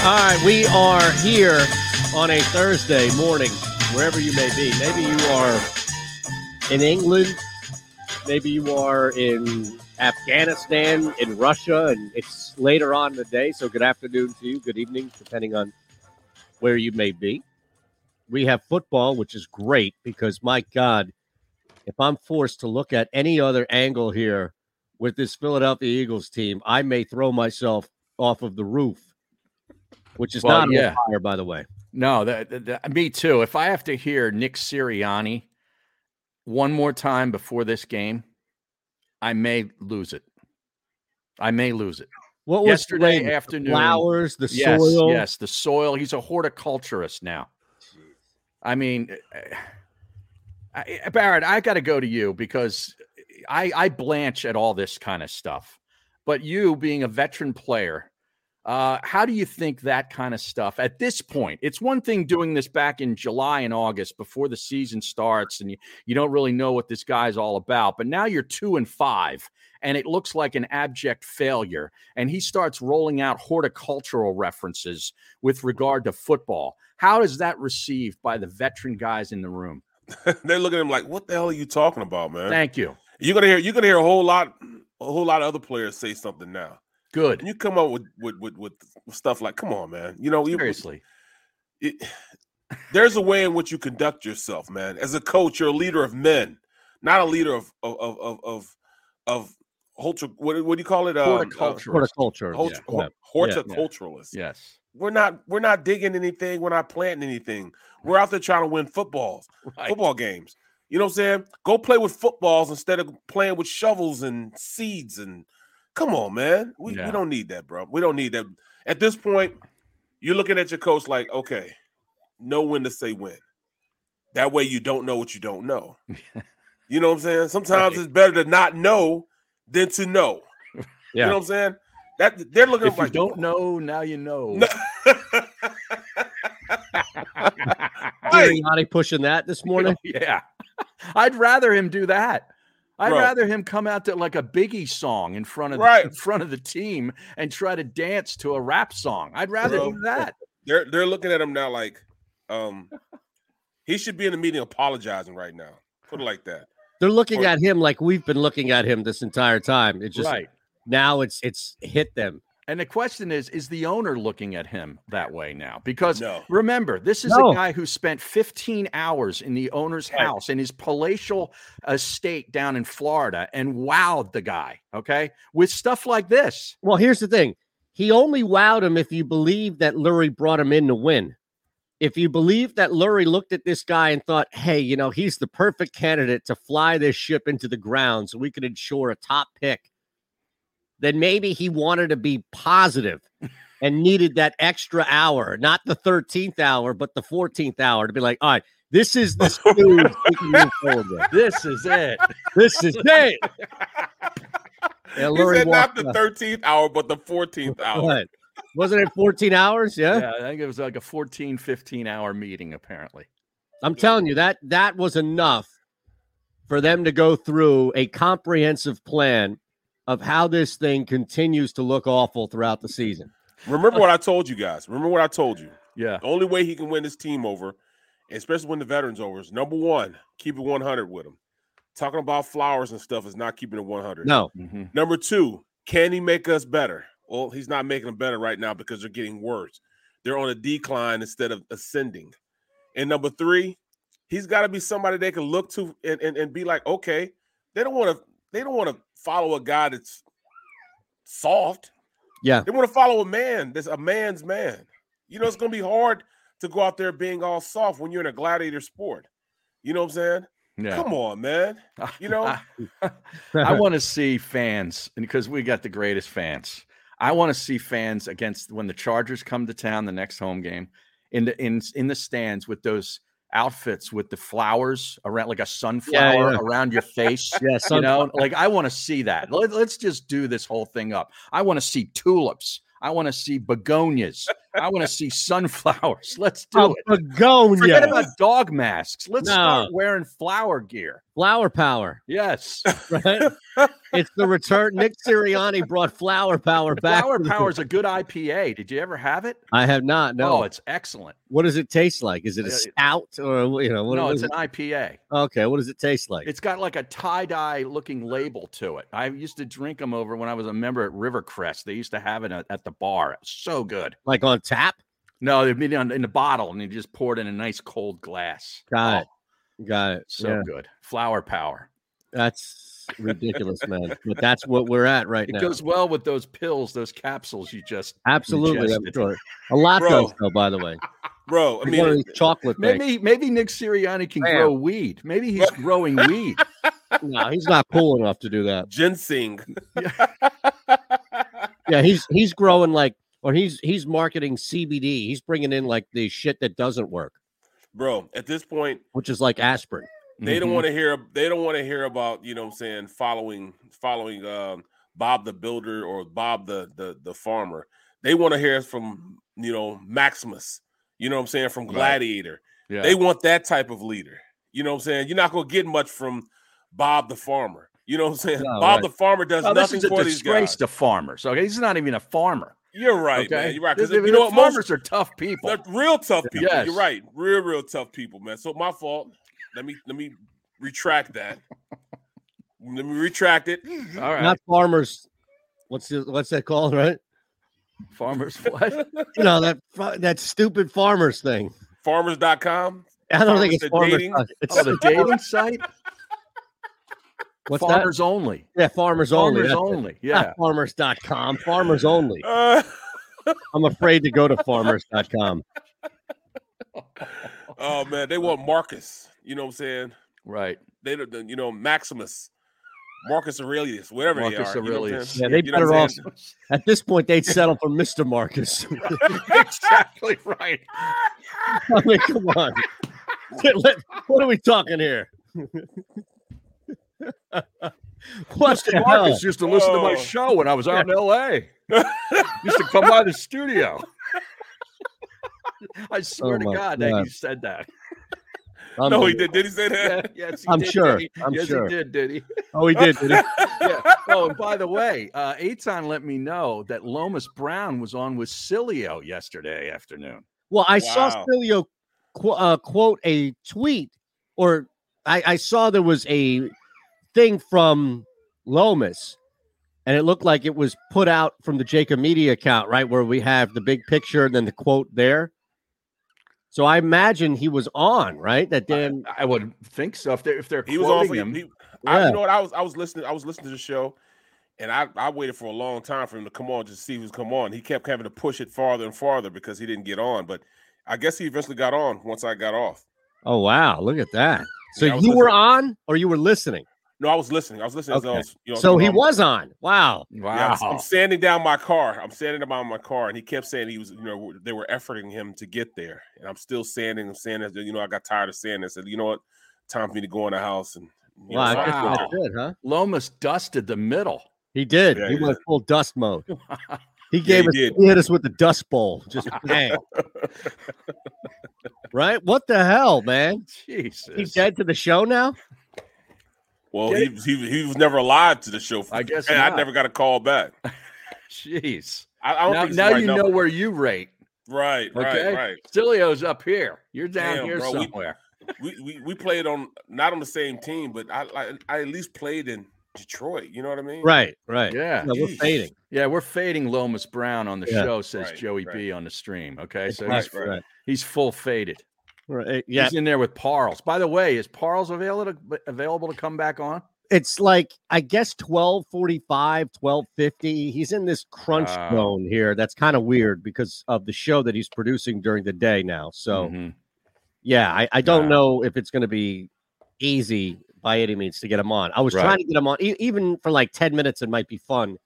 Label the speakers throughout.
Speaker 1: All right, we are here on a Thursday morning, wherever you may be. Maybe you are in England, maybe you are in Afghanistan, in Russia, and it's later on in the day. So, good afternoon to you, good evening, depending on where you may be. We have football, which is great because, my God, if I'm forced to look at any other angle here with this Philadelphia Eagles team, I may throw myself off of the roof which is
Speaker 2: Well,
Speaker 1: not
Speaker 2: yeah.
Speaker 1: on fire, by the way.
Speaker 2: No, that, that- that- uh, me too. If I have to hear Nick Sirianni one more time before this game, I may lose it. I may lose it.
Speaker 1: What was
Speaker 2: Yesterday
Speaker 1: blamed? The
Speaker 2: afternoon,
Speaker 1: flowers, the
Speaker 2: yes,
Speaker 1: soil.
Speaker 2: yes, the soil. He's a horticulturist now. I mean, eh, I, I- Barrett, I got to go to you because I, I blanch at all this kind of stuff. But you, being a veteran player, uh, how do you think that kind of stuff at this point? It's one thing doing this back in July and August before the season starts, and you, you don't really know what this guy's all about. But now you're two and five, and it looks like an abject failure. And he starts rolling out horticultural references with regard to football. How is that received by the veteran guys in the room?
Speaker 3: They're looking at him like, "What the hell are you talking about, man?"
Speaker 2: Thank you.
Speaker 3: You're gonna hear you're gonna hear a whole lot a whole lot of other players say something now,
Speaker 2: Good.
Speaker 3: and you come up with with with, with stuff like, "Come on, man," you know. You,
Speaker 2: Seriously.
Speaker 3: it- there's a way in which you conduct yourself, man. As a coach, you're a leader of men, not a leader of of of of of, of hortu- what, what do you call it? Um, uh,
Speaker 2: Horticulturist.
Speaker 1: Horticulture.
Speaker 3: hort-
Speaker 1: yeah.
Speaker 3: hor-
Speaker 1: Yeah.
Speaker 3: horticulturalist.
Speaker 2: Yes.
Speaker 3: We're not we're not digging anything. We're not planting anything. We're out there trying to win footballs.
Speaker 2: Right.
Speaker 3: football games. You know what I'm saying? Go play with footballs instead of playing with shovels and seeds. And come on, man, we,
Speaker 2: Yeah.
Speaker 3: we don't need that, bro. We don't need that. At this point, you're looking at your coach like, okay, know when to say when. That way, you don't know what you don't know. you know what I'm saying? Sometimes
Speaker 2: Right.
Speaker 3: it's better to not know than to know.
Speaker 1: Yeah.
Speaker 3: You know what I'm saying? That they're looking
Speaker 2: If you
Speaker 3: like
Speaker 2: don't know, now you know.
Speaker 3: No. Right.
Speaker 1: Sirianni pushing that this morning.
Speaker 2: yeah. I'd rather him do that. I'd
Speaker 3: Bro.
Speaker 2: rather him come out to like a Biggie song in front of
Speaker 3: Right.
Speaker 2: the, in front of the team and try to dance to a rap song. I'd rather
Speaker 3: Bro.
Speaker 2: do that.
Speaker 3: they're they're looking at him now like um he should be in a meeting apologizing right now put it like that
Speaker 1: They're looking
Speaker 3: Or-
Speaker 1: at him like we've been looking at him this entire time. It just
Speaker 2: right.
Speaker 1: now it's it's hit them.
Speaker 2: And the question is, is the owner looking at him that way now? Because
Speaker 3: No.
Speaker 2: remember, this is
Speaker 1: No.
Speaker 2: a guy who spent 15 hours in the owner's
Speaker 3: Right.
Speaker 2: house in his palatial estate down in Florida and wowed the guy, okay, with stuff like this.
Speaker 1: Well, here's the thing. He only wowed him if you believe that Lurie brought him in to win. If you believe that Lurie looked at this guy and thought, hey, you know, he's the perfect candidate to fly this ship into the ground so we can ensure a top pick, then maybe he wanted to be positive and needed that extra hour, not the 13th hour, but the 14th hour to be like, all right, this is the smooth we can move forward with.
Speaker 2: This is it.
Speaker 1: This is it. Yeah,
Speaker 3: he
Speaker 1: Lurie
Speaker 3: said
Speaker 1: walked
Speaker 3: not the
Speaker 1: up.
Speaker 3: 13th hour but the 14th hour
Speaker 1: What? Wasn't it 14 hours? yeah.
Speaker 2: yeah, I think it was like a 14, 15 hour meeting, apparently.
Speaker 1: I'm telling you that that was enough for them to go through a comprehensive plan of how this thing continues to look awful throughout the season.
Speaker 3: remember what i told you guys remember what i told you
Speaker 2: Yeah.
Speaker 3: the only way he can win this team over especially when the veterans over is number one keep it 100 with him talking about flowers and stuff is not keeping it 100
Speaker 1: No,
Speaker 2: Mhm.
Speaker 3: number two can he make us better well he's not making them better right now because they're getting worse they're on a decline instead of ascending And number three, he's got to be somebody they can look to and, and, and be like, okay, they don't want to they don't want to follow a guy that's soft.
Speaker 1: Yeah.
Speaker 3: They want to follow a man that's a man's man. You know, it's gonna be hard to go out there being all soft when you're in a gladiator sport. You know what I'm saying?
Speaker 2: Yeah.
Speaker 3: Come on, man. You know,
Speaker 2: I want to see fans because we got the greatest fans. I want to see fans against when the Chargers come to town the next home game in the in in the stands with those outfits with the flowers around like a sunflower
Speaker 1: yeah.
Speaker 2: around your face.
Speaker 1: Yeah,
Speaker 2: you
Speaker 1: some,
Speaker 2: know, like I want to see that. Let, us just do this whole thing up. I want to see tulips. I want to see begonias. I want to see sunflowers. Let's do
Speaker 1: a
Speaker 2: it. Forget
Speaker 1: begonia,
Speaker 2: about dog masks. Let's
Speaker 1: No.
Speaker 2: start wearing flower gear.
Speaker 1: flower power.
Speaker 2: Yes.
Speaker 1: Right? it's the return. Nick Sirianni brought flower power back.
Speaker 2: Flower
Speaker 1: to the-
Speaker 2: Power is a good IPA. Did you ever have it?
Speaker 1: I have not.
Speaker 2: Oh,
Speaker 1: No.
Speaker 2: it's excellent.
Speaker 1: what does it taste like? Is it a
Speaker 2: Uh,
Speaker 1: stout or you know? What,
Speaker 2: no,
Speaker 1: what
Speaker 2: it's
Speaker 1: is
Speaker 2: an
Speaker 1: it?
Speaker 2: IPA.
Speaker 1: Okay. What does it taste like?
Speaker 2: It's got like a tie dye looking label to it. I used to drink them over when I was a member at Rivercrest. They used to have it at at the bar. It was so good.
Speaker 1: like on tap?
Speaker 2: No, they'd be on, in the bottle and you just pour it in a nice cold glass.
Speaker 1: Got
Speaker 2: Oh,
Speaker 1: it. Got it.
Speaker 2: So
Speaker 1: yeah,
Speaker 2: good. Flower Power.
Speaker 1: that's ridiculous, man. But that's what we're at right
Speaker 2: It
Speaker 1: now.
Speaker 2: goes well with those pills, those capsules you just.
Speaker 1: Absolutely, I'm
Speaker 2: ingested.
Speaker 1: sure. A lot
Speaker 3: Bro.
Speaker 1: does, though. By the way,
Speaker 3: bro. I
Speaker 1: Like one of
Speaker 3: mean,
Speaker 1: these chocolate things.
Speaker 2: Maybe maybe Nick Sirianni can
Speaker 1: Man.
Speaker 2: grow weed. Maybe he's growing weed.
Speaker 1: No, he's not cool enough to do that.
Speaker 3: ginseng.
Speaker 1: Yeah, he's he's growing like, or he's he's marketing CBD. He's bringing in like the shit that doesn't work,
Speaker 3: Bro, at this point,
Speaker 1: which is like aspirin.
Speaker 3: they
Speaker 2: Mhm.
Speaker 3: don't want to hear they don't want to hear about, you know what I'm saying, following following um Bob the builder or Bob the the the farmer. They want to hear from, you know, Maximus. You know what I'm saying, from
Speaker 2: Right.
Speaker 3: Gladiator.
Speaker 2: Yeah.
Speaker 3: They want that type of leader. You know what I'm saying? You're not going to get much from Bob the farmer. You know what I'm saying?
Speaker 1: No,
Speaker 3: Bob
Speaker 1: right.
Speaker 3: the farmer does
Speaker 2: Oh, this
Speaker 3: nothing
Speaker 2: is a
Speaker 3: for these guys.
Speaker 2: disgrace to farmers. Okay, he's not even a farmer.
Speaker 3: You're right,
Speaker 2: okay,
Speaker 3: man. You're right. Because
Speaker 2: The- the-
Speaker 3: you know what?
Speaker 2: the
Speaker 3: Most,
Speaker 2: farmers are tough people.
Speaker 3: they're real tough people.
Speaker 2: Yes.
Speaker 3: You're right. Real, real tough people, man. So my fault. Let me let me retract that. let me retract it.
Speaker 2: All right,
Speaker 1: Not farmers. What's the, what's that called, right?
Speaker 2: farmers. What?
Speaker 1: You know that fu- that stupid farmers thing.
Speaker 3: Farmers.com.
Speaker 1: I don't think it's
Speaker 3: Farmers that
Speaker 1: farmers.
Speaker 3: dating?
Speaker 1: It's,
Speaker 2: Oh, the dating site.
Speaker 1: what's that?
Speaker 2: farmers only.
Speaker 1: Yeah, farmers, only.
Speaker 2: Farmers
Speaker 1: that's it.
Speaker 2: only. Yeah.
Speaker 1: Not farmers.com, farmers only.
Speaker 3: Uh,
Speaker 1: I'm afraid to go to farmers.com.
Speaker 3: oh man, they want Marcus. You know what I'm saying?
Speaker 2: Right.
Speaker 3: They don't. You know Maximus, Marcus Aurelius, whatever they
Speaker 2: Marcus
Speaker 3: are. you know what I'm
Speaker 2: Aurelius.
Speaker 3: saying?
Speaker 1: Yeah, they
Speaker 3: You know what
Speaker 1: better
Speaker 3: I'm
Speaker 1: off.
Speaker 3: saying?
Speaker 1: At this point, they'd settle for Mr. Marcus.
Speaker 2: exactly right.
Speaker 1: I mean, come on. what are we talking here? what the hell?
Speaker 2: Marcus used to listen to my
Speaker 3: Oh.
Speaker 2: show when I was out in L.A. used to come by the studio. I swear
Speaker 1: Oh
Speaker 2: to
Speaker 1: my
Speaker 2: God, that
Speaker 1: God.
Speaker 2: he said that.
Speaker 3: No, he did. Did he say
Speaker 2: Yeah,
Speaker 3: that?
Speaker 2: yes, he
Speaker 1: I'm
Speaker 2: did,
Speaker 1: sure.
Speaker 2: did he?
Speaker 1: I'm
Speaker 2: yes,
Speaker 1: sure.
Speaker 2: he did, did he?
Speaker 1: Oh, he did. did he?
Speaker 2: Yeah. Oh, and by the way, uh, Aton let me know that Lomas Brown was on with Cilio yesterday afternoon.
Speaker 1: Well, I saw
Speaker 3: Wow.
Speaker 1: Cilio qu- uh, quote a tweet, or I, I saw there was a thing from Lomas, and it looked like it was put out from the Jacob Media account, right, where we have the big picture and then the quote there. So I imagine he was on, right? That damn
Speaker 2: I would think so if they're if they're
Speaker 3: He was
Speaker 2: quoting him.
Speaker 3: on. He, I,
Speaker 1: Yeah.
Speaker 3: you know what? I was I was listening. I was listening to the show, and I I waited for a long time for him to come on just to see who's come on. He kept having to push it farther and farther because he didn't get on. But I guess he eventually got on once I got off.
Speaker 1: Oh wow, look at that. So
Speaker 3: Yeah, I
Speaker 1: you
Speaker 3: was
Speaker 1: were
Speaker 3: listening.
Speaker 1: on or you were listening?
Speaker 3: No, I was listening. I was listening. as I
Speaker 1: Okay.
Speaker 3: was, you know,
Speaker 1: so he
Speaker 3: I'm-
Speaker 1: was on. Wow.
Speaker 2: wow.
Speaker 3: yeah, I'm, I'm standing down my car. I'm standing down my car, and he kept saying he was, you know, they were efforting him to get there, and I'm still standing. I'm standing. You know, I got tired of standing. I said, you know what? Time for me to go in the house and. you know,
Speaker 1: Wow, I
Speaker 3: so I
Speaker 1: guess
Speaker 3: just
Speaker 2: Wow.
Speaker 3: went
Speaker 1: that's good, huh?
Speaker 2: Lomas dusted the middle.
Speaker 1: He did.
Speaker 3: Yeah,
Speaker 1: he
Speaker 3: he
Speaker 1: went full dust mode. He gave
Speaker 3: he
Speaker 1: us
Speaker 3: did.
Speaker 1: he hit us with the dust bowl. Just bang. right? What the hell, man? He's
Speaker 2: Jesus.
Speaker 1: dead to the show now?
Speaker 3: Well,
Speaker 2: Yeah.
Speaker 3: he, he he was never alive to the show. For
Speaker 2: I guess
Speaker 3: and I
Speaker 2: not.
Speaker 3: never got a call back.
Speaker 2: Jeez.
Speaker 3: I, I don't
Speaker 2: Now,
Speaker 3: think it's
Speaker 2: now
Speaker 3: the right
Speaker 2: you
Speaker 3: number.
Speaker 2: know where you rate.
Speaker 3: Right,
Speaker 2: Okay.
Speaker 3: right, right.
Speaker 2: Cilio's up here. You're down
Speaker 3: Damn,
Speaker 2: here
Speaker 3: bro, we-
Speaker 2: somewhere.
Speaker 3: We, we we played on not on the same team, but I I, I at least played in Detroit. You know what I mean?
Speaker 1: Right, right.
Speaker 2: yeah.
Speaker 1: No, we're
Speaker 3: Jesus.
Speaker 1: fading.
Speaker 2: Yeah, we're fading Lomas Brown on the
Speaker 1: Yeah.
Speaker 2: show, says
Speaker 3: Right,
Speaker 2: Joey
Speaker 3: right.
Speaker 2: B on the stream. Okay. So
Speaker 3: Right,
Speaker 2: he's,
Speaker 3: right.
Speaker 2: he's full faded.
Speaker 1: Right, eh, Yeah.
Speaker 2: He's in there with Parles. By the way, is Parles available to, available to come back on?
Speaker 1: It's like I guess 1245, 1250. He's in this crunch
Speaker 2: Wow.
Speaker 1: zone here. That's kind of weird because of the show that he's producing during the day now. So
Speaker 2: Mhm.
Speaker 1: Yeah, I, I don't
Speaker 2: Nah.
Speaker 1: know if it's going to be easy by any means to get him on. I was
Speaker 2: Right.
Speaker 1: trying to get him on, e- even for like 10 minutes, it might be fun.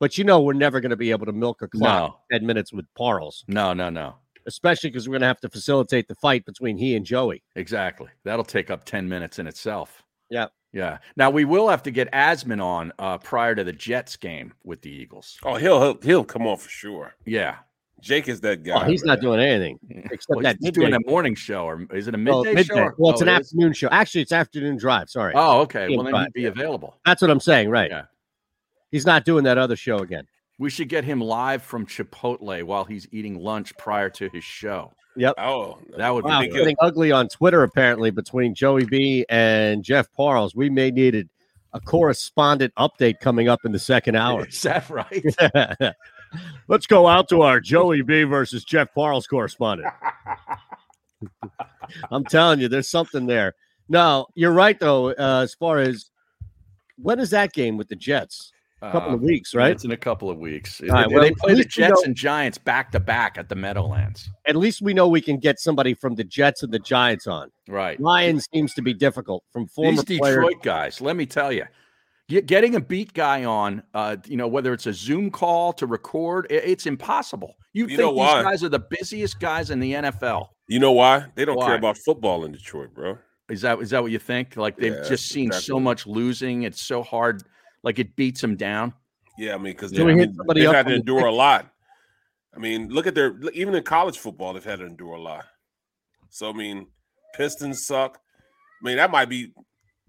Speaker 1: But you know, we're never going to be able to milk a clock
Speaker 2: No,
Speaker 1: 10 minutes with Parles,
Speaker 2: no, no, no.
Speaker 1: especially because we're going to have to facilitate the fight between he and Joey.
Speaker 2: Exactly. That'll take up 10 minutes in itself.
Speaker 1: Yep.
Speaker 2: Yeah. Now we will have to get Asman on uh, prior to the Jets game with the Eagles.
Speaker 3: Oh, he'll he'll, he'll come on for sure.
Speaker 2: Yeah.
Speaker 3: Jake is that
Speaker 1: Oh,
Speaker 3: guy.
Speaker 1: he's not
Speaker 3: man.
Speaker 1: doing anything except
Speaker 2: Well,
Speaker 1: that
Speaker 2: he's doing
Speaker 1: midday-
Speaker 2: a morning show, or is it a
Speaker 1: well,
Speaker 2: midday, show?
Speaker 1: midday.
Speaker 2: or-
Speaker 1: Well, it's
Speaker 2: oh,
Speaker 1: an
Speaker 2: it is?
Speaker 1: afternoon show. Actually, it's afternoon drive. Sorry.
Speaker 2: Oh, okay.
Speaker 1: Yeah,
Speaker 2: Well, then
Speaker 1: but-
Speaker 2: he'd be available.
Speaker 1: That's what I'm saying, right?
Speaker 2: Yeah.
Speaker 1: He's not doing that other show again.
Speaker 2: We should get him live from Chipotle while he's eating lunch prior to his show.
Speaker 3: Oh,
Speaker 2: That would
Speaker 1: Wow,
Speaker 2: be
Speaker 3: think
Speaker 1: it's
Speaker 2: good.
Speaker 3: he'll-
Speaker 1: getting ugly on Twitter apparently between Joey B and Jeff Parles. We may needed a correspondent update coming up in the second hour.
Speaker 2: Is that right?
Speaker 1: Let's go out to our Joey B versus Jeff Parles correspondent. I'm telling you, there's something there. No, you're right though. Uh, as far as when is that game with the Jets? A couple
Speaker 2: Uh,
Speaker 1: of weeks, right?
Speaker 2: It's in a couple of weeks.
Speaker 1: All right,
Speaker 2: They-
Speaker 1: well,
Speaker 2: they
Speaker 1: at
Speaker 2: play the
Speaker 1: least we
Speaker 2: Jets
Speaker 1: know-
Speaker 2: and Giants back to back at the Meadowlands.
Speaker 1: At least we know we can get somebody from the Jets and the Giants on.
Speaker 2: Right.
Speaker 1: Lion seems to be difficult from former
Speaker 2: These
Speaker 1: players.
Speaker 2: Detroit guys, let me tell you, get, getting a beat guy on, uh, you know, whether it's a Zoom call to record, i- it's impossible. You,
Speaker 3: You
Speaker 2: think
Speaker 3: know
Speaker 2: these
Speaker 3: why?
Speaker 2: guys are the busiest guys in the NFL?
Speaker 3: you know why they don't
Speaker 2: Why?
Speaker 3: care about football in Detroit, bro.
Speaker 2: Is that is that what you think? Like they've
Speaker 3: Yeah,
Speaker 2: just seen so
Speaker 3: exactly.
Speaker 2: much losing, it's so hard. Like it beats them down.
Speaker 3: Yeah, I mean, because
Speaker 1: Do we hit somebody
Speaker 3: they've
Speaker 1: up
Speaker 3: had to
Speaker 1: on the
Speaker 3: endure a lot. I mean, look at their look, even in college football, they've had to endure a lot. So I mean, Pistons suck. I mean, that might be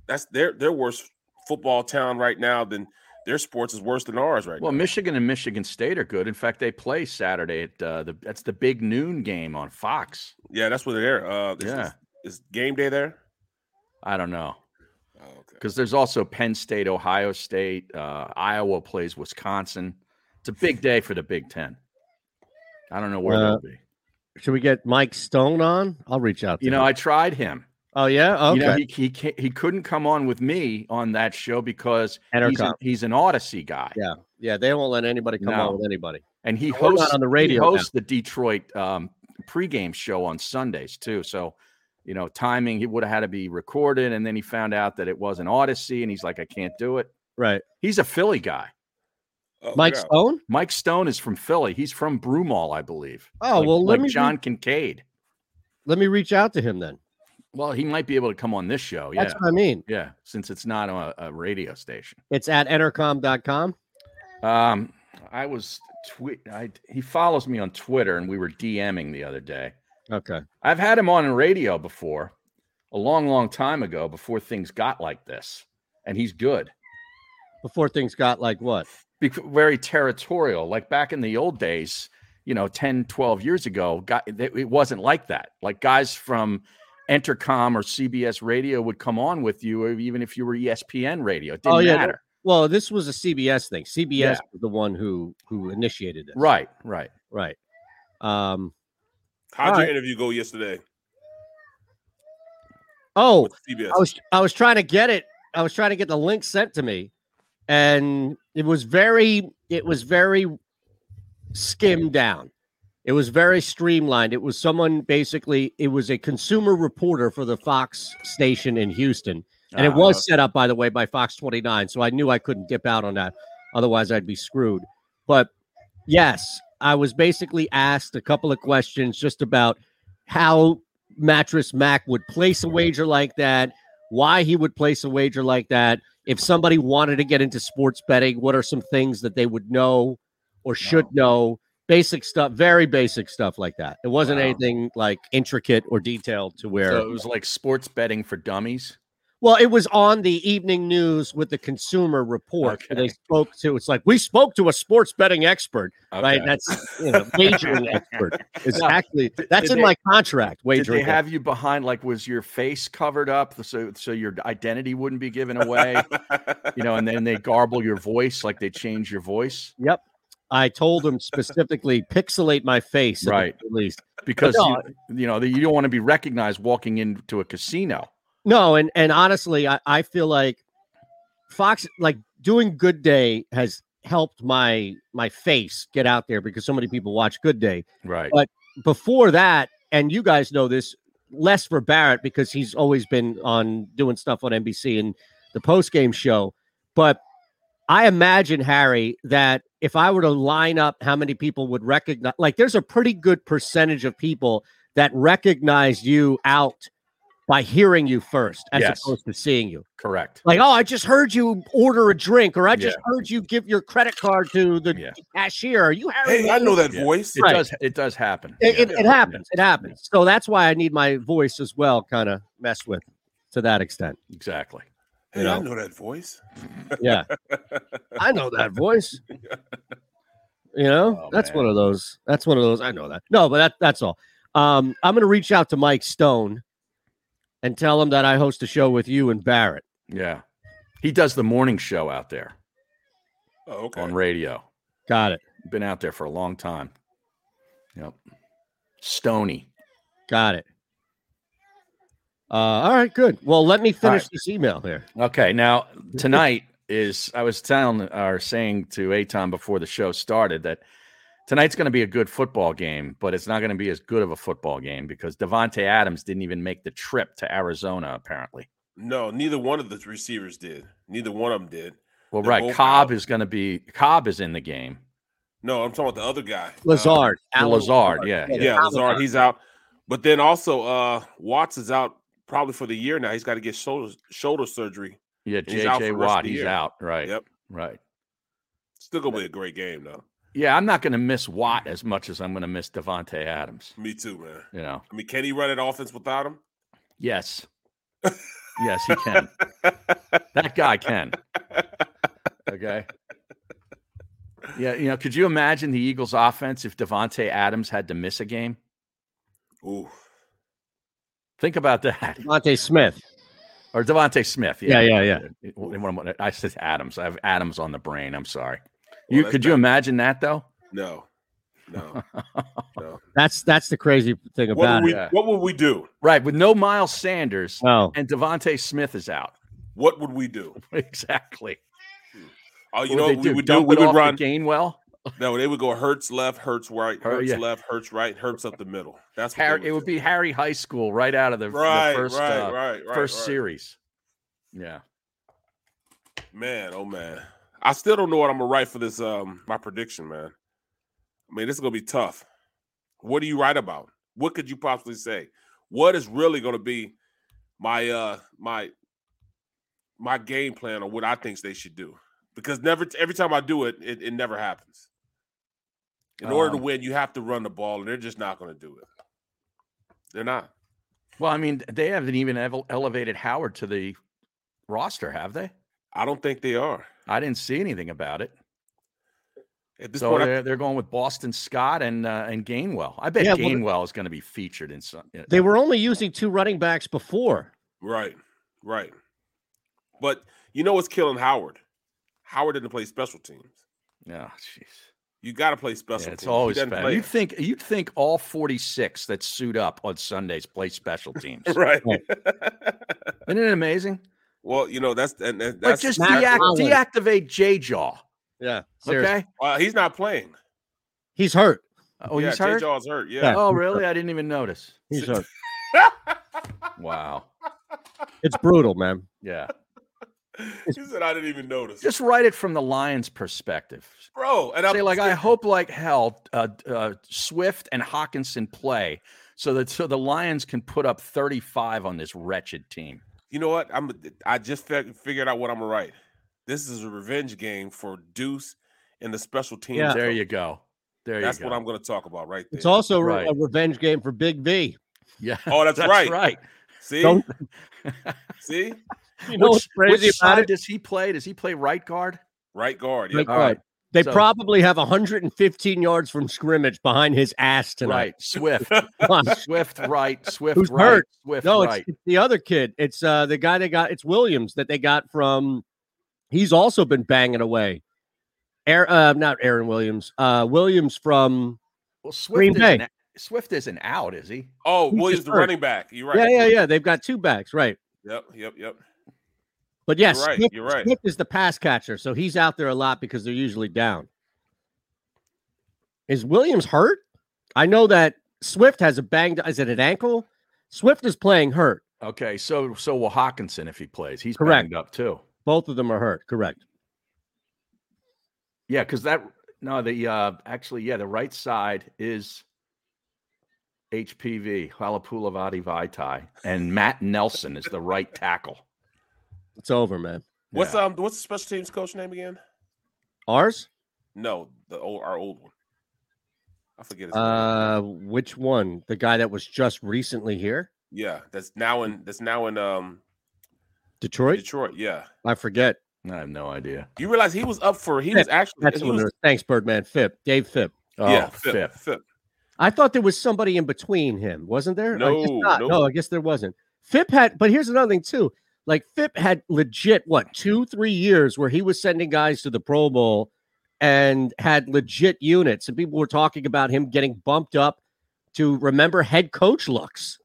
Speaker 3: that's their their worst football town right now. Than their sports is worse than ours right
Speaker 2: Well,
Speaker 3: now.
Speaker 2: Michigan and Michigan State are good. In fact, they play Saturday at uh, the that's the big noon game on Fox.
Speaker 3: Yeah, that's where they're. Uh, is,
Speaker 2: Yeah.
Speaker 3: is, is game day there?
Speaker 2: I don't know.
Speaker 3: Oh, okay.
Speaker 2: because there's also Penn State, Ohio State, uh, Iowa plays Wisconsin. It's a big day for the Big Ten. I don't know where
Speaker 1: Uh,
Speaker 2: they'll be.
Speaker 1: Should we get Mike Stone on? I'll reach out. To
Speaker 2: You know,
Speaker 1: him.
Speaker 2: I tried him.
Speaker 1: oh yeah, okay.
Speaker 2: You know, he he ca- he couldn't come on with me on that show because he's an,
Speaker 1: Entercom.
Speaker 2: he's an Odyssey guy,
Speaker 1: Yeah. yeah, they won't let anybody come
Speaker 2: No.
Speaker 1: on with anybody.
Speaker 2: and he
Speaker 1: We're not
Speaker 2: hosts
Speaker 1: on the radio
Speaker 2: He
Speaker 1: now.
Speaker 2: hosts the Detroit um, pregame show on Sundays too. So, you know, timing he would have had to be recorded, and then he found out that it was an Odyssey, and he's like, I can't do it.
Speaker 1: Right,
Speaker 2: He's a Philly guy.
Speaker 3: Oh,
Speaker 1: Mike
Speaker 3: yeah.
Speaker 1: Stone.
Speaker 2: Mike Stone is from Philly. He's from Broomall, I believe.
Speaker 1: Oh
Speaker 2: Like-
Speaker 1: well, let
Speaker 2: like
Speaker 1: me
Speaker 2: John Kincaid.
Speaker 1: let me reach out to him then.
Speaker 2: Well, he might be able to come on this show. Yeah,
Speaker 1: That's what I mean.
Speaker 2: yeah. Since it's not on a, a radio station.
Speaker 1: It's at entercom.com.
Speaker 2: Um, I was tweet. I he follows me on Twitter, and we were DMing the other day.
Speaker 1: Okay,
Speaker 2: I've had him on radio before, a long, long time ago, before things got like this, and he's good.
Speaker 1: before things got like what?
Speaker 2: Be- very territorial. Like back in the old days, you know, 10, 12 years ago, guy, th- it wasn't like that. Like guys from Entercom or CBS radio would come on with you, or even if you were E ESPN radio. It didn't
Speaker 1: Oh, yeah,
Speaker 2: matter.
Speaker 1: Well, this was a CBS thing. CBS
Speaker 2: Yeah.
Speaker 1: was the one who who initiated this.
Speaker 2: Right, right.
Speaker 1: right. Um.
Speaker 3: How'd
Speaker 1: All
Speaker 3: your
Speaker 1: right.
Speaker 3: interview go yesterday?
Speaker 1: Oh,
Speaker 3: with CBS?
Speaker 1: I was I was trying to get it. I was trying to get the link sent to me, and it was very it was very skimmed down. It was very streamlined. It was someone basically. It was a consumer reporter for the Fox station in Houston, and it
Speaker 2: Uh,
Speaker 1: was set up by the way by Fox 29. So I knew I couldn't dip out on that, otherwise I'd be screwed. But yes, I was basically asked a couple of questions just about how Mattress Mac would place a wager like that, why he would place a wager like that. If somebody wanted to get into sports betting, what are some things that they would know or should know? Basic stuff, very basic stuff like that. It wasn't
Speaker 2: Wow.
Speaker 1: anything like intricate or detailed to where.
Speaker 2: so it was like sports betting for dummies.
Speaker 1: Well, it was on the evening news with the Consumer Report. where They
Speaker 2: Okay.
Speaker 1: spoke to it's like we spoke to a sports betting expert, right?
Speaker 2: Okay.
Speaker 1: That's you know, wagering expert. It's
Speaker 2: Now,
Speaker 1: actually that's
Speaker 2: did
Speaker 1: in
Speaker 2: they-
Speaker 1: my
Speaker 2: Did
Speaker 1: contract.
Speaker 2: they
Speaker 1: Wagering.
Speaker 2: have you behind? Like, was your face covered up so so your identity wouldn't be given away? you know, and then they garble your voice, like they change your voice
Speaker 1: yep. I told them specifically pixelate my face. at the
Speaker 2: Right.
Speaker 1: very least.
Speaker 2: because
Speaker 1: no,
Speaker 2: you, you know that you don't want to be recognized walking into a casino.
Speaker 1: No, and and honestly, I I feel like Fox like doing Good Day has helped my my face get out there because so many people watch Good Day.
Speaker 2: Right.
Speaker 1: But- before that, and you guys know this less for Barrett because he's always been on doing stuff on NBC and the post game show. But I imagine, Harry, that if I were to line up how many people would recognize, like, there's a pretty good percentage of people that recognize you out by hearing you first as
Speaker 2: Yes.
Speaker 1: opposed to seeing you.
Speaker 2: Correct.
Speaker 1: Like, oh, I just heard you order a drink, or I just
Speaker 2: Yeah.
Speaker 1: heard you give your credit card to the
Speaker 2: Yeah.
Speaker 1: cashier. Are you Harry?
Speaker 3: Hey, I know that
Speaker 2: Yeah.
Speaker 3: voice.
Speaker 2: It
Speaker 1: Right.
Speaker 2: does. It does happen.
Speaker 1: It, it,
Speaker 2: Yeah.
Speaker 1: it happens. It happens. So that's why I need my voice as well, kind of messed with to that extent.
Speaker 2: Exactly.
Speaker 3: Hey,
Speaker 1: you
Speaker 3: I
Speaker 1: know.
Speaker 3: know that voice.
Speaker 1: Yeah. I know that voice. You know,
Speaker 2: Oh,
Speaker 1: that's
Speaker 2: man.
Speaker 1: one of those. That's one of those. I know that. No, but that that's all. Um, I'm gonna reach out to Mike Stone and tell him that I host a show with you and Barrett.
Speaker 2: Yeah. He does the morning show out there
Speaker 3: Oh, okay.
Speaker 2: on radio.
Speaker 1: Got it.
Speaker 2: Been out there for a long time. Yep. Stony.
Speaker 1: Got it. Uh, all right, good. Well, let me finish
Speaker 2: right.
Speaker 1: this email here.
Speaker 2: Okay. Now tonight is I was telling or saying to Aton before the show started that tonight's going to be a good football game, but it's not going to be as good of a football game because Devonte Adams didn't even make the trip to Arizona apparently.
Speaker 3: No, neither one of the receivers did. Neither one of them did.
Speaker 2: Well,
Speaker 3: They're
Speaker 2: right.
Speaker 3: both
Speaker 2: Cobb
Speaker 3: out.
Speaker 2: is going to be Cobb is in the game.
Speaker 3: No, I'm talking about the other guy. uh,
Speaker 1: Lazard.
Speaker 2: Well,
Speaker 1: Alan
Speaker 2: Lazard, yeah,
Speaker 1: Yeah,
Speaker 2: yeah.
Speaker 3: yeah,
Speaker 1: Alan
Speaker 3: Lazard. He's out. But then also, uh, Watts is out probably for the year now. He's got to get shoulder shoulder surgery.
Speaker 2: Yeah,
Speaker 3: He's out for the
Speaker 2: JJ
Speaker 3: rest of
Speaker 2: Watt,
Speaker 3: the
Speaker 2: he's
Speaker 3: year.
Speaker 2: out. Right.
Speaker 3: Yep.
Speaker 2: Right.
Speaker 3: Still gonna be a great game though.
Speaker 2: Yeah, I'm not going to miss Watt as much as I'm going to miss Devonte Adams.
Speaker 3: Me too, man.
Speaker 2: You know,
Speaker 3: I mean, can he run an offense without him?
Speaker 2: yes, yes, he can. That guy can. Okay. Yeah, you know, could you imagine the Eagles' offense if Devonte Adams had to miss a game?
Speaker 3: Ooh,
Speaker 2: Think about that.
Speaker 1: Devontae Smith.
Speaker 2: Or Devonte Smith.
Speaker 1: Yeah, yeah, yeah.
Speaker 2: yeah. I said Adams. I have Adams on the brain. I'm sorry.
Speaker 3: Well,
Speaker 2: you
Speaker 3: that's
Speaker 2: could you
Speaker 3: not-
Speaker 2: imagine that though?
Speaker 3: no, no, no.
Speaker 1: That's that's the crazy thing
Speaker 3: What
Speaker 1: about
Speaker 3: would, we,
Speaker 1: it.
Speaker 2: Yeah.
Speaker 3: what would we do?
Speaker 2: Right, with no Miles Sanders
Speaker 1: Oh,
Speaker 2: and Devonte Smith is out.
Speaker 3: What would we do?
Speaker 2: exactly.
Speaker 3: Oh, you
Speaker 2: What
Speaker 3: know
Speaker 2: they
Speaker 3: what we would do?
Speaker 2: Dump
Speaker 3: We
Speaker 2: it
Speaker 3: would
Speaker 2: off to
Speaker 3: run.
Speaker 2: Gainwell.
Speaker 3: No, they would go Hurts left, Hurts right,
Speaker 2: Hur-
Speaker 3: Hurts
Speaker 2: yeah.
Speaker 3: left, Hurts right, Hurts up the middle. That's what they
Speaker 2: Harry, it would
Speaker 3: do.
Speaker 2: be Harry High School right out of the, the
Speaker 3: right,
Speaker 2: first
Speaker 3: right,
Speaker 2: uh,
Speaker 3: right, right,
Speaker 2: first
Speaker 3: right.
Speaker 2: series. Yeah.
Speaker 3: Man, oh man, I still don't know what I'm gonna write for this. Um, my prediction, man. I mean, this is gonna be tough. What do you write about? What could you possibly say? What is really gonna be my uh my my game plan or what I think they should do? Because never every time I do it, it, it never happens. In order to
Speaker 2: Um,
Speaker 3: win, you have to run the ball, and they're just not gonna do it. They're not.
Speaker 2: Well, I mean, they haven't even ev- elevated Howard to the roster, have they?
Speaker 3: I don't think they are.
Speaker 2: I didn't see anything about it.
Speaker 3: At this
Speaker 2: so
Speaker 3: point, I-
Speaker 2: they're, they're going with Boston Scott and uh, and Gainwell. I bet
Speaker 1: Yeah, well, the-
Speaker 2: Gainwell is going to be featured in some. in-
Speaker 1: they were only using two running backs before.
Speaker 3: Right, right. But you know what's killing Howard? Howard didn't play special teams.
Speaker 2: Yeah, jeez.
Speaker 3: You got to play special
Speaker 2: Yeah, it's
Speaker 3: teams. He
Speaker 2: always
Speaker 3: doesn't
Speaker 2: bad.
Speaker 3: play
Speaker 2: You'd
Speaker 3: it.
Speaker 2: think you'd think all forty six that suit up on Sundays play special teams. Isn't
Speaker 3: right.
Speaker 2: it amazing?
Speaker 3: well, you know that's and, and
Speaker 2: Like
Speaker 3: that's
Speaker 2: just
Speaker 1: Matt
Speaker 2: deac-
Speaker 1: Collins.
Speaker 2: deactivate J Jaw.
Speaker 1: Yeah. Seriously.
Speaker 2: Okay.
Speaker 3: uh, he's not playing.
Speaker 1: He's hurt.
Speaker 2: Oh,
Speaker 3: yeah,
Speaker 2: he's hurt.
Speaker 3: Jaw's hurt. Yeah.
Speaker 1: Yeah.
Speaker 2: Oh, really? I didn't even notice.
Speaker 1: He's hurt.
Speaker 2: Wow.
Speaker 1: It's brutal, man.
Speaker 2: Yeah.
Speaker 3: he said I didn't even notice,
Speaker 2: Just write it from the Lions' perspective.
Speaker 3: bro. And
Speaker 2: Say
Speaker 3: I'm
Speaker 2: like, I hope like hell uh, uh, Swift and Hawkinson play so that so the Lions can put up thirty five on this wretched team.
Speaker 3: You know what? I'm. I just fi- figured out what I'm gonna write. This is a revenge game for Deuce and the special teams.
Speaker 1: Yeah.
Speaker 2: There
Speaker 3: coach.
Speaker 2: you go. There
Speaker 3: That's
Speaker 2: you go.
Speaker 3: what I'm gonna talk about right there.
Speaker 1: It's also re-
Speaker 2: Right.
Speaker 1: a revenge game for Big B.
Speaker 2: Yeah.
Speaker 3: oh, that's,
Speaker 2: That's
Speaker 3: right.
Speaker 2: right.
Speaker 3: See,
Speaker 1: Don't-
Speaker 3: see,
Speaker 1: You know what's
Speaker 2: Which
Speaker 1: crazy about
Speaker 2: side
Speaker 1: it?
Speaker 2: does he play? Does he play right guard?
Speaker 3: right guard. Yeah.
Speaker 1: Like,
Speaker 2: All right.
Speaker 1: They
Speaker 2: So-
Speaker 1: probably have 115 yards from scrimmage behind his ass tonight.
Speaker 2: Right. Swift. Swift right. Swift
Speaker 1: Who's
Speaker 2: right.
Speaker 1: hurt?
Speaker 2: Swift
Speaker 1: no, it's,
Speaker 2: right.
Speaker 1: it's the other kid. It's uh, the guy they got. It's Williams that they got from. He's also been banging away. Air, uh, not Aaron Williams. Uh, Williams from.
Speaker 2: Well,
Speaker 1: Green
Speaker 2: Swift
Speaker 1: Bay.
Speaker 2: isn't, Swift isn't out, is he?
Speaker 3: Oh,
Speaker 1: He's
Speaker 3: Williams
Speaker 1: just
Speaker 3: the
Speaker 1: hurt.
Speaker 3: running back. You're right.
Speaker 1: Yeah, yeah, yeah. They've got two backs, right?
Speaker 3: Yep, yep, yep.
Speaker 1: But yes,
Speaker 3: right,
Speaker 1: Swift-
Speaker 3: you're right.
Speaker 1: Swift is the pass catcher, so he's out there a lot because they're usually down. Is Williams hurt? I know that Swift has a banged. Is it an ankle? Swift is playing hurt.
Speaker 2: Okay, so so will Hawkinson if he plays. He's
Speaker 1: Correct.
Speaker 2: banged up too.
Speaker 1: Both of them are hurt. Correct.
Speaker 2: Yeah, because that no, the uh actually, yeah, the right side is HPV, Halapulavati Vitae, and Matt Nelson is the right tackle.
Speaker 1: It's over, man.
Speaker 3: What's
Speaker 2: Yeah.
Speaker 3: um what's the special teams coach name again?
Speaker 1: Ours?
Speaker 3: No, the old our old one. I forget his name.
Speaker 1: Uh, which one? The guy that was just recently here,
Speaker 3: Yeah, that's now in that's now in um
Speaker 1: Detroit.
Speaker 3: Detroit. Yeah.
Speaker 1: I forget.
Speaker 2: I have no idea.
Speaker 3: You realize he was up for he was actually
Speaker 1: That's
Speaker 3: he
Speaker 1: the one.
Speaker 3: was-
Speaker 1: that- Thanks, Birdman. Phipp, Dave Phipp.
Speaker 2: Oh,
Speaker 3: yeah,
Speaker 2: fifth.
Speaker 3: fifth, fifth.
Speaker 1: I thought there was somebody in between him, wasn't there? I guess
Speaker 3: No,
Speaker 1: not.
Speaker 3: no.
Speaker 1: no, I guess there wasn't. Phipp had, but here's another thing too. Like Phipp had legit what two, three years where he was sending guys to the Pro Bowl and had legit units, and people were talking about him getting bumped up to remember head coach looks.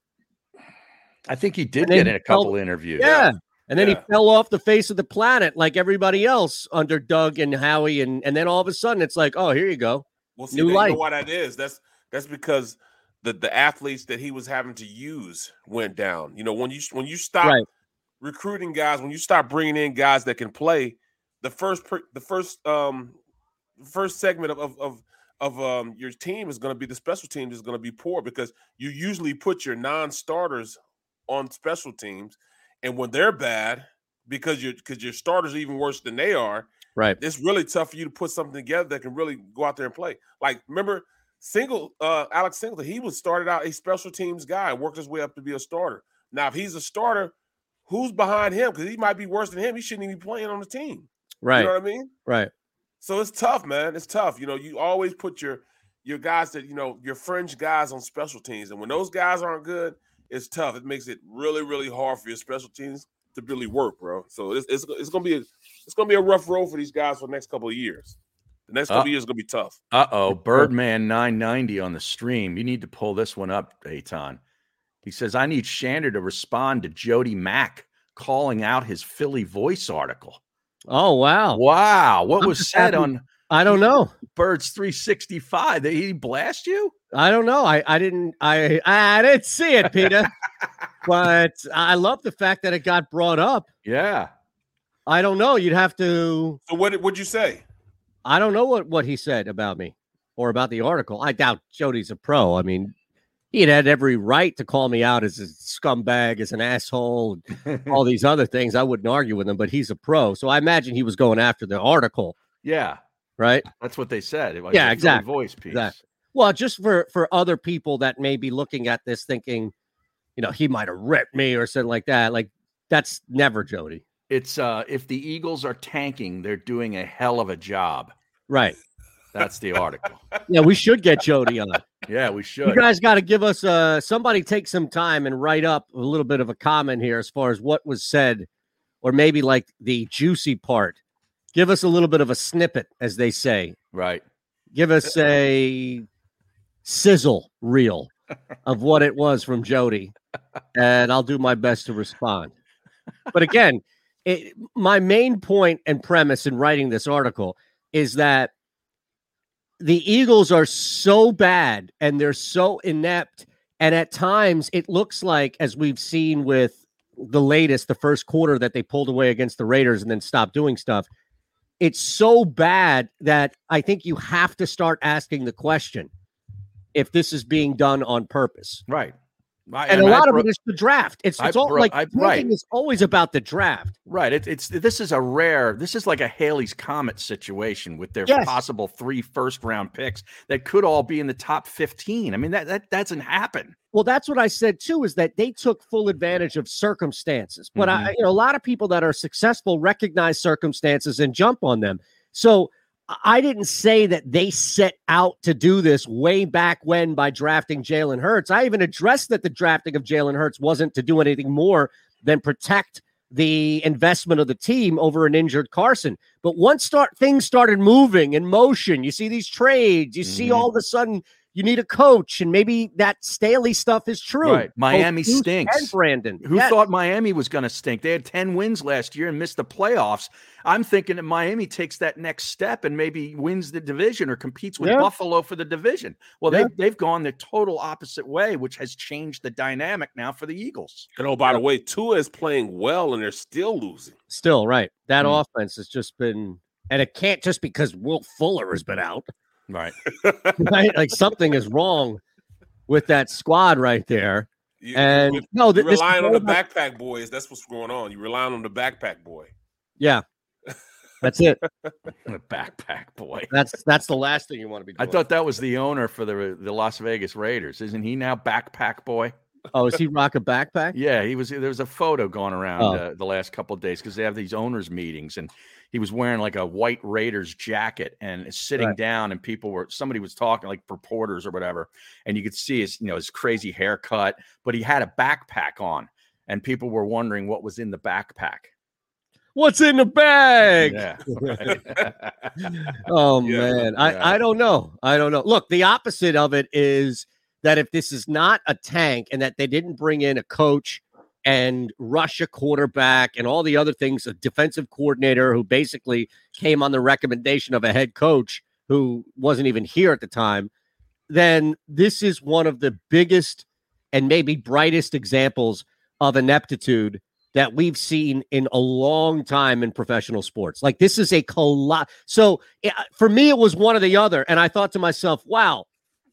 Speaker 2: I think he did
Speaker 1: And then
Speaker 2: get in
Speaker 1: he
Speaker 2: a couple
Speaker 1: fell-
Speaker 2: interviews.
Speaker 1: Yeah. And then
Speaker 3: Yeah.
Speaker 1: he fell off the face of the planet like everybody else under Doug and Howie. And, and then all of a sudden it's like, oh, here you go.
Speaker 3: Well, see,
Speaker 1: New
Speaker 3: that- you know
Speaker 1: life.
Speaker 3: why that is. That's that's because the the athletes that he was having to use went down. You know, when you when you stop
Speaker 1: Right.
Speaker 3: recruiting guys, when you stop bringing in guys that can play, the first per, the first um first segment of of of, of um your team is going to be the special teams is going to be poor because you usually put your non-starters on special teams, and when they're bad because your because your starters are even worse than they are
Speaker 1: Right.
Speaker 3: it's really tough for you to put something together that can really go out there and play. Like remember, single uh Alex Singleton, he was started out a special teams guy, worked his way up to be a starter. Now, if he's a starter, who's behind him? Because he might be worse than him. He shouldn't even be playing on the team.
Speaker 1: Right.
Speaker 3: You know what I mean?
Speaker 1: right.
Speaker 3: So it's tough, man. It's tough. You know, you always put your your guys that you know your fringe guys on special teams, and when those guys aren't good, it's tough. It makes it really, really hard for your special teams to really work, bro. So it's it's, it's gonna be a, it's gonna be a rough road for these guys for the next couple of years. The next couple
Speaker 2: Uh,
Speaker 3: of years is gonna be tough.
Speaker 2: Uh oh, Birdman 990 on the stream. You need to pull this one up, Aton. He says, I need Shander to respond to Jody Mack calling out his Philly voice article.
Speaker 1: Oh, wow.
Speaker 2: Wow. What
Speaker 1: I'm
Speaker 2: was
Speaker 1: just
Speaker 2: said
Speaker 1: happy-
Speaker 2: on
Speaker 1: I don't know.
Speaker 2: Birds 365? Did he blast you?
Speaker 1: I don't know. I, I didn't I I didn't see it, Peter. but I love the fact that it got brought up.
Speaker 2: Yeah.
Speaker 1: I don't know. You'd have to
Speaker 3: So what would you say?
Speaker 1: I don't know what, what he said about me or about the article. I doubt Jody's a pro. I mean, he'd had every right to call me out as a scumbag, as an asshole, all these other things. I wouldn't argue with him, but he's a pro. So I imagine he was going after the article,
Speaker 2: yeah.
Speaker 1: right?
Speaker 2: That's what they said. It was
Speaker 1: Yeah,
Speaker 2: a Philly
Speaker 1: exactly,
Speaker 2: Voice piece.
Speaker 1: exactly. Well, just for for other people that may be looking at this thinking, you know, he might have ripped me or something like that. Like that's never Jody.
Speaker 2: It's uh if the Eagles are tanking, they're doing a hell of a job.
Speaker 1: Right.
Speaker 2: That's the article.
Speaker 1: Yeah, we should get Jody on.
Speaker 2: yeah, we should.
Speaker 1: You guys got to give us uh somebody take some time and write up a little bit of a comment here as far as what was said or maybe like the juicy part. Give us a little bit of a snippet as they say.
Speaker 2: right.
Speaker 1: Give us a sizzle reel of what it was from Jody and I'll do my best to respond. But again, it, my main point and premise in writing this article is that the Eagles are so bad and they're so inept. And at times, it looks like, as we've seen with the latest, the first quarter that they pulled away against the Raiders and then stopped doing stuff, it's so bad that I think you have to start asking the question if this is being done on purpose.
Speaker 2: Right. I-
Speaker 1: And,
Speaker 2: I
Speaker 1: a lot
Speaker 2: bro-
Speaker 1: of it is the draft. It's,
Speaker 2: I
Speaker 1: it's all
Speaker 2: bro-
Speaker 1: like
Speaker 2: I-
Speaker 1: ranking
Speaker 2: right.
Speaker 1: is always about the draft.
Speaker 2: Right. It, it's this is a rare. This is like a Haley's Comet situation with their
Speaker 1: Yes.
Speaker 2: possible three first round picks that could all be in the top fifteen. I mean that that doesn't happen.
Speaker 1: Well, that's what I said too, is that they took full advantage of circumstances. But I, you know, a lot of people that are successful recognize circumstances and jump on them. So I- I didn't say that they set out to do this way back when by drafting Jalen Hurts. I even addressed that the drafting of Jalen Hurts wasn't to do anything more than protect the investment of the team over an injured Carson. But once start things started moving in motion, you see these trades, you see
Speaker 2: Mhm.
Speaker 1: all of a sudden you need a coach, and maybe that Staley stuff is true.
Speaker 2: Right.
Speaker 1: Both
Speaker 2: Miami
Speaker 1: Deuce
Speaker 2: stinks.
Speaker 1: And Brandon,
Speaker 2: Who
Speaker 1: Yes.
Speaker 2: thought Miami was going to stink? They had 10 wins last year and missed the playoffs. I'm thinking that Miami takes that next step and maybe wins the division or competes with
Speaker 1: Yeah.
Speaker 2: Buffalo for the division. Well,
Speaker 1: Yeah.
Speaker 2: they've, they've gone the total opposite way, which has changed the dynamic now for the Eagles.
Speaker 3: And oh, by the way, Tua is playing well, and they're still losing.
Speaker 1: still right? That
Speaker 2: Mm.
Speaker 1: offense has just been And it can't just because Will Fuller has been out,
Speaker 2: Right.
Speaker 1: right? like something is wrong with that squad right there.
Speaker 3: You,
Speaker 1: And no,
Speaker 3: you're
Speaker 1: th- this is
Speaker 3: relying on
Speaker 1: all
Speaker 3: the
Speaker 1: about-
Speaker 3: backpack boys. That's what's going on. You're relying on the backpack boy.
Speaker 1: Yeah, that's it.
Speaker 2: The backpack boy.
Speaker 1: That's that's the last thing you want to be.
Speaker 2: I
Speaker 1: Doing.
Speaker 2: thought that was the owner for the the Las Vegas Raiders. Isn't he now backpack boy?
Speaker 1: Oh, is he rock a backpack?
Speaker 2: Yeah, he was. There was a photo going around
Speaker 1: Oh.
Speaker 2: uh, the last couple of days because they have these owners meetings, and he was wearing like a white Raiders jacket and sitting
Speaker 1: Right.
Speaker 2: down, and people were somebody was talking like reporters or whatever, and you could see his you know his crazy haircut, but he had a backpack on, and people were wondering what was in the backpack.
Speaker 1: What's in the bag?
Speaker 2: Yeah, right.
Speaker 1: Oh
Speaker 3: Yeah,
Speaker 1: man, I,
Speaker 2: yeah.
Speaker 1: I don't know. I don't know. Look, the opposite of it is that if this is not a tank and that they didn't bring in a coach and rush a quarterback and all the other things, a defensive coordinator who basically came on the recommendation of a head coach who wasn't even here at the time, then this is one of the biggest and maybe brightest examples of ineptitude that we've seen in a long time in professional sports. Like this is a collide. So it, for me, it was one or the other, and I thought to myself, "Wow,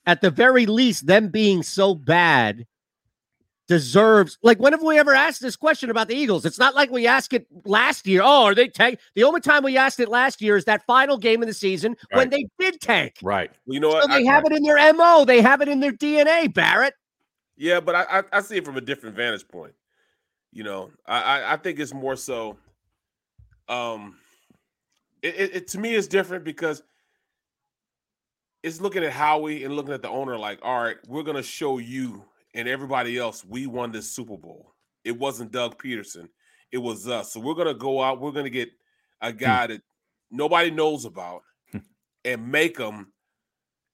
Speaker 1: at the very least, them being so bad deserves." Like when have we ever asked this question about the Eagles? It's not like we asked it last year. Oh, are they tank? The only time we asked it last year is that final game of the season
Speaker 2: Right.
Speaker 1: when they did tank.
Speaker 2: right.
Speaker 3: Well, you know
Speaker 1: So
Speaker 3: what?
Speaker 1: they
Speaker 3: I-
Speaker 1: have it in their mo. They have it in their DNA. Barrett.
Speaker 3: Yeah, but I, I I see it from a different vantage point. You know, I I, I think it's more so. Um, it, it, it to me is different because it's looking at Howie and looking at the owner like, all right, we're gonna show you and everybody else we won this Super Bowl. It wasn't Doug Peterson, it was us. So we're gonna go out. We're gonna get a guy that nobody knows about and make him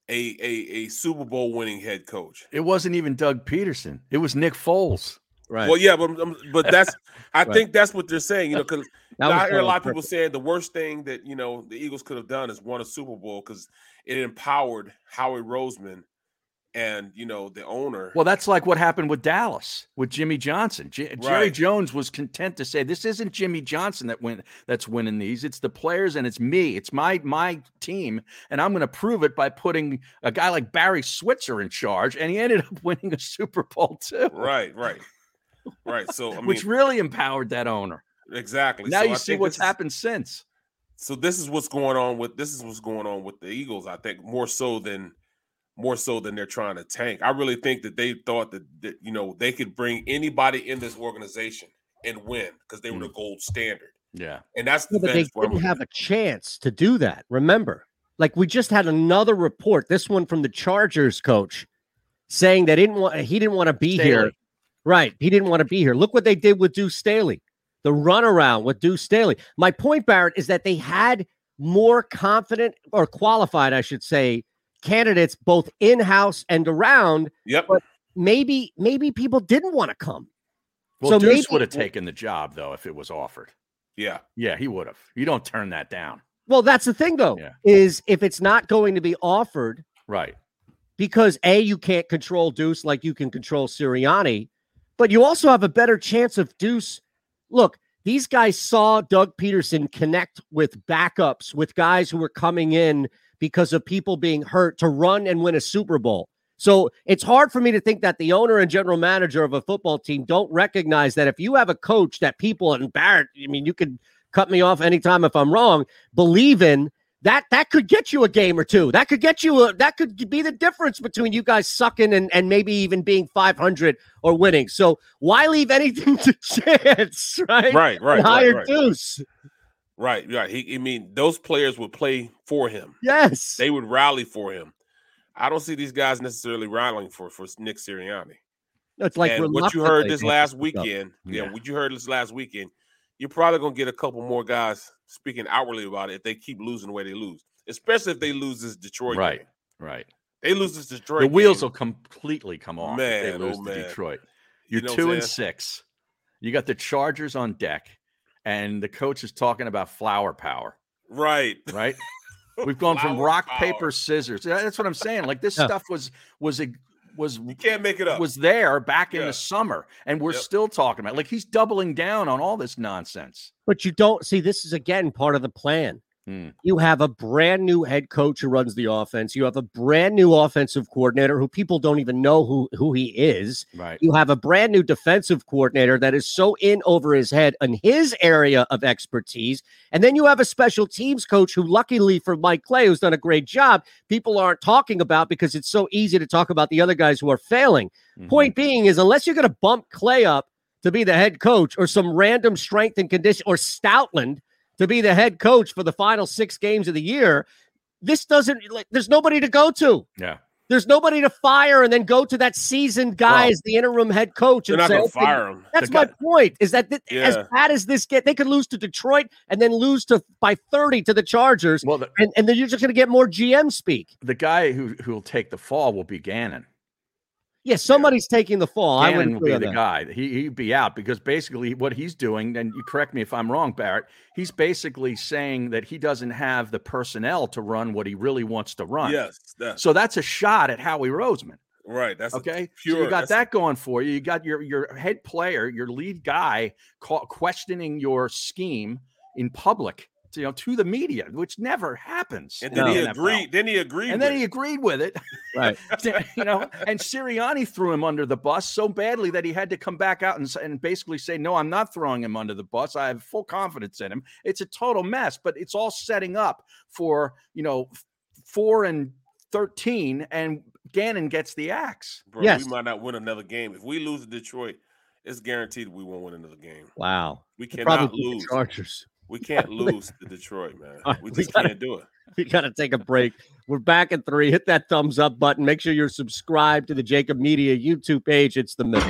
Speaker 3: a a, a Super Bowl winning head coach.
Speaker 2: It wasn't even Doug Peterson. It was Nick Foles.
Speaker 1: Right.
Speaker 3: Well, yeah, but um, but that's I
Speaker 1: Right.
Speaker 3: think that's what they're saying, you know, because
Speaker 1: That was
Speaker 3: I hear a
Speaker 1: Foles'
Speaker 3: lot of people
Speaker 1: perfect.
Speaker 3: saying the worst thing that you know the Eagles could have done is won a Super Bowl because it empowered Howie Roseman and you know the owner.
Speaker 2: Well, that's like what happened with Dallas with Jimmy Johnson. J- Jerry
Speaker 3: Right.
Speaker 2: Jones was content to say, "This isn't Jimmy Johnson that win that's winning these. It's the players and it's me. It's my my team, and I'm going to prove it by putting a guy like Barry Switzer in charge." And he ended up winning a Super Bowl too,
Speaker 3: right, right, right. So I mean,
Speaker 2: which really empowered that owner.
Speaker 3: exactly.
Speaker 2: Now
Speaker 3: So I
Speaker 2: you see
Speaker 3: think
Speaker 2: what's
Speaker 3: this is-
Speaker 2: happened since.
Speaker 3: So this is what's going on with this is what's going on with the Eagles. I think more so than more so than they're trying to tank. I really think that they thought that, that you know they could bring anybody in this organization and win because they were the gold standard.
Speaker 2: Yeah,
Speaker 3: And that's the
Speaker 1: Mm. Yeah, but they
Speaker 3: advantage where I'm
Speaker 1: didn't
Speaker 3: looking
Speaker 1: have
Speaker 3: at.
Speaker 1: a chance to do that. Remember, like we just had another report. This one from the Chargers coach saying they didn't want he didn't want to be here.
Speaker 2: Staley.
Speaker 1: Right, he didn't want to be here. Look what they did with Deuce Staley. The runaround with Deuce Staley. My point, Barrett, is that they had more confident or qualified, I should say, candidates both in house and around.
Speaker 3: Yep.
Speaker 1: Maybe, maybe people didn't want to come.
Speaker 2: Well,
Speaker 1: So
Speaker 2: Deuce
Speaker 1: maybe-
Speaker 2: would have taken the job though if it was offered.
Speaker 3: Yeah.
Speaker 2: Yeah, he would have. You don't turn that down,
Speaker 1: Well, that's the thing, though,
Speaker 2: Yeah.
Speaker 1: is if it's not going to be offered,
Speaker 2: right?
Speaker 1: because a you can't control Deuce like you can control Sirianni, but you also have a better chance of Deuce. Look, these guys saw Doug Peterson connect with backups, with guys who were coming in because of people being hurt to run and win a Super Bowl. So it's hard for me to think that the owner and general manager of a football team don't recognize that if you have a coach that people and Barrett, I mean, you could cut me off anytime if I'm wrong, believe in that that could get you a game or two. That could get you a that could be the difference between you guys sucking and and maybe even being 500 or winning. So why leave anything to chance, right?
Speaker 3: Right. Right.
Speaker 1: And hire
Speaker 3: Right. Right.
Speaker 1: Deuce.
Speaker 3: right, right. He, I mean, those players would play for him.
Speaker 1: Yes.
Speaker 3: They would rally for him. I don't see these guys necessarily rallying for for Nick Sirianni.
Speaker 1: it's like
Speaker 3: and what you
Speaker 1: reluctantly
Speaker 3: heard this
Speaker 1: they-
Speaker 3: last
Speaker 1: up.
Speaker 3: weekend, yeah.
Speaker 2: Yeah.
Speaker 3: what you heard this last weekend, you're probably gonna get a couple more guys speaking outwardly about it if they keep losing the way they lose, especially if they lose this Detroit.
Speaker 2: Right.
Speaker 3: game.
Speaker 2: Right.
Speaker 3: They lose this Detroit.
Speaker 2: the wheels
Speaker 3: game,
Speaker 2: will completely come off if
Speaker 3: Man,
Speaker 2: they
Speaker 3: oh
Speaker 2: lose to
Speaker 3: man.
Speaker 2: Detroit.
Speaker 3: you
Speaker 2: You're
Speaker 3: know what I'm
Speaker 2: two and
Speaker 3: saying?
Speaker 2: six. You got the Chargers on deck, and the coach is talking about flower power.
Speaker 3: right.
Speaker 2: Right? We've gone from
Speaker 3: Flower
Speaker 2: rock,
Speaker 3: power.
Speaker 2: paper, scissors. Yeah, That's what I'm saying. Like this
Speaker 1: Yeah.
Speaker 2: stuff was was a, was
Speaker 3: You can't make it up.
Speaker 2: was there back in
Speaker 3: Yeah.
Speaker 2: the summer, and we're
Speaker 3: Yep.
Speaker 2: still talking about. it. Like he's doubling down on all this nonsense.
Speaker 1: But you don't see this is again part of the plan.
Speaker 2: Hmm.
Speaker 1: You have a brand new head coach who runs the offense. You have a brand new offensive coordinator who people don't even know who, who he is.
Speaker 2: Right.
Speaker 1: You have a brand new defensive coordinator that is so in over his head in his area of expertise. And then you have a special teams coach who, luckily for Mike Clay, who's done a great job, people aren't talking about because it's so easy to talk about the other guys who are failing.
Speaker 2: Mhm.
Speaker 1: Point being is unless you're going to bump Clay up to be the head coach or some random strength and condition or Stoutland to be the head coach for the final six games of the year, this doesn't like there's nobody to go to.
Speaker 2: Yeah.
Speaker 1: There's nobody to fire and then go to that seasoned guy
Speaker 2: Well,
Speaker 1: as the interim head coach
Speaker 3: They're
Speaker 1: and
Speaker 3: not
Speaker 1: say,
Speaker 3: going to
Speaker 1: "Okay,
Speaker 3: fire him.
Speaker 1: that's
Speaker 2: The
Speaker 1: my
Speaker 2: guy-
Speaker 1: point. Is that th- as
Speaker 3: Yeah.
Speaker 1: bad as this get, they could lose to Detroit and then lose to by 30 to the Chargers,
Speaker 2: Well, the,
Speaker 1: and, and then you're just going to get more GM speak.
Speaker 2: the guy who who will take the fall will be Gannon.
Speaker 1: Yeah, somebody's taking the fall. I
Speaker 2: Gannon
Speaker 1: wouldn't
Speaker 2: will
Speaker 1: agree
Speaker 2: be
Speaker 1: on
Speaker 2: the
Speaker 1: that.
Speaker 2: guy. He he'd be out because basically what he's doing, and you correct me if I'm wrong, Barrett. He's basically saying that he doesn't have the personnel to run what he really wants to run.
Speaker 3: Yes, that's
Speaker 2: So that's a shot at Howie Roseman.
Speaker 3: right. That's
Speaker 2: Okay,
Speaker 3: pure.
Speaker 2: so you got
Speaker 3: that's
Speaker 2: that going for you. You got your your head player, your lead guy, ca- questioning your scheme in public, you know, to the media, which never happens.
Speaker 3: And
Speaker 2: in
Speaker 3: then
Speaker 2: the
Speaker 3: he
Speaker 2: NFL.
Speaker 3: agreed. Then he agreed.
Speaker 2: and
Speaker 3: with
Speaker 2: then he
Speaker 3: it.
Speaker 2: agreed with it,
Speaker 1: Right.
Speaker 2: you know. And Sirianni threw him under the bus so badly that he had to come back out and, s- and basically say, "No, I'm not throwing him under the bus. I have full confidence in him." It's a total mess, but it's all setting up for you know f- four and thirteen, and Gannon gets the axe.
Speaker 3: Bro,
Speaker 1: Yes.
Speaker 3: we might not win another game. If we lose to Detroit, it's guaranteed we won't win another game.
Speaker 1: Wow.
Speaker 3: We
Speaker 1: They
Speaker 3: cannot
Speaker 1: beat the
Speaker 3: lose.
Speaker 1: Chargers.
Speaker 3: We can't lose to Detroit, man.
Speaker 1: All right,
Speaker 3: We
Speaker 1: we
Speaker 3: just
Speaker 1: gotta-
Speaker 3: can't do it.
Speaker 1: We got to take a break. We're back at three. Hit that thumbs up button. Make sure you're subscribed to the Jacob Media YouTube page. It's the middle.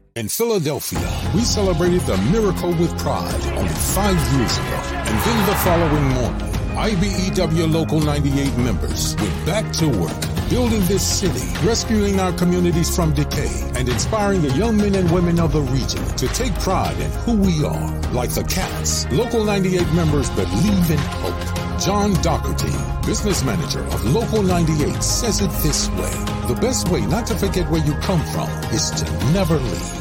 Speaker 4: In Philadelphia, we celebrated the miracle with pride only five years ago. And then the following morning, IBEW Local 98 members went back to work, building this city, rescuing our communities from decay, and inspiring the young men and women of the region to take pride in who we are. Like the Cats, Local 98 members believe in hope. John Doherty, business manager of Local 98, says it this way The best way not to forget where you come from is to never leave.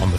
Speaker 5: on the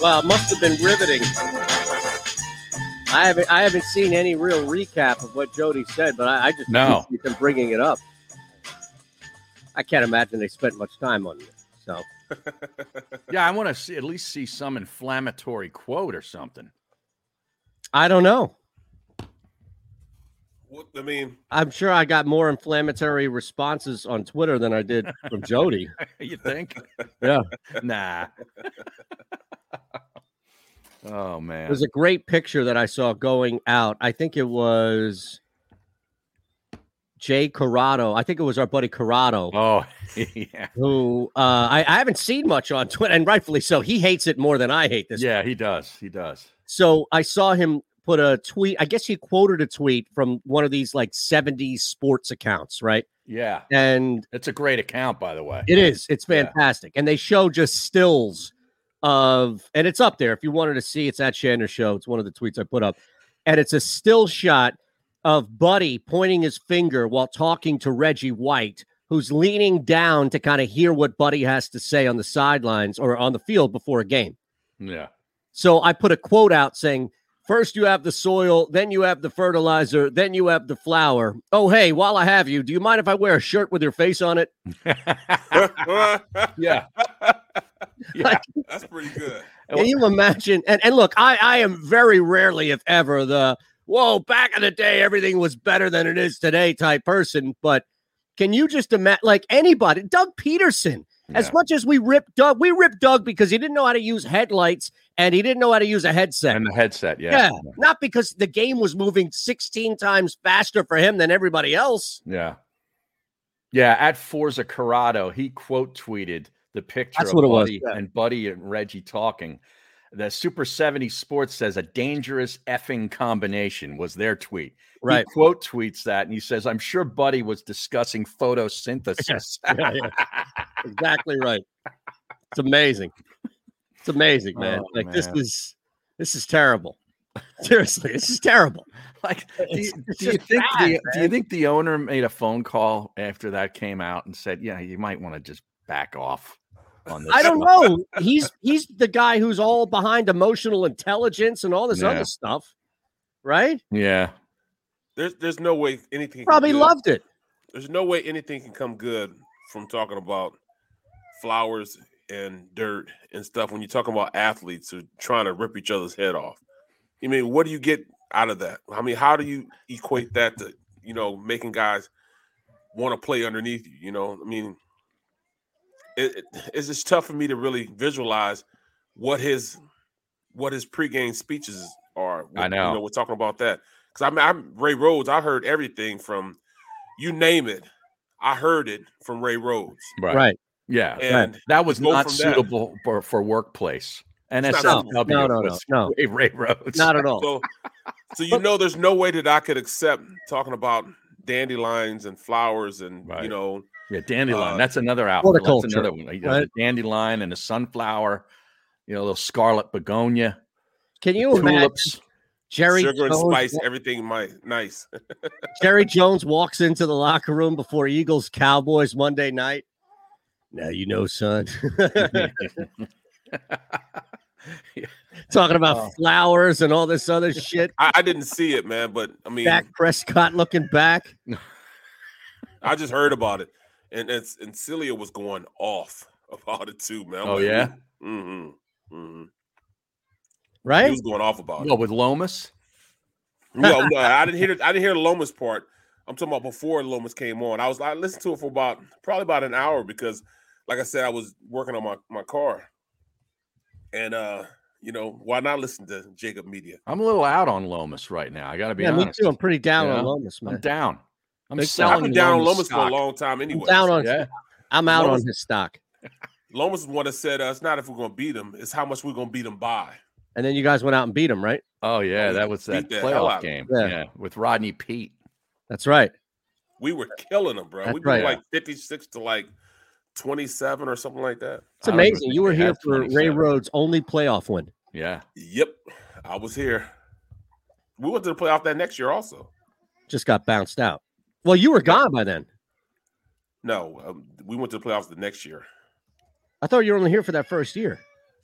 Speaker 1: Well, it must have been riveting. I haven't I haven't seen any real recap of what Jody said, but I, I just
Speaker 2: No.
Speaker 1: appreciate them bringing it up. I can't imagine they spent much time on it. So
Speaker 2: Yeah, I want to see at least see some inflammatory quote or something.
Speaker 1: I don't know.
Speaker 3: What- I mean,
Speaker 1: I'm sure I got more inflammatory responses on Twitter than I did from Jody.
Speaker 2: you think?
Speaker 1: Yeah.
Speaker 2: nah. oh man.
Speaker 1: There's a great picture that I saw going out. I think it was Jay Corrado. I think it was our buddy Corrado.
Speaker 2: Oh, yeah.
Speaker 1: Who uh, I, I haven't seen much on Twitter, and rightfully so. He hates it more than I hate this.
Speaker 2: yeah, he does. He does.
Speaker 1: So I saw him put a tweet. I guess he quoted a tweet from one of these like 70s sports accounts, right?
Speaker 2: Yeah.
Speaker 1: And
Speaker 2: It's a great account, by the way.
Speaker 1: it is. It's fantastic. And they show just stills of, and it's up there. If you wanted to see, it's at Shander Show. It's one of the tweets I put up. And it's a still shot of Buddy pointing his finger while talking to Reggie White, who's leaning down to kind of hear what Buddy has to say on the sidelines or on the field before a game.
Speaker 2: Yeah.
Speaker 1: So I put a quote out saying, First, you have the soil, then you have the fertilizer, then you have the flower. Oh, hey, while I have you, do you mind if I wear a shirt with your face on it?
Speaker 2: Yeah.
Speaker 1: Like,
Speaker 3: that's pretty good.
Speaker 1: Can you imagine? And and look, I I am very rarely, if ever, the whoa back in the day everything was better than it is today type person. But can you just imagine? Like anybody, Doug Peterson. As
Speaker 2: Yeah.
Speaker 1: much as we rip Doug, we rip Doug because he didn't know how to use headlights and he didn't know how to use a headset.
Speaker 2: And the headset.
Speaker 1: yeah,
Speaker 2: Yeah.
Speaker 1: not because the game was moving 16 times faster for him than everybody else.
Speaker 2: Yeah. Yeah. At Forza Corrado, he quote tweeted the picture
Speaker 1: That's
Speaker 2: of
Speaker 1: what it was,
Speaker 2: Buddy
Speaker 1: yeah.
Speaker 2: and Buddy and Reggie talking. The Super 70 Sports says a dangerous effing combination was their tweet.
Speaker 1: Right.
Speaker 2: He quote tweets that and he says, I'm sure Buddy was discussing photosynthesis.
Speaker 1: Yeah, yeah. exactly right. It's amazing. It's amazing, man.
Speaker 2: Oh,
Speaker 1: like this
Speaker 2: man.
Speaker 1: is this is terrible. Seriously, this is terrible.
Speaker 2: like do you,
Speaker 1: It's- it's
Speaker 2: do you
Speaker 1: just
Speaker 2: think
Speaker 1: bad,
Speaker 2: the, do you think the owner made a phone call after that came out and said, Yeah, you might want to just back off on this?
Speaker 1: I don't
Speaker 2: stuff?"
Speaker 1: know. He's he's the guy who's all behind emotional intelligence and all this
Speaker 2: Yeah.
Speaker 1: other stuff, right?
Speaker 2: Yeah.
Speaker 3: There's there's no way anything can
Speaker 1: Probably
Speaker 3: good-
Speaker 1: loved it.
Speaker 3: There's no way anything can come good from talking about flowers and dirt and stuff when you're talking about athletes who are trying to rip each other's head off. I mean, what do you get out of that? I mean, how do you equate that to you know making guys want to play underneath you? You know, I mean, it, it- it's just tough for me to really visualize what his what his pregame speeches are.
Speaker 2: I
Speaker 3: You
Speaker 2: know.
Speaker 3: know, we're talking about that because I'm, I'm Ray Rhodes. I heard everything from you name it. I heard it from Ray Rhodes.
Speaker 2: Right.
Speaker 1: Right.
Speaker 2: Yeah.
Speaker 3: And
Speaker 2: That was
Speaker 3: go
Speaker 2: not
Speaker 3: from there.
Speaker 2: suitable for, for workplace.
Speaker 3: not
Speaker 2: NSFW
Speaker 1: No, no, no,
Speaker 2: was
Speaker 1: no.
Speaker 2: Ray, Ray Rhodes.
Speaker 1: Not at all.
Speaker 3: So, so you know, there's no way that I could accept talking about dandelions and flowers and
Speaker 2: Right.
Speaker 3: you know,
Speaker 2: yeah, dandelion.
Speaker 3: Uh,
Speaker 2: that's another outfit. That's
Speaker 1: horticulture,
Speaker 2: another one. You know,
Speaker 1: right?
Speaker 2: the dandelion and the sunflower. You know, little scarlet begonia,
Speaker 1: Can you imagine
Speaker 2: tulips.
Speaker 1: Jerry
Speaker 3: sugar and
Speaker 1: Jones,
Speaker 3: spice, everything might nice.
Speaker 1: Jerry Jones walks into the locker room before Eagles Cowboys Monday night? Now you know, son. Talking
Speaker 2: Oh.
Speaker 1: about flowers and all this other shit.
Speaker 3: I, I didn't see it, man, but I mean,
Speaker 1: Dak Prescott looking back.
Speaker 3: I just heard about it, and it's and Celia was going off about it too, man.
Speaker 2: Oh, yeah?
Speaker 3: mm-hmm, mm-hmm. He
Speaker 1: Right?
Speaker 3: was going off about it.
Speaker 2: Well, with Lomas.
Speaker 3: No, no, I didn't hear. I didn't hear the Lomas part. I'm talking about before Lomas came on. I was I listened to it for about probably about an hour because, like I said, I was working on my my car, and uh, you know why not listen to Jacob Media?
Speaker 2: I'm a little out on Lomas right now. I got to be
Speaker 1: Yeah, me
Speaker 2: honest.
Speaker 1: too. I'm pretty down
Speaker 2: Yeah.
Speaker 1: on Lomas,
Speaker 2: I'm
Speaker 1: man.
Speaker 2: down. I'm
Speaker 1: Big time.
Speaker 2: selling
Speaker 3: I've been down on
Speaker 2: Lomas
Speaker 3: Lomas
Speaker 2: stock.
Speaker 3: for a long time anyway.
Speaker 1: down on-
Speaker 2: Yeah,
Speaker 1: I'm out
Speaker 3: Lomas-
Speaker 1: on his stock.
Speaker 3: Lomas is one that said uh, it's not if we're gonna beat them, it's how much we're gonna beat them by.
Speaker 1: And then you guys went out and beat him, right?
Speaker 2: Oh yeah, that was that
Speaker 3: Beat the hell out
Speaker 2: playoff
Speaker 3: of 'em.
Speaker 2: game.
Speaker 1: Yeah.
Speaker 2: Yeah. with Rodney Pete.
Speaker 1: That's right.
Speaker 3: We were killing them, bro.
Speaker 1: That's
Speaker 3: we were
Speaker 1: right.
Speaker 3: like 56 to like 27 or something like that.
Speaker 1: It's
Speaker 2: I don't even
Speaker 1: amazing.
Speaker 2: think
Speaker 1: You were
Speaker 2: they
Speaker 1: here
Speaker 2: had
Speaker 1: for Ray
Speaker 2: 27.
Speaker 1: Rhodes' only playoff win.
Speaker 2: Yeah,
Speaker 3: Yep, I was here. We went to the playoff that next year also.
Speaker 1: Just got bounced out. Well, you were gone by then.
Speaker 3: No, um, we went to the playoffs the next year.
Speaker 1: I thought you were only here for that first year.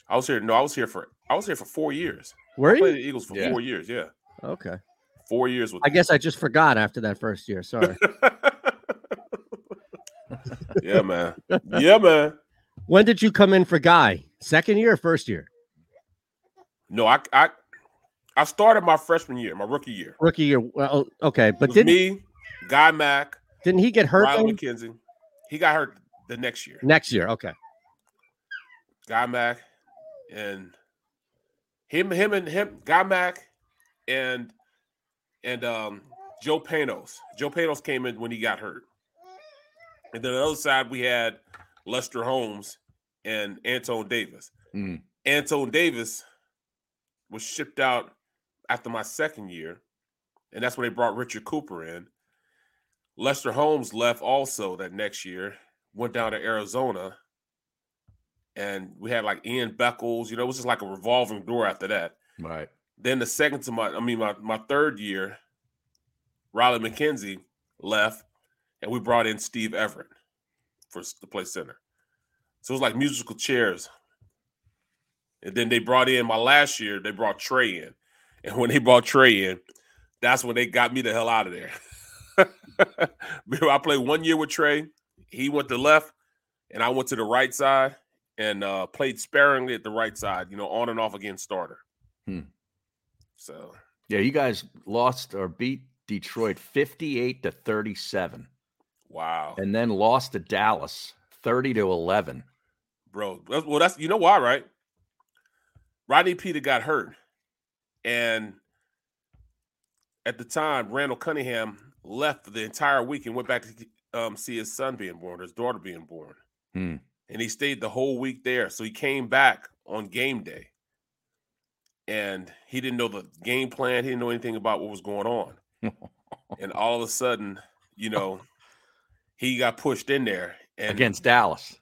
Speaker 3: I was here. No, I was here for I was here for four years.
Speaker 6: Were
Speaker 3: I played
Speaker 6: you?
Speaker 3: the Eagles for
Speaker 6: Yeah.
Speaker 3: four years. Yeah,
Speaker 6: Okay.
Speaker 3: four years with.
Speaker 1: I guess I just forgot after that first year. Sorry.
Speaker 3: yeah, man. Yeah, man.
Speaker 1: When did you come in for Guy? Second year or first year?
Speaker 3: No, I I I started my freshman year, my rookie year.
Speaker 1: Rookie year. Well, okay,
Speaker 3: It
Speaker 1: but
Speaker 3: was
Speaker 1: didn't
Speaker 3: me, Guy Mack,
Speaker 1: didn't he get hurt
Speaker 3: Ryan
Speaker 1: though?
Speaker 3: McKenzie. He got hurt the next year.
Speaker 1: next year? Okay.
Speaker 3: Guy Mack and him, him and him, Guy Mack and and um Joe Panos. Joe Panos came in when he got hurt. And then on the other side we had Lester Holmes and Anton Davis.
Speaker 2: Mm.
Speaker 3: Anton Davis was shipped out after my second year, and that's when they brought Richard Cooper in. Lester Holmes left also that next year, went down to Arizona, and we had like Ian Beckles. You know, it was just like a revolving door after that.
Speaker 2: Right.
Speaker 3: Then the second to my, I mean, my, my third year, Riley McKenzie left, and we brought in Steve Everett for s- to play center. So it was like musical chairs. And then they brought in my last year, they brought Trey in. And when they brought Trey in, that's when they got me the hell out of there. I played one year with Trey. He went to left, and I went to the right side and uh, played sparingly at the right side, you know, on and off again starter.
Speaker 2: Hmm.
Speaker 3: So
Speaker 2: Yeah, you guys lost or beat Detroit 58 to 37.
Speaker 3: Wow.
Speaker 2: And then lost to Dallas 30 to 11.
Speaker 3: bro. that's- Well, that's you know why, right? Rodney Peter got hurt, and at the time, Randall Cunningham left for the entire week and went back to um, see his son being born, his daughter being born,
Speaker 2: Hmm.
Speaker 3: and he stayed the whole week there. So he came back on game day, and he didn't know the game plan. He didn't know anything about what was going on, and all of a sudden, you know, he got pushed in there and
Speaker 2: Against Dallas.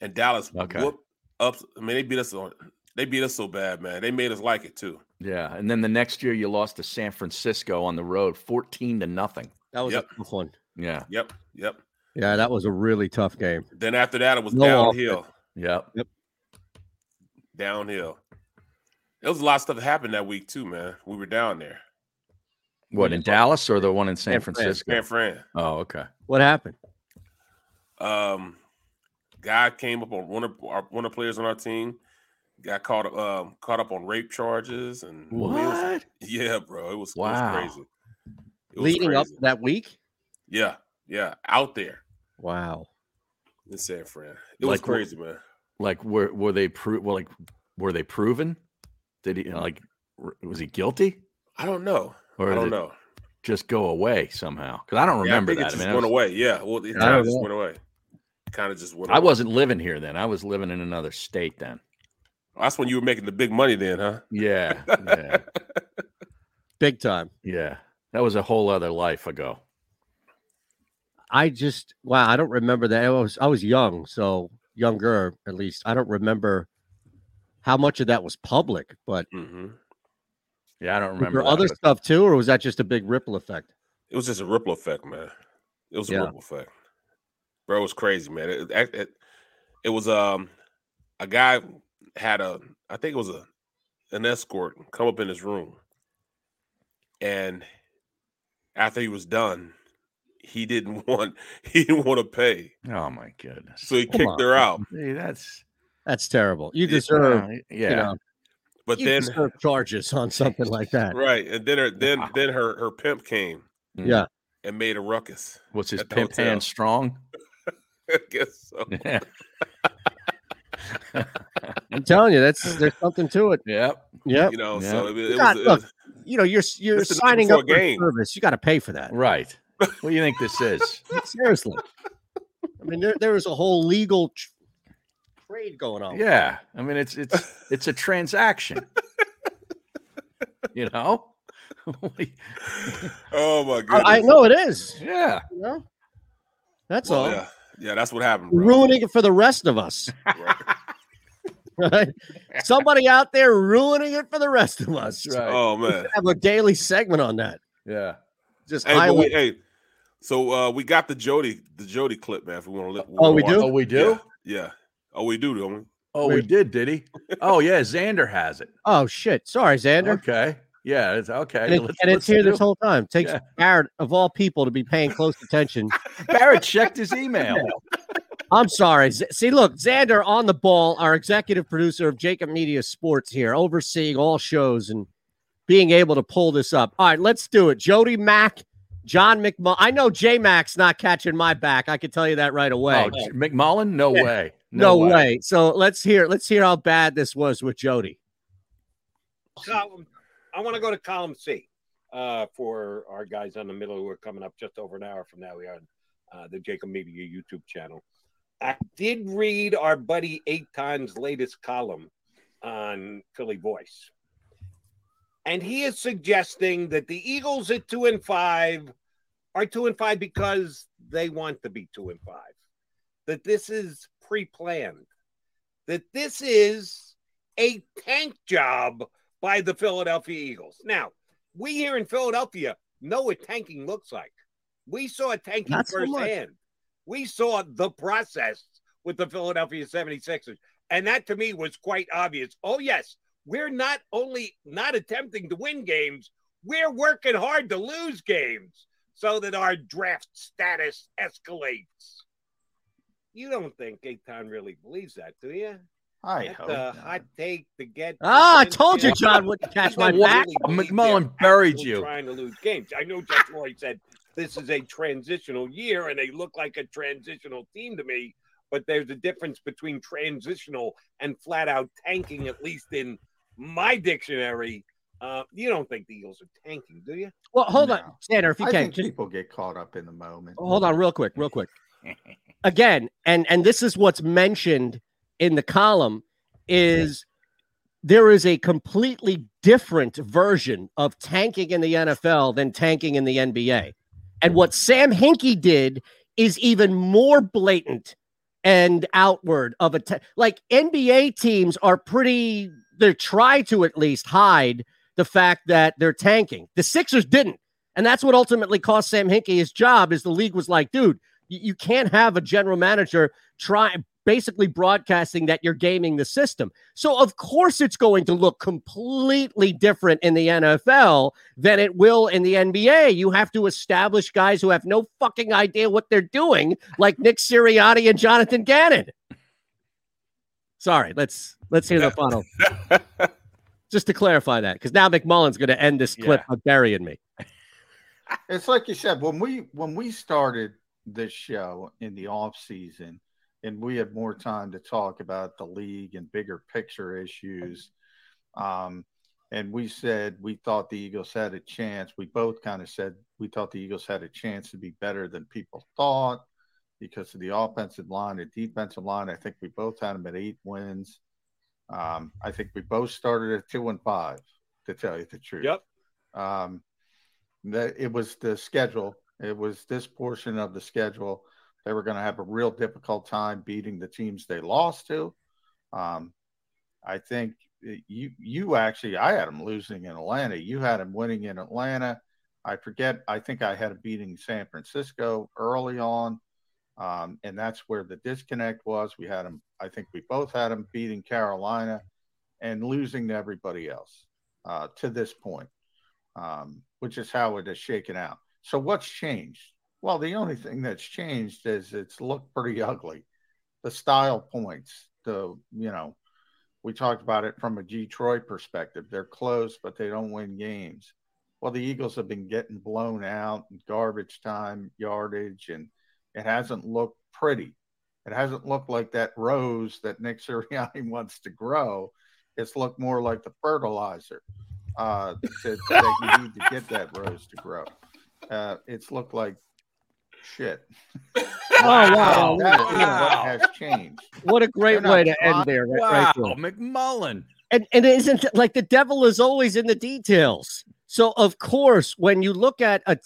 Speaker 3: and Dallas
Speaker 2: Okay.
Speaker 3: whooped up. I mean, they beat us on. They beat us so bad, man. They made us like it too.
Speaker 2: Yeah. And then the next year you lost to San Francisco on the road 14 to nothing.
Speaker 1: That was
Speaker 3: Yep.
Speaker 1: a tough one.
Speaker 2: Yeah.
Speaker 3: Yep, yep.
Speaker 1: Yeah, that was a really tough game.
Speaker 3: Then after that, it was
Speaker 1: No
Speaker 3: downhill,
Speaker 1: offense.
Speaker 2: Yep.
Speaker 1: Yep.
Speaker 3: downhill. There was a lot of stuff that happened that week too, man. We were down there.
Speaker 2: What in Dallas or the one in San
Speaker 3: San Fran,
Speaker 2: Francisco?
Speaker 3: San Fran.
Speaker 2: Oh, okay.
Speaker 1: What happened?
Speaker 3: Um, guy came up on one of our, one of the players on our team. Got caught up, um, caught up on rape charges and I mean, it was-
Speaker 2: What?
Speaker 3: yeah, bro, it was,
Speaker 2: Wow.
Speaker 3: it was crazy. It was
Speaker 1: Leading up
Speaker 3: crazy.
Speaker 1: to that week?
Speaker 3: yeah, yeah, out there
Speaker 1: Wow.
Speaker 3: in San Fran, it was
Speaker 2: Like what-
Speaker 3: crazy, man.
Speaker 2: Like were were they pro- well, like were they proven? Did he like r- was he guilty
Speaker 3: I don't know.
Speaker 2: or
Speaker 3: I don't
Speaker 2: did it
Speaker 3: know.
Speaker 2: just go away somehow? Cuz I don't remember
Speaker 3: yeah, I think
Speaker 2: that,
Speaker 3: It just
Speaker 2: man. I
Speaker 3: went
Speaker 2: was-
Speaker 3: away. Yeah. Well, it
Speaker 2: I
Speaker 3: kind
Speaker 2: don't
Speaker 3: of just
Speaker 2: know.
Speaker 3: went away. Kind of just went.
Speaker 2: I
Speaker 3: away.
Speaker 2: wasn't living here then. I was living in another state then.
Speaker 3: That's when you were making the big money, then, huh?
Speaker 2: Yeah. Yeah.
Speaker 1: Big time.
Speaker 2: yeah. That was a whole other life ago.
Speaker 1: I just wow, I don't remember that. I was I was young, so younger at least. I don't remember how much of that was public, but
Speaker 3: Mm-hmm.
Speaker 2: Yeah, I don't
Speaker 1: was
Speaker 2: remember.
Speaker 1: there
Speaker 2: that,
Speaker 1: other
Speaker 2: but-
Speaker 1: stuff too, or was that just a big ripple effect?
Speaker 3: It was just a ripple effect, man. It was
Speaker 1: Yeah.
Speaker 3: a ripple effect, bro. It was crazy, man. It, it, it, it was um a guy had a I think it was a an escort come up in his room, and after he was done, he didn't want he didn't want to pay,
Speaker 2: Oh my goodness.
Speaker 3: so he
Speaker 1: Come
Speaker 3: kicked her
Speaker 1: on.
Speaker 3: out.
Speaker 2: Hey, that's
Speaker 1: That's terrible. You
Speaker 3: Yeah,
Speaker 1: deserve
Speaker 2: uh,
Speaker 1: you
Speaker 2: yeah.
Speaker 1: know,
Speaker 3: But
Speaker 1: you
Speaker 3: then
Speaker 1: deserve charges on something like that.
Speaker 3: Right, and then her then then her her pimp came
Speaker 2: Mm.
Speaker 1: Yeah.
Speaker 3: and made a ruckus.
Speaker 2: What's his
Speaker 3: At the
Speaker 2: pimp
Speaker 3: hotel.
Speaker 2: hand strong?
Speaker 3: I guess so.
Speaker 2: Yeah.
Speaker 1: I'm telling you, that's there's something to it.
Speaker 2: yep.
Speaker 1: Yep.
Speaker 3: You know,
Speaker 2: Yeah.
Speaker 3: so it, it
Speaker 1: God,
Speaker 3: was, it
Speaker 1: look,
Speaker 3: was-
Speaker 1: You know, you're you're
Speaker 3: This is
Speaker 1: signing
Speaker 3: for a
Speaker 1: up for a
Speaker 3: game.
Speaker 1: service. You gotta pay for that.
Speaker 2: Right. What do you think this is?
Speaker 1: Seriously. I mean, there there is a whole legal tr- trade going on.
Speaker 2: Yeah. I mean, it's it's it's a transaction. you know.
Speaker 3: oh my goodness.
Speaker 1: I, I know it is.
Speaker 2: yeah.
Speaker 1: You know? That's
Speaker 3: Well,
Speaker 1: all.
Speaker 3: yeah, yeah, that's what happened. Bro.
Speaker 1: ruining it for the rest of us.
Speaker 3: Right.
Speaker 1: Right? Somebody out there ruining it for the rest of us.
Speaker 2: That's right.
Speaker 3: Oh
Speaker 1: We
Speaker 3: man.
Speaker 1: should Have a daily segment on that.
Speaker 2: Yeah.
Speaker 1: Just
Speaker 3: Hey, but we,
Speaker 1: highlight-
Speaker 3: hey, so uh, we got the Jody the Jody clip, man. If we want to,
Speaker 1: Oh, we do?
Speaker 2: Oh, we do?
Speaker 3: Yeah. yeah. Oh, we do, don't we?
Speaker 2: Oh, we did, did he? Oh yeah, Xander has it.
Speaker 1: Oh shit! Sorry, Xander.
Speaker 2: Okay. Yeah, it's okay.
Speaker 1: And, it,
Speaker 2: let's-
Speaker 1: and
Speaker 2: let's
Speaker 1: it's here
Speaker 2: do
Speaker 1: this
Speaker 2: it.
Speaker 1: whole time. Takes
Speaker 2: Yeah.
Speaker 1: Barrett of all people to be paying close attention.
Speaker 2: Barrett checked his email.
Speaker 1: I'm sorry. Z- See, look, Xander on the ball, our executive producer of Jacob Media Sports here, overseeing all shows and being able to pull this up. All right, let's do it. Jody Mack, John McMullen. I know J Mack's not catching my back. I can tell you that right away.
Speaker 2: Oh, J- McMullen? No
Speaker 1: Yeah.
Speaker 2: way.
Speaker 1: No, way. So let's hear let's hear how bad this was with Jody.
Speaker 7: column. I want to go to column C uh, for our guys on the middle who are coming up just over an hour from now. We are on uh, the Jacob Media YouTube channel. I did read our buddy Eight Times' latest column on Philly Voice, and he is suggesting that the Eagles at two and five are two and five because they want to be two and five. That this is pre-planned. That this is a tank job by the Philadelphia Eagles. Now, we here in Philadelphia know what tanking looks like. We saw tanking
Speaker 8: Not so much.
Speaker 7: firsthand. we saw the process with the Philadelphia 76ers. And that to me was quite obvious. Oh, yes, we're not only not attempting to win games, we're working hard to lose games so that our draft status escalates. You don't think Eitan really believes that, do you?
Speaker 2: I
Speaker 7: That's
Speaker 2: hope
Speaker 7: a hot take to get.
Speaker 1: Ah, I told you John wouldn't catch my
Speaker 7: Really
Speaker 1: back.
Speaker 7: believe
Speaker 2: McMullen
Speaker 7: they're
Speaker 2: buried
Speaker 7: actually
Speaker 2: you.
Speaker 7: Trying to lose games. I know Jeff Floyd said this is a transitional year, and they look like a transitional team to me. But there's a difference between transitional and flat out tanking, at least in my dictionary. Uh, you don't think the Eagles are tanking, do you?
Speaker 1: Well, hold on, Xander, if you
Speaker 7: I
Speaker 1: can,
Speaker 7: think
Speaker 1: just
Speaker 9: People get caught up in the moment.
Speaker 1: hold on real quick real quick again and and this is what's mentioned in the column is there is a completely different version of tanking in the NFL than tanking in the NBA and what Sam Hinkie did is even more blatant and outward of a t- like NBA teams are pretty they try to at least hide the fact that they're tanking. The Sixers didn't. And that's what ultimately cost Sam Hinkie his job is the league was like, dude, you, you can't have a general manager try basically broadcasting that you're gaming the system. So of course it's going to look completely different in the NFL than it will in the NBA. You have to establish guys who have no fucking idea what they're doing, like Nick Sirianni and Jonathan Gannon. Sorry, let's let's hear the final. Just to clarify that, because now McMullen's going to end this clip by burying me.
Speaker 9: It's like you said when we when we started this show in the off season, and we had more time to talk about the league and bigger picture issues. Um, and we said we thought the Eagles had a chance. We both kind of said we thought the Eagles had a chance to be better than people thought because of the offensive line, the defensive line. I think we both had them at eight wins. Um, I think we both started at two and five, to tell you the truth.
Speaker 7: Yep.
Speaker 9: Um, that it was the schedule. It was this portion of the schedule. They were going to have a real difficult time beating the teams they lost to. Um, I think it- you you actually I had them losing in Atlanta. You had them winning in Atlanta. I forget. I think I had them beating San Francisco early on, um, and that's where the disconnect was. We had them. I think we both had them beating Carolina and losing to everybody else uh, to this point um, which is how it is shaken out. So what's changed? Well, the only thing that's changed is it's looked pretty ugly. The style points, the you know, we talked about it from a Detroit perspective. They're close, but they don't win games. Well, the Eagles have been getting blown out in garbage time, yardage, and it hasn't looked pretty. It hasn't looked like that rose that Nick Sirianni wants to grow. It's looked more like the fertilizer uh, to, that you need to get that rose to grow. Uh, it's looked like shit.
Speaker 1: Oh, wow.
Speaker 9: That is
Speaker 1: Wow.
Speaker 9: what has changed.
Speaker 1: What a great
Speaker 9: They're
Speaker 1: way
Speaker 9: not
Speaker 1: to end
Speaker 9: trying-
Speaker 1: there. Right,
Speaker 9: Wow,
Speaker 2: McMullen.
Speaker 1: And, and isn't it like the devil is always in the details? So, of course, when you look at a,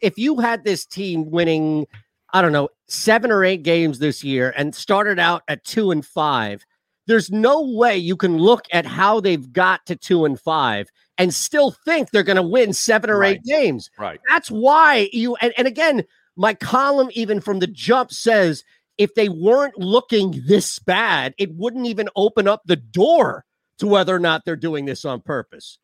Speaker 1: if you had this team winning, I don't know, seven or eight games this year and started out at two and five, there's no way you can look at how they've got to two and five and still think they're going to win seven or eight games.
Speaker 2: Right.
Speaker 1: That's why you, and, and again, my column even from the jump says if they weren't looking this bad, it wouldn't even open up the door to whether or not they're doing this on purpose.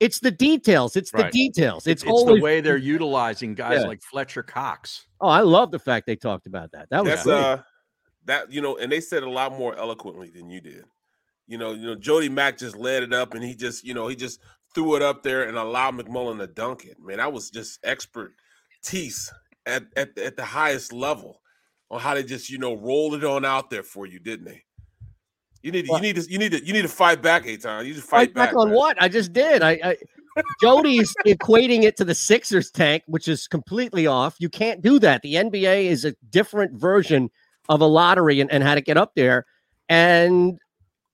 Speaker 1: It's the details. It's the
Speaker 2: Right.
Speaker 1: details. It's,
Speaker 2: it's
Speaker 1: always
Speaker 2: the way they're utilizing guys
Speaker 1: Yeah.
Speaker 2: like Fletcher Cox.
Speaker 1: Oh, I love the fact they talked about that. That was
Speaker 3: That's
Speaker 1: great.
Speaker 3: uh that you know, and they said a lot more eloquently than you did. You know, you know, Jody Mack just led it up and he just, you know, he just threw it up there and allowed McMullen to dunk it. Man, I was just expertise at, at at the highest level on how they just, you know, rolled it on out there for you, didn't they? You need to, you need to you need to you need to fight back, Aton. You need to fight,
Speaker 1: Fight back, on
Speaker 3: man.
Speaker 1: what? I just did. I, I Jody's equating it to the Sixers tank, which is completely off. You can't do that. The NBA is a different version of a lottery and, and how to get up there. And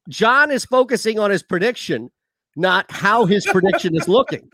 Speaker 1: John is focusing on his prediction, not how his prediction is looking.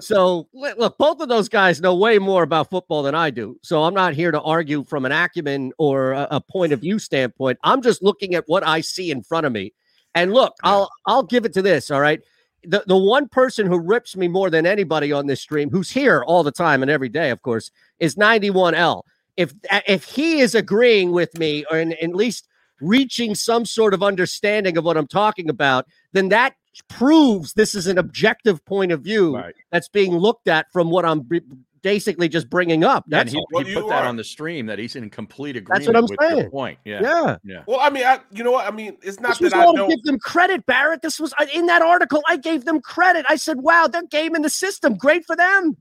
Speaker 1: So li- look, both of those guys know way more about football than I do. So I'm not here to argue from an acumen or a, a point of view standpoint. I'm just looking at what I see in front of me. And look, I'll I'll give it to this. All right. The the one person who rips me more than anybody on this stream, who's here all the time and every day, of course, is 91L. If if he is agreeing with me or in, at least reaching some sort of understanding of what I'm talking about, then that proves this is an objective point of view that's being looked at from what I'm b- basically just bringing up.
Speaker 2: And
Speaker 1: That's
Speaker 2: he,
Speaker 1: all.
Speaker 2: he put that on the stream that he's in complete agreement
Speaker 1: That's what I'm
Speaker 2: with
Speaker 1: saying.
Speaker 2: your point. Yeah.
Speaker 1: Yeah.
Speaker 2: Yeah.
Speaker 3: Well, I mean, I you know what? I mean, it's not
Speaker 1: This was
Speaker 3: that I
Speaker 1: all to
Speaker 3: don't
Speaker 1: give them credit, Barrett. This was I- in that article. I gave them credit. I said, "Wow, they're gaming the system. Great for them."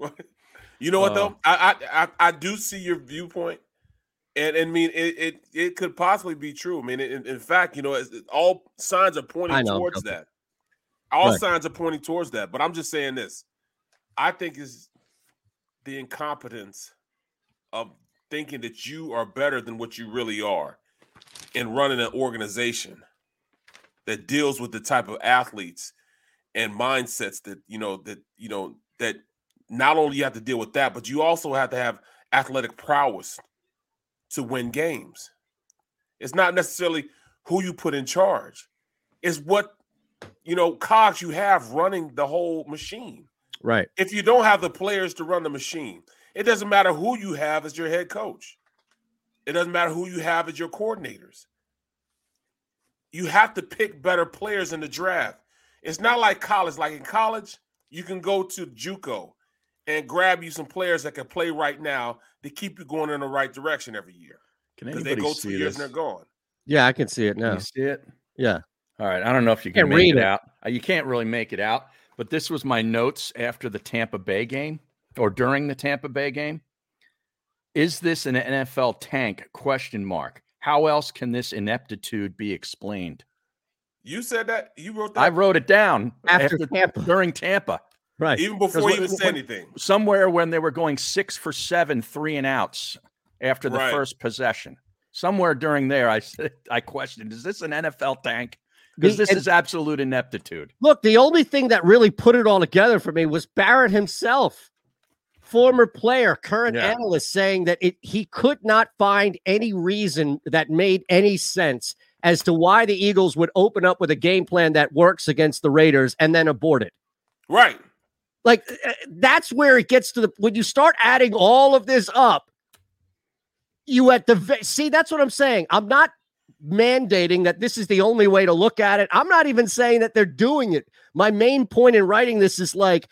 Speaker 3: You know what
Speaker 2: Uh,
Speaker 3: though? I, I I I do see your viewpoint, and and I mean it it, it could possibly be true. I mean, in, in fact, you know, it's, it- all signs are
Speaker 1: I
Speaker 3: pointing
Speaker 1: know, I'm
Speaker 3: towards
Speaker 1: joking.
Speaker 3: that. All
Speaker 1: Right.
Speaker 3: signs are pointing towards that. But I'm just saying this. I think is the incompetence of thinking that you are better than what you really are, and running an organization that deals with the type of athletes and mindsets that you know that you know that not only you have to deal with that, but you also have to have athletic prowess to win games. It's not necessarily who you put in charge; it's what you know cogs you have running the whole machine.
Speaker 1: Right.
Speaker 3: If you don't have the players to run the machine, it doesn't matter who you have as your head coach. It doesn't matter who you have as your coordinators. You have to pick better players in the draft. It's not like college. Like in college, you can go to JUCO and grab you some players that can play right now to keep you going in the right direction every year.
Speaker 2: Can
Speaker 3: Because they
Speaker 2: anybody
Speaker 3: go
Speaker 2: see
Speaker 3: two years
Speaker 2: this?
Speaker 3: and they're gone.
Speaker 1: Yeah, I can see it
Speaker 2: Can
Speaker 1: now.
Speaker 2: you see it?
Speaker 1: Yeah.
Speaker 2: All right. I don't know if you can
Speaker 1: Can't
Speaker 2: make
Speaker 1: read
Speaker 2: it
Speaker 1: it.
Speaker 2: out. Uh, You can't really make it out. But this was my notes after the Tampa Bay game or during the Tampa Bay game. Is this an NFL tank? Question mark. How else can this ineptitude be explained?
Speaker 3: You said that. You wrote that.
Speaker 2: I wrote it down
Speaker 3: After
Speaker 1: Tampa.
Speaker 2: during Tampa.
Speaker 1: Right.
Speaker 3: Even before
Speaker 2: 'Cause
Speaker 3: you even said anything.
Speaker 2: Somewhere when they were going six for seven, three and outs after the
Speaker 3: Right.
Speaker 2: first possession. Somewhere during there, I said I questioned, is this an NFL tank? Because
Speaker 1: The-
Speaker 2: this
Speaker 1: and-
Speaker 2: is absolute ineptitude.
Speaker 1: Look, the only thing that really put it all together for me was Barrett himself, former player, current
Speaker 2: Yeah.
Speaker 1: analyst, saying that it, he could not find any reason that made any sense as to why the Eagles would open up with a game plan that works against the Raiders and then abort it.
Speaker 3: Right.
Speaker 1: Like uh, that's where it gets to the when you start adding all of this up, you at the ve- see that's what I'm saying. I'm not mandating that this is the only way to look at it. I'm not even saying that they're doing it. My main point in writing this is like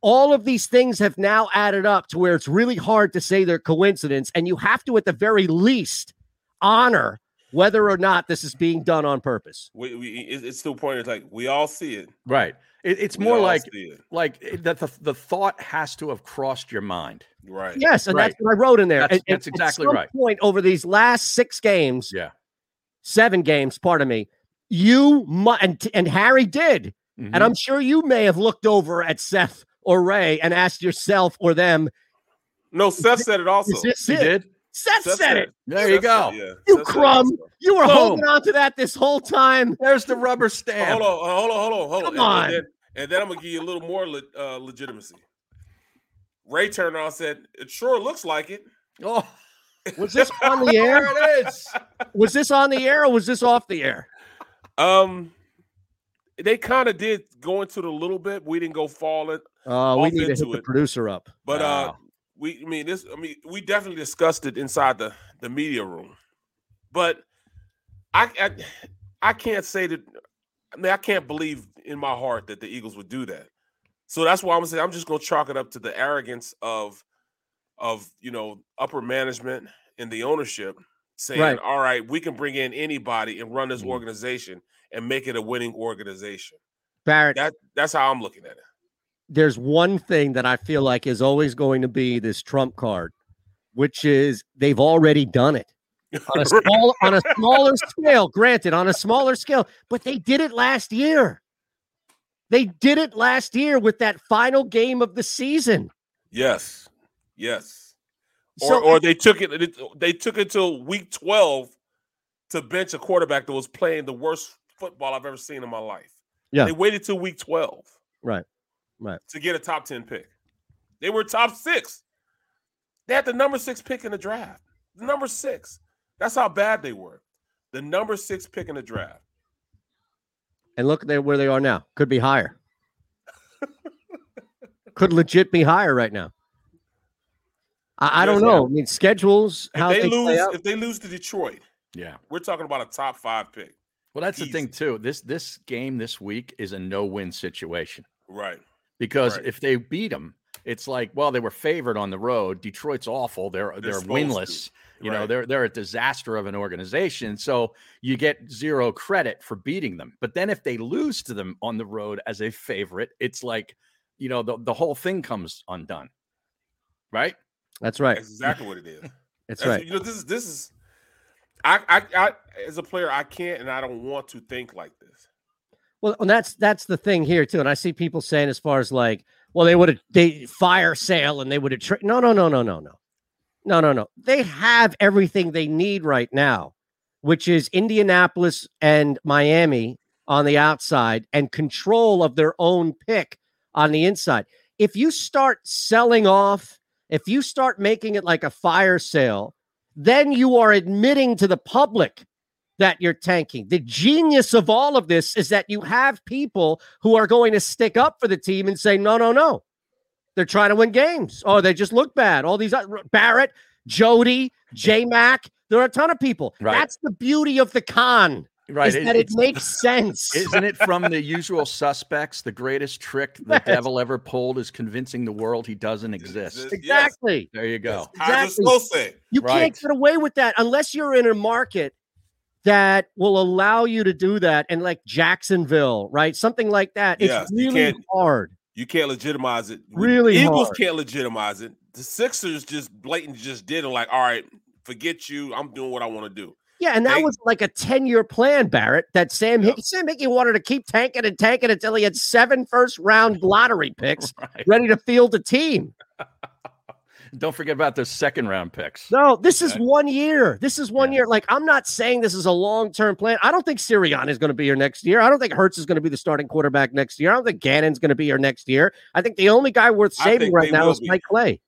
Speaker 1: all of these things have now added up to where it's really hard to say they're coincidence and you have to at the very least honor whether or not this is being done on purpose.
Speaker 3: We, we it- it's still pointing. It's like we all see it.
Speaker 2: Right. It, it's
Speaker 3: We
Speaker 2: more
Speaker 3: all
Speaker 2: like
Speaker 3: see it.
Speaker 2: like it- that the, the thought has to have crossed your mind.
Speaker 3: Right.
Speaker 1: Yes, and
Speaker 2: right.
Speaker 1: that's what I wrote in there.
Speaker 2: That's-
Speaker 1: And- and
Speaker 2: that's exactly
Speaker 1: at some
Speaker 2: right.
Speaker 1: Point over these last six games,
Speaker 2: yeah,
Speaker 1: seven games. Pardon me. You mu- and and Harry did,
Speaker 2: Mhm.
Speaker 1: and I'm sure you may have looked over at Seth or Ray and asked yourself or them.
Speaker 3: No, Seth said it also.
Speaker 1: Is this
Speaker 2: Oh, He
Speaker 1: it?
Speaker 2: did?
Speaker 1: Seth,
Speaker 3: Seth
Speaker 1: said
Speaker 3: said
Speaker 1: it.
Speaker 3: it.
Speaker 2: There you
Speaker 3: Seth said-
Speaker 2: go.
Speaker 3: yeah.
Speaker 1: You
Speaker 3: Seth said it
Speaker 1: crumb.
Speaker 3: also.
Speaker 1: You were
Speaker 2: Boom.
Speaker 1: holding on to that this whole time.
Speaker 2: There's the rubber stamp.
Speaker 3: Hold on, hold on, hold on, hold
Speaker 1: Come on.
Speaker 3: on. And, then, and then I'm gonna give you a little more le- uh, legitimacy. Ray turned around and said, "It sure looks like it."
Speaker 2: Oh,
Speaker 1: Was this on the air?
Speaker 2: there it is.
Speaker 1: Was this on the air or was this off the air?
Speaker 3: Um, they kind of did go into it a little bit. We didn't go falling,
Speaker 1: Oh, we
Speaker 3: Off
Speaker 1: need to
Speaker 3: into
Speaker 1: hit the
Speaker 3: it.
Speaker 1: producer up.
Speaker 3: but uh,
Speaker 2: Wow.
Speaker 3: we I mean this I mean we definitely discussed it inside the the media room, but I I, I can't say that I mean I can't believe in my heart that the Eagles would do that. So that's why I'm saying I'm just gonna chalk it up to the arrogance of of you know upper management and the ownership saying,
Speaker 1: Right.
Speaker 3: all right, we can bring in anybody and run this organization and make it a winning organization.
Speaker 1: Barrett,
Speaker 3: That that's how I'm looking at it.
Speaker 1: there's one thing that I feel like is always going to be this trump card, which is they've already done it on a small on a smaller scale. Granted, on a smaller scale, but they did it last year. They did it last year with that final game of the season.
Speaker 3: Yes, yes. Or
Speaker 1: So-
Speaker 3: or they took it. They took it till week twelve to bench a quarterback that was playing the worst football I've ever seen in my life.
Speaker 1: Yeah.
Speaker 3: They waited till week twelve
Speaker 1: Right, right.
Speaker 3: to get a top ten pick. They were top six. They had the number six pick in the draft. The number six. That's how bad they were. The number six pick in the draft.
Speaker 1: And look there where they are now. Could be higher. Could legit be higher right now. I, I don't
Speaker 3: Yes, yeah.
Speaker 1: know. I mean, schedules.
Speaker 3: If
Speaker 1: How
Speaker 3: they,
Speaker 1: they, play
Speaker 3: lose,
Speaker 1: out.
Speaker 3: if they lose to Detroit,
Speaker 2: Yeah.
Speaker 3: we're talking about a top five pick.
Speaker 2: Well, that's the thing too. This this game this week is a no win situation
Speaker 3: Right.
Speaker 2: because
Speaker 3: Right.
Speaker 2: if they beat them, it's like well they were favored on the road. Detroit's awful. They're
Speaker 3: They're
Speaker 2: they're,
Speaker 3: supposed to.
Speaker 2: winless. You know
Speaker 3: Right.
Speaker 2: they're they're a disaster of an organization. So you get zero credit for beating them. But then if they lose to them on the road as a favorite, it's like you know the the whole thing comes undone. Right.
Speaker 1: That's right.
Speaker 3: That's exactly what it is.
Speaker 1: That's right.
Speaker 3: You know, this is this is. I, I I as a player, I can't and I don't want to think like this.
Speaker 1: Well, and that's that's the thing here too. And I see people saying as far as like, well, they would have they fire sale and they would have. Tra- no, no, no, no, no, no, no, no, no. They have everything they need right now, which is Indianapolis and Miami on the outside and control of their own pick on the inside. If you start selling off, if you start making it like a fire sale, then you are admitting to the public that you're tanking. The genius of all of this is that you have people who are going to stick up for the team and say, no, no, no. They're trying to win games. Oh, they just look bad. All these other- Barrett, Jody, J Mac. There are a ton of people.
Speaker 2: Right.
Speaker 1: That's the beauty of the con.
Speaker 2: Right,
Speaker 1: Is
Speaker 2: it-
Speaker 1: that it
Speaker 2: it's-
Speaker 1: makes sense.
Speaker 2: Isn't it from the usual suspects? The greatest trick the
Speaker 1: Yes.
Speaker 2: devil ever pulled is convincing the world he doesn't exist.
Speaker 1: Exactly.
Speaker 2: There you go.
Speaker 1: Exactly. You
Speaker 2: Right.
Speaker 1: can't get away with that unless you're in a market that will allow you to do that. And like Jacksonville, right? Something like that. It's
Speaker 3: Yes, you
Speaker 1: really
Speaker 3: can't-
Speaker 1: hard.
Speaker 3: You can't legitimize it.
Speaker 1: Really
Speaker 3: Eagles
Speaker 1: hard.
Speaker 3: can't legitimize it. The Sixers just blatant just did it. Like, all right, forget you. I'm doing what I want to do.
Speaker 1: Yeah, and that
Speaker 3: They-
Speaker 1: was like a 10 year plan, Barrett, that Sam Hickey, Sam Hickey wanted to keep tanking and tanking until he had seven first round lottery picks ready to field a team.
Speaker 2: Don't forget about those second round picks.
Speaker 1: No, this is one year. This is one year. Like, I'm not saying this is a long term plan. I don't think Sirianni is going to be here next year. I don't think Hertz is going to be the starting quarterback next year. I don't think Gannon's going to be here next year. I think the only guy worth
Speaker 3: I
Speaker 1: saving
Speaker 3: think
Speaker 1: right
Speaker 3: they
Speaker 1: now
Speaker 3: will
Speaker 1: is
Speaker 3: be.
Speaker 1: Mike Clay.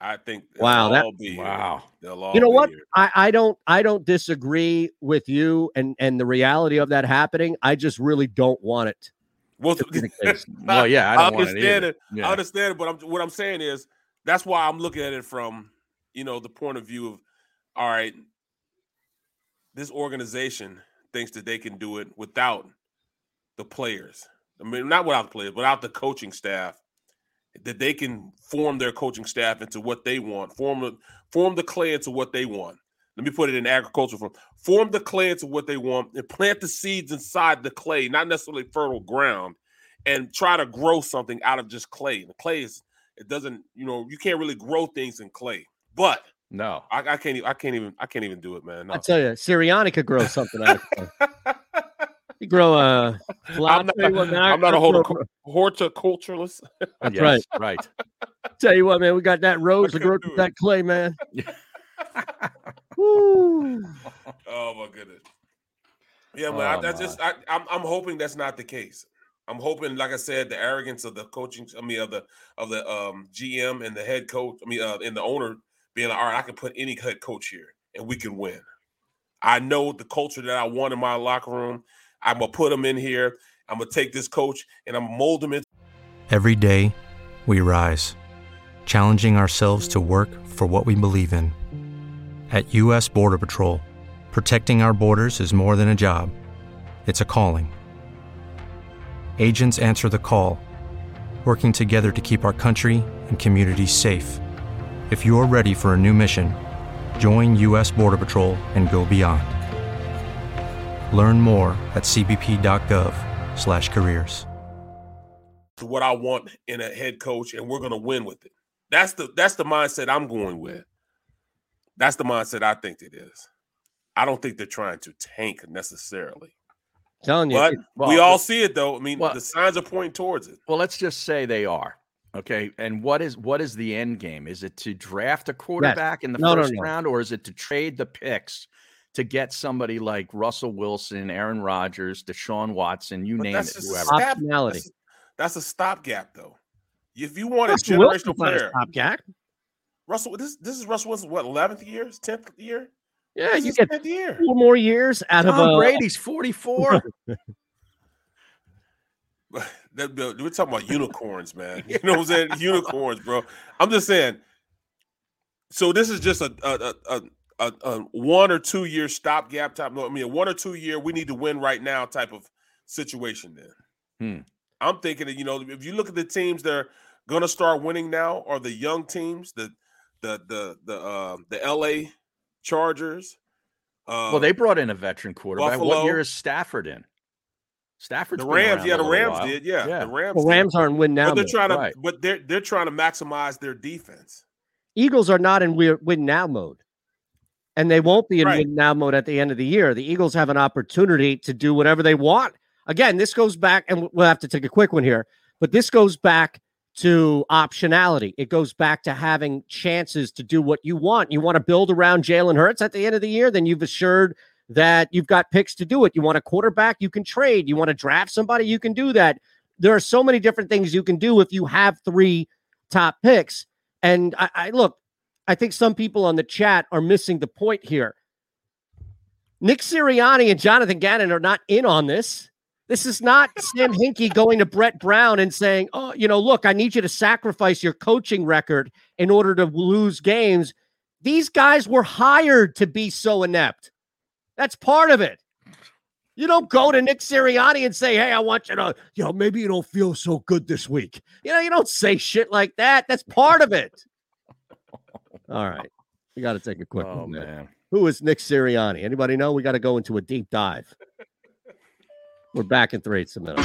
Speaker 3: I think
Speaker 1: Wow,
Speaker 3: they'll
Speaker 1: that-
Speaker 3: all be here.
Speaker 2: Wow.
Speaker 3: They'll all
Speaker 1: you know
Speaker 3: be
Speaker 1: what
Speaker 3: here.
Speaker 1: I, I don't i don't disagree with you and and the reality of that happening i just really don't want it
Speaker 3: Well,
Speaker 1: to be the case.
Speaker 2: Well, yeah, I don't want it
Speaker 3: understand
Speaker 2: either.
Speaker 3: I
Speaker 2: Yeah.
Speaker 3: understand it, but I'm, what I'm saying is that's why I'm looking at it from, you know, the point of view of, all right, this organization thinks that they can do it without the players. I mean, not without the players, without the coaching staff. That they can form their coaching staff into what they want, form the form the clay into what they want. Let me put it in agricultural form. Form the clay into what they want and plant the seeds inside the clay, not necessarily fertile ground, and try to grow something out of just clay. The clay is it doesn't, you know, you can't really grow things in clay. But
Speaker 2: no,
Speaker 3: I, I can't. e- I can't even. I can't even do it, man. No.
Speaker 1: i tell you Sirianni could grow something out of it. you grow a
Speaker 3: I'm not, I'm not a horticu- horticulturalist.
Speaker 1: That's right.
Speaker 2: Right.
Speaker 1: tell you what man we got that rose to grow through that clay man Woo.
Speaker 3: Oh my goodness. Yeah, man.
Speaker 2: Oh,
Speaker 3: I, that's
Speaker 2: my.
Speaker 3: just. I, I'm. I'm hoping that's not the case. I'm hoping, like I said, the arrogance of the coaching. I mean, of the of the um, GM and the head coach. I mean, uh, and the owner being like, all right, I can put any head coach here, and we can win. I know the culture that I want in my locker room. I'm gonna put them in here. I'm gonna take this coach and I'm gonna mold them into.
Speaker 10: Every day, we rise, challenging ourselves to work for what we believe in. At U.S. Border Patrol, protecting our borders is more than a job, it's a calling. Agents answer the call, working together to keep our country and communities safe. If you're ready for a new mission, join U.S. Border Patrol and go beyond. Learn more at cbp.gov/careers.
Speaker 3: to what I want in a head coach, and we're gonna win with it. That's the that's the mindset I'm going with. That's the mindset I think it is. I don't think they're trying to tank necessarily.
Speaker 1: Telling you,
Speaker 3: But
Speaker 2: Well,
Speaker 3: we all
Speaker 2: well-
Speaker 3: see it though. I mean,
Speaker 2: well-
Speaker 3: the signs are pointing towards it.
Speaker 2: Well, let's just say they are. Okay. And what is what is the end game? Is it to draft a quarterback in the
Speaker 1: No, no,
Speaker 2: first
Speaker 1: no.
Speaker 2: round or is it to trade the picks to get somebody like Russell Wilson, Aaron Rodgers, Deshaun Watson, you name it,
Speaker 3: that's just a
Speaker 2: whoever.
Speaker 3: stop- That's, that's a stopgap though. If you want
Speaker 1: Russell
Speaker 3: a
Speaker 1: Wilson's
Speaker 3: generational
Speaker 1: not a
Speaker 3: player,
Speaker 1: stopgap.
Speaker 3: Russell, this this is Russell Wilson's what eleventh year, tenth year.
Speaker 1: Yeah,
Speaker 3: This
Speaker 1: you
Speaker 3: is
Speaker 1: get
Speaker 3: tenth year.
Speaker 1: four more years out of uh,
Speaker 3: Tom
Speaker 1: a,
Speaker 3: Brady's
Speaker 2: 44.
Speaker 3: That- that- we're talking about unicorns, man. You know what I'm saying? unicorns, bro. I'm just saying. So this is just a a a, a, a, a one or two year stopgap type. no, I mean, a one or two year we need to win right now type of situation. Then
Speaker 2: Hmm.
Speaker 3: I'm thinking that you know if you look at the teams that are gonna start winning now are the young teams, the the the the uh, the L.A. Chargers. Uh,
Speaker 2: well, they brought in a veteran quarterback. What
Speaker 3: Buffalo.
Speaker 2: year is Stafford in? Stafford's
Speaker 3: the
Speaker 2: been
Speaker 3: Rams,
Speaker 2: around
Speaker 3: yeah,
Speaker 2: a
Speaker 3: the
Speaker 2: little
Speaker 3: Rams
Speaker 2: while.
Speaker 3: did, yeah, the Rams.
Speaker 1: The
Speaker 3: did.
Speaker 1: Rams aren't win now,
Speaker 3: But they're
Speaker 1: though.
Speaker 3: trying to,
Speaker 1: Right.
Speaker 3: but they're they're trying to maximize their defense.
Speaker 1: Eagles are not in wi- win now mode. And they won't be in win now mode at the end of the year. The Eagles have an opportunity to do whatever they want. Again, this goes back, and we'll have to take a quick one here, but this goes back to optionality. It goes back to having chances to do what you want. You want to build around Jalen Hurts at the end of the year, then you've assured that you've got picks to do it. You want a quarterback, you can trade. You want to draft somebody, you can do that. There are so many different things you can do if you have three top picks. And I, I look, I think some people on the chat are missing the point here. Nick Sirianni and Jonathan Gannon are not in on this. This is not Sam Hinkie going to Brett Brown and saying, "Oh, you know, look, I need you to sacrifice your coaching record in order to lose games." These guys were hired to be so inept. That's part of it. You don't go to Nick Sirianni and say, "Hey, I want you to, you know, maybe you don't feel so good this week." You know, you don't say shit like that. That's part of it. All right, we got to take a quick one.
Speaker 2: Oh
Speaker 1: there.
Speaker 2: man.
Speaker 1: Who is Nick Sirianni? Anybody know? We got to go into a deep dive. We're back in three. It's a minute.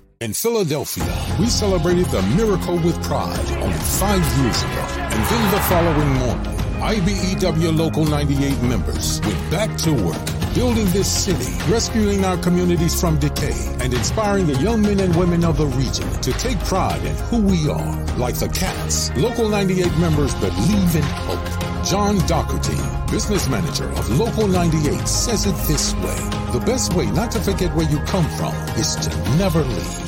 Speaker 7: In Philadelphia, we celebrated the miracle with pride only five years ago. And then the following morning, IBEW Local 98 members went back to work, building this city, rescuing our communities from decay, and inspiring the young men and women of the region to take pride in who we are. Like the cats, Local 98 members believe in hope. John Doherty, business manager of Local 98, says it this way. The best way not to forget where you come from is to never leave.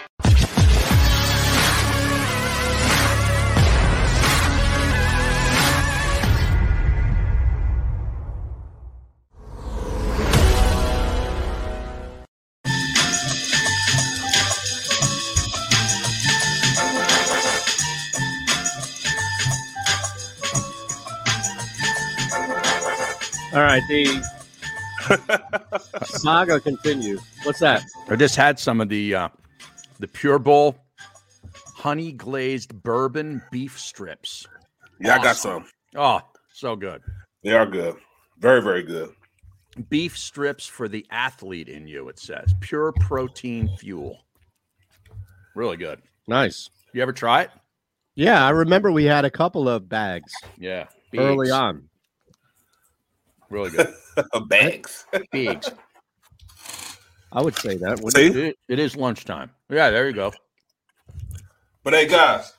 Speaker 1: All right, the saga continues. What's that?
Speaker 2: I just had some of the uh, the Pure Bowl honey glazed bourbon beef strips.
Speaker 3: Yeah, I got
Speaker 2: Awesome.
Speaker 3: some.
Speaker 2: Oh, so good.
Speaker 3: They are good. Very, very good.
Speaker 2: Beef strips for the athlete in you, it says. Pure protein fuel. Really good.
Speaker 1: Nice.
Speaker 2: You ever try it?
Speaker 1: Yeah, I remember we had a couple of bags
Speaker 2: Yeah.
Speaker 1: early
Speaker 2: Bigs.
Speaker 1: on.
Speaker 2: Really good.
Speaker 3: Bags.
Speaker 2: Bigs.
Speaker 1: I would say that. wouldn't
Speaker 3: See?
Speaker 2: It- it is lunchtime. Yeah, there you go.
Speaker 3: But hey, guys,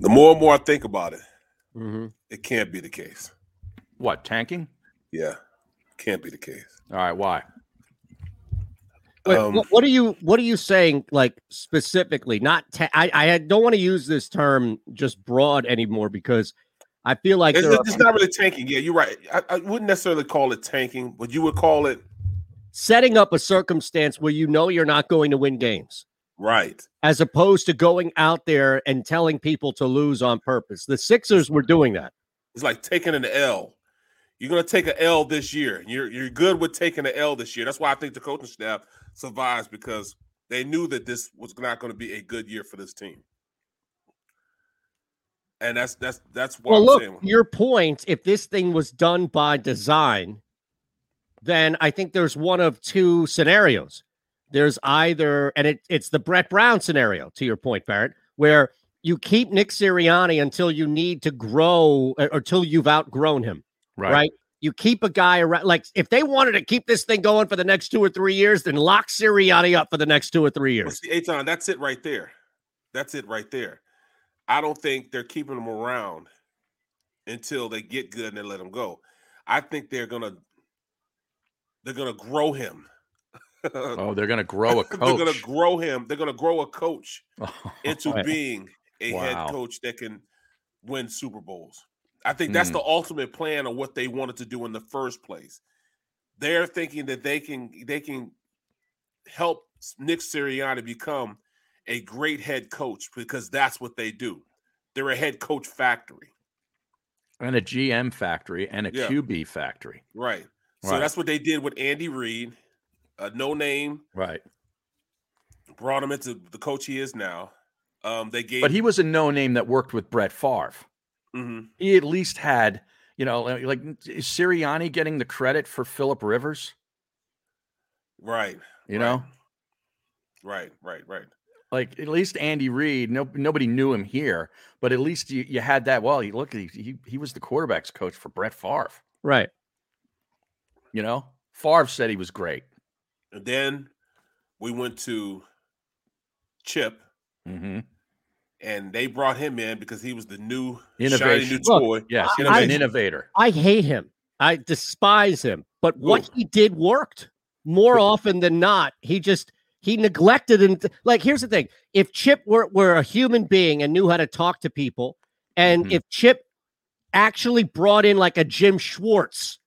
Speaker 3: the more and more I think about it, it can't be the case.
Speaker 2: What, tanking?
Speaker 3: Yeah, can't be the case.
Speaker 2: All right, why?
Speaker 1: Wait,
Speaker 3: Um,
Speaker 1: what, what are you What are you saying? Like specifically, not. Ta- I I had- don't want to use this term just broad anymore because I feel like
Speaker 3: it's,
Speaker 1: there
Speaker 3: it's
Speaker 1: are
Speaker 3: not really tanking. Yeah, you're right. I, I wouldn't necessarily call it tanking, but you would call it
Speaker 1: setting up a circumstance where you know you're not going to win games,
Speaker 3: right.
Speaker 1: as opposed to going out there and telling people to lose on purpose. The Sixers were doing that.
Speaker 3: It's like taking an L. You're gonna take an L this year. You're you're good with taking an L this year. That's why I think the coaching staff survives because they knew that this was not going to be a good year for this team. And that's that's that's why
Speaker 1: Well,
Speaker 3: I'm
Speaker 1: look,
Speaker 3: saying.
Speaker 1: your point, if this thing was done by design, then I think there's one of two scenarios. There's either, and it, it's the Brett Brown scenario, to your point, Barrett, where you keep Nick Sirianni until you need to grow uh, or or till you've outgrown him.
Speaker 2: Right.
Speaker 1: You keep a guy around. Like, if they wanted to keep this thing going for the next two or three years, then lock Sirianni up for the next two or three
Speaker 3: But
Speaker 1: years.
Speaker 3: see, Aton, that's it right there. That's it right there. I don't think they're keeping them around until they get good and they let him go. I think they're gonna they're gonna grow him.
Speaker 2: Oh, they're gonna grow a
Speaker 3: they're
Speaker 2: coach.
Speaker 3: gonna grow him. They're gonna grow a coach into
Speaker 2: Yeah.
Speaker 3: being a
Speaker 2: Wow.
Speaker 3: head coach that can win Super Bowls. I think that's
Speaker 2: Mm.
Speaker 3: the ultimate plan of what they wanted to do in the first place. They're thinking that they can they can help Nick Sirianni become a great head coach because that's what they do. They're a head coach factory,
Speaker 2: and a GM factory and a
Speaker 3: Yeah.
Speaker 2: QB factory.
Speaker 3: right? So
Speaker 2: Right.
Speaker 3: that's what they did with Andy Reid, a no name,
Speaker 2: Right.
Speaker 3: brought him into the coach he is now. Um, they gave
Speaker 2: But he was a no name that worked with Brett Favre.
Speaker 3: Mhm.
Speaker 2: He at least had, you know, like like, is Sirianni getting the credit for Philip Rivers?
Speaker 3: right,
Speaker 2: You know,
Speaker 3: right, right, right.
Speaker 2: like at least Andy Reid, no, nobody knew him here, but at least you, you had that. Well, he, look, he, he he was the quarterbacks coach for Brett Favre.
Speaker 1: Right.
Speaker 2: You know, Favre said he was great.
Speaker 3: And then we went to Chip,
Speaker 2: Mm-hmm.
Speaker 3: and they brought him in because he was the new shiny
Speaker 2: Innovation.
Speaker 3: new toy.
Speaker 2: yes, he was
Speaker 3: Innovation.
Speaker 2: an innovator.
Speaker 1: I hate him. I despise him. But what he did worked more often than not. He just he neglected and like here's the thing: if Chip were were a human being and knew how to talk to people, and
Speaker 2: Mm-hmm.
Speaker 1: if Chip actually brought in like a Jim Schwartz,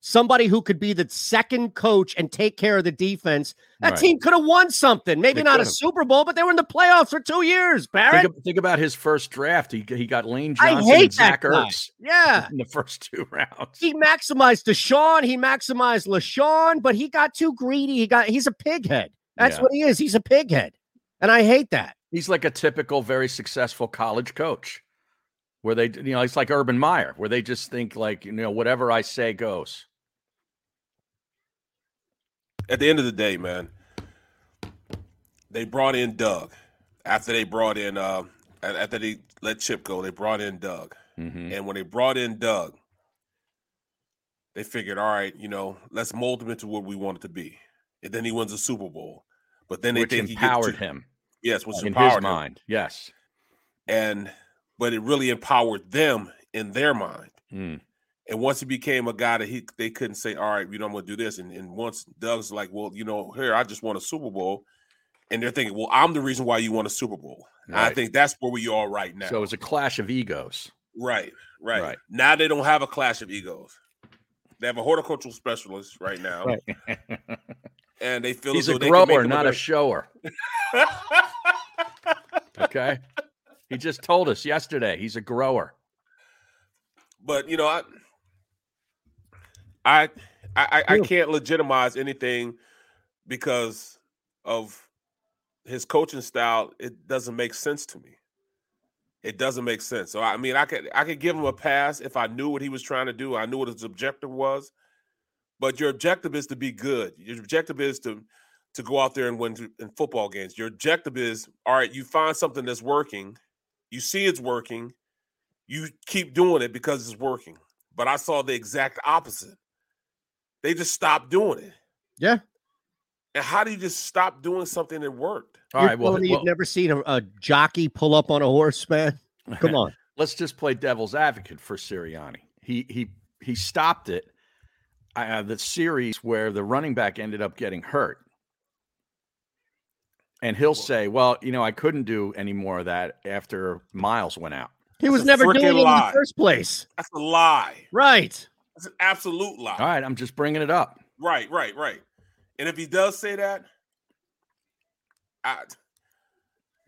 Speaker 1: somebody who could be the second coach and take care of the defense, that
Speaker 2: Right.
Speaker 1: team could have won something. Maybe
Speaker 2: They
Speaker 1: not a
Speaker 2: could've.
Speaker 1: Super Bowl, but they were in the playoffs for two years. Barrett,
Speaker 2: Think, ab- think about his first draft. He he got Lane
Speaker 1: I
Speaker 2: Johnson,
Speaker 1: hate
Speaker 2: and Zach
Speaker 1: that guy. Uh.
Speaker 2: Ertz
Speaker 1: yeah.
Speaker 2: in the first two rounds.
Speaker 1: he maximized Deshaun, he maximized LaShawn, but he got too greedy. He got he's a pighead. That's
Speaker 2: Yeah.
Speaker 1: what he is. He's a pighead. And I hate that.
Speaker 2: He's like a typical, very successful college coach, where they you know it's like Urban Meyer, where they just think like you know whatever I say goes.
Speaker 3: At the end of the day, man, they brought in Doug after they brought in uh, a- after they let Chip go. They brought in Doug,
Speaker 2: Mm.
Speaker 3: And when they brought in Doug, they figured, all right, you know, let's mold him into what we want it to be. And then he wins a Super Bowl. But then they
Speaker 2: Which
Speaker 3: think he
Speaker 2: empowered
Speaker 3: gets too-
Speaker 2: him.
Speaker 3: Yes, which
Speaker 2: In his
Speaker 3: empowered him.
Speaker 2: mind, Yes.
Speaker 3: And but it really empowered them in their mind.
Speaker 2: Mm.
Speaker 3: And once he became a guy that he they couldn't say, all right, you know, I'm gonna do this. And, and once Doug's like, well, you know, here I just won a Super Bowl, and they're thinking, well, I'm the reason why you won a Super Bowl. And I
Speaker 2: Right.
Speaker 3: think that's where we are right now.
Speaker 2: So it was a clash of egos.
Speaker 3: right, right,
Speaker 2: Right.
Speaker 3: Now they don't have a clash of egos. They have a horticultural specialist right now, and they feel
Speaker 2: He's
Speaker 3: as
Speaker 2: a
Speaker 3: though they can make
Speaker 2: grower,
Speaker 3: him
Speaker 2: not a
Speaker 3: better-
Speaker 2: shower. okay. He just told us yesterday he's a grower.
Speaker 3: but you know, I, I, I, I- I can't legitimize anything because of his coaching style. It doesn't make sense to me. It doesn't make sense. So I mean, I could I could give him a pass if I knew what he was trying to do. I knew what his objective was. But your objective is to be good. Your objective is to to go out there and win th- in football games. Your objective is all right. You find something that's working. You see it's working you keep doing it because it's working. But I saw the exact opposite. They just stopped doing it.
Speaker 1: Yeah.
Speaker 3: And how do you just stop doing something that worked?
Speaker 1: All right. Well, you've never seen a, a jockey pull up on a horse, man. Come on.
Speaker 2: Let's just play devil's advocate for Sirianni. He he he stopped it. Uh, the series where the running back ended up getting hurt, and he'll say, "Well, you know, I couldn't do any more of that after Miles went out."
Speaker 1: He was never doing it in the first place.
Speaker 3: That's a lie.
Speaker 1: Right.
Speaker 3: That's an absolute lie.
Speaker 2: All right, I'm just bringing it up.
Speaker 3: Right, right, right. And if he does say that, I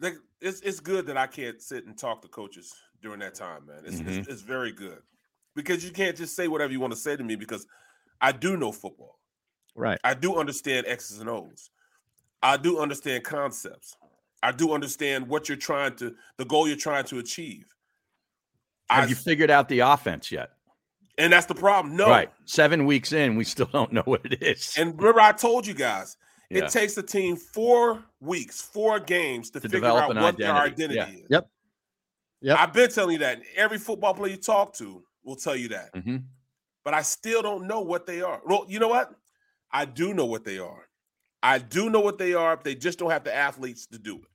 Speaker 3: like it's it's good that I can't sit and talk to coaches during that time, man. It's
Speaker 2: Mhm.
Speaker 3: it's, it's very good because you can't just say whatever you want to say to me because I do know football.
Speaker 1: Right.
Speaker 3: I do understand X's and O's. I do understand concepts. I do understand what you're trying to the goal you're trying to achieve.
Speaker 2: Have you figured out the offense yet?
Speaker 3: And that's the problem. No.
Speaker 2: Right. Seven weeks in, we still don't know what it is.
Speaker 3: And remember, I told you guys,
Speaker 2: Yeah.
Speaker 3: it takes a team four weeks, four games to,
Speaker 2: To
Speaker 3: figure
Speaker 2: develop
Speaker 3: out
Speaker 2: an
Speaker 3: what their
Speaker 2: identity.
Speaker 3: identity
Speaker 2: Yeah.
Speaker 3: is.
Speaker 1: Yep. Yep.
Speaker 3: I've been telling you that. Every football player you talk to will tell you that.
Speaker 2: Mhm.
Speaker 3: But I still don't know what they are. Well, you know what? I do know what they are. I do know what they are. They just don't have the athletes to do it.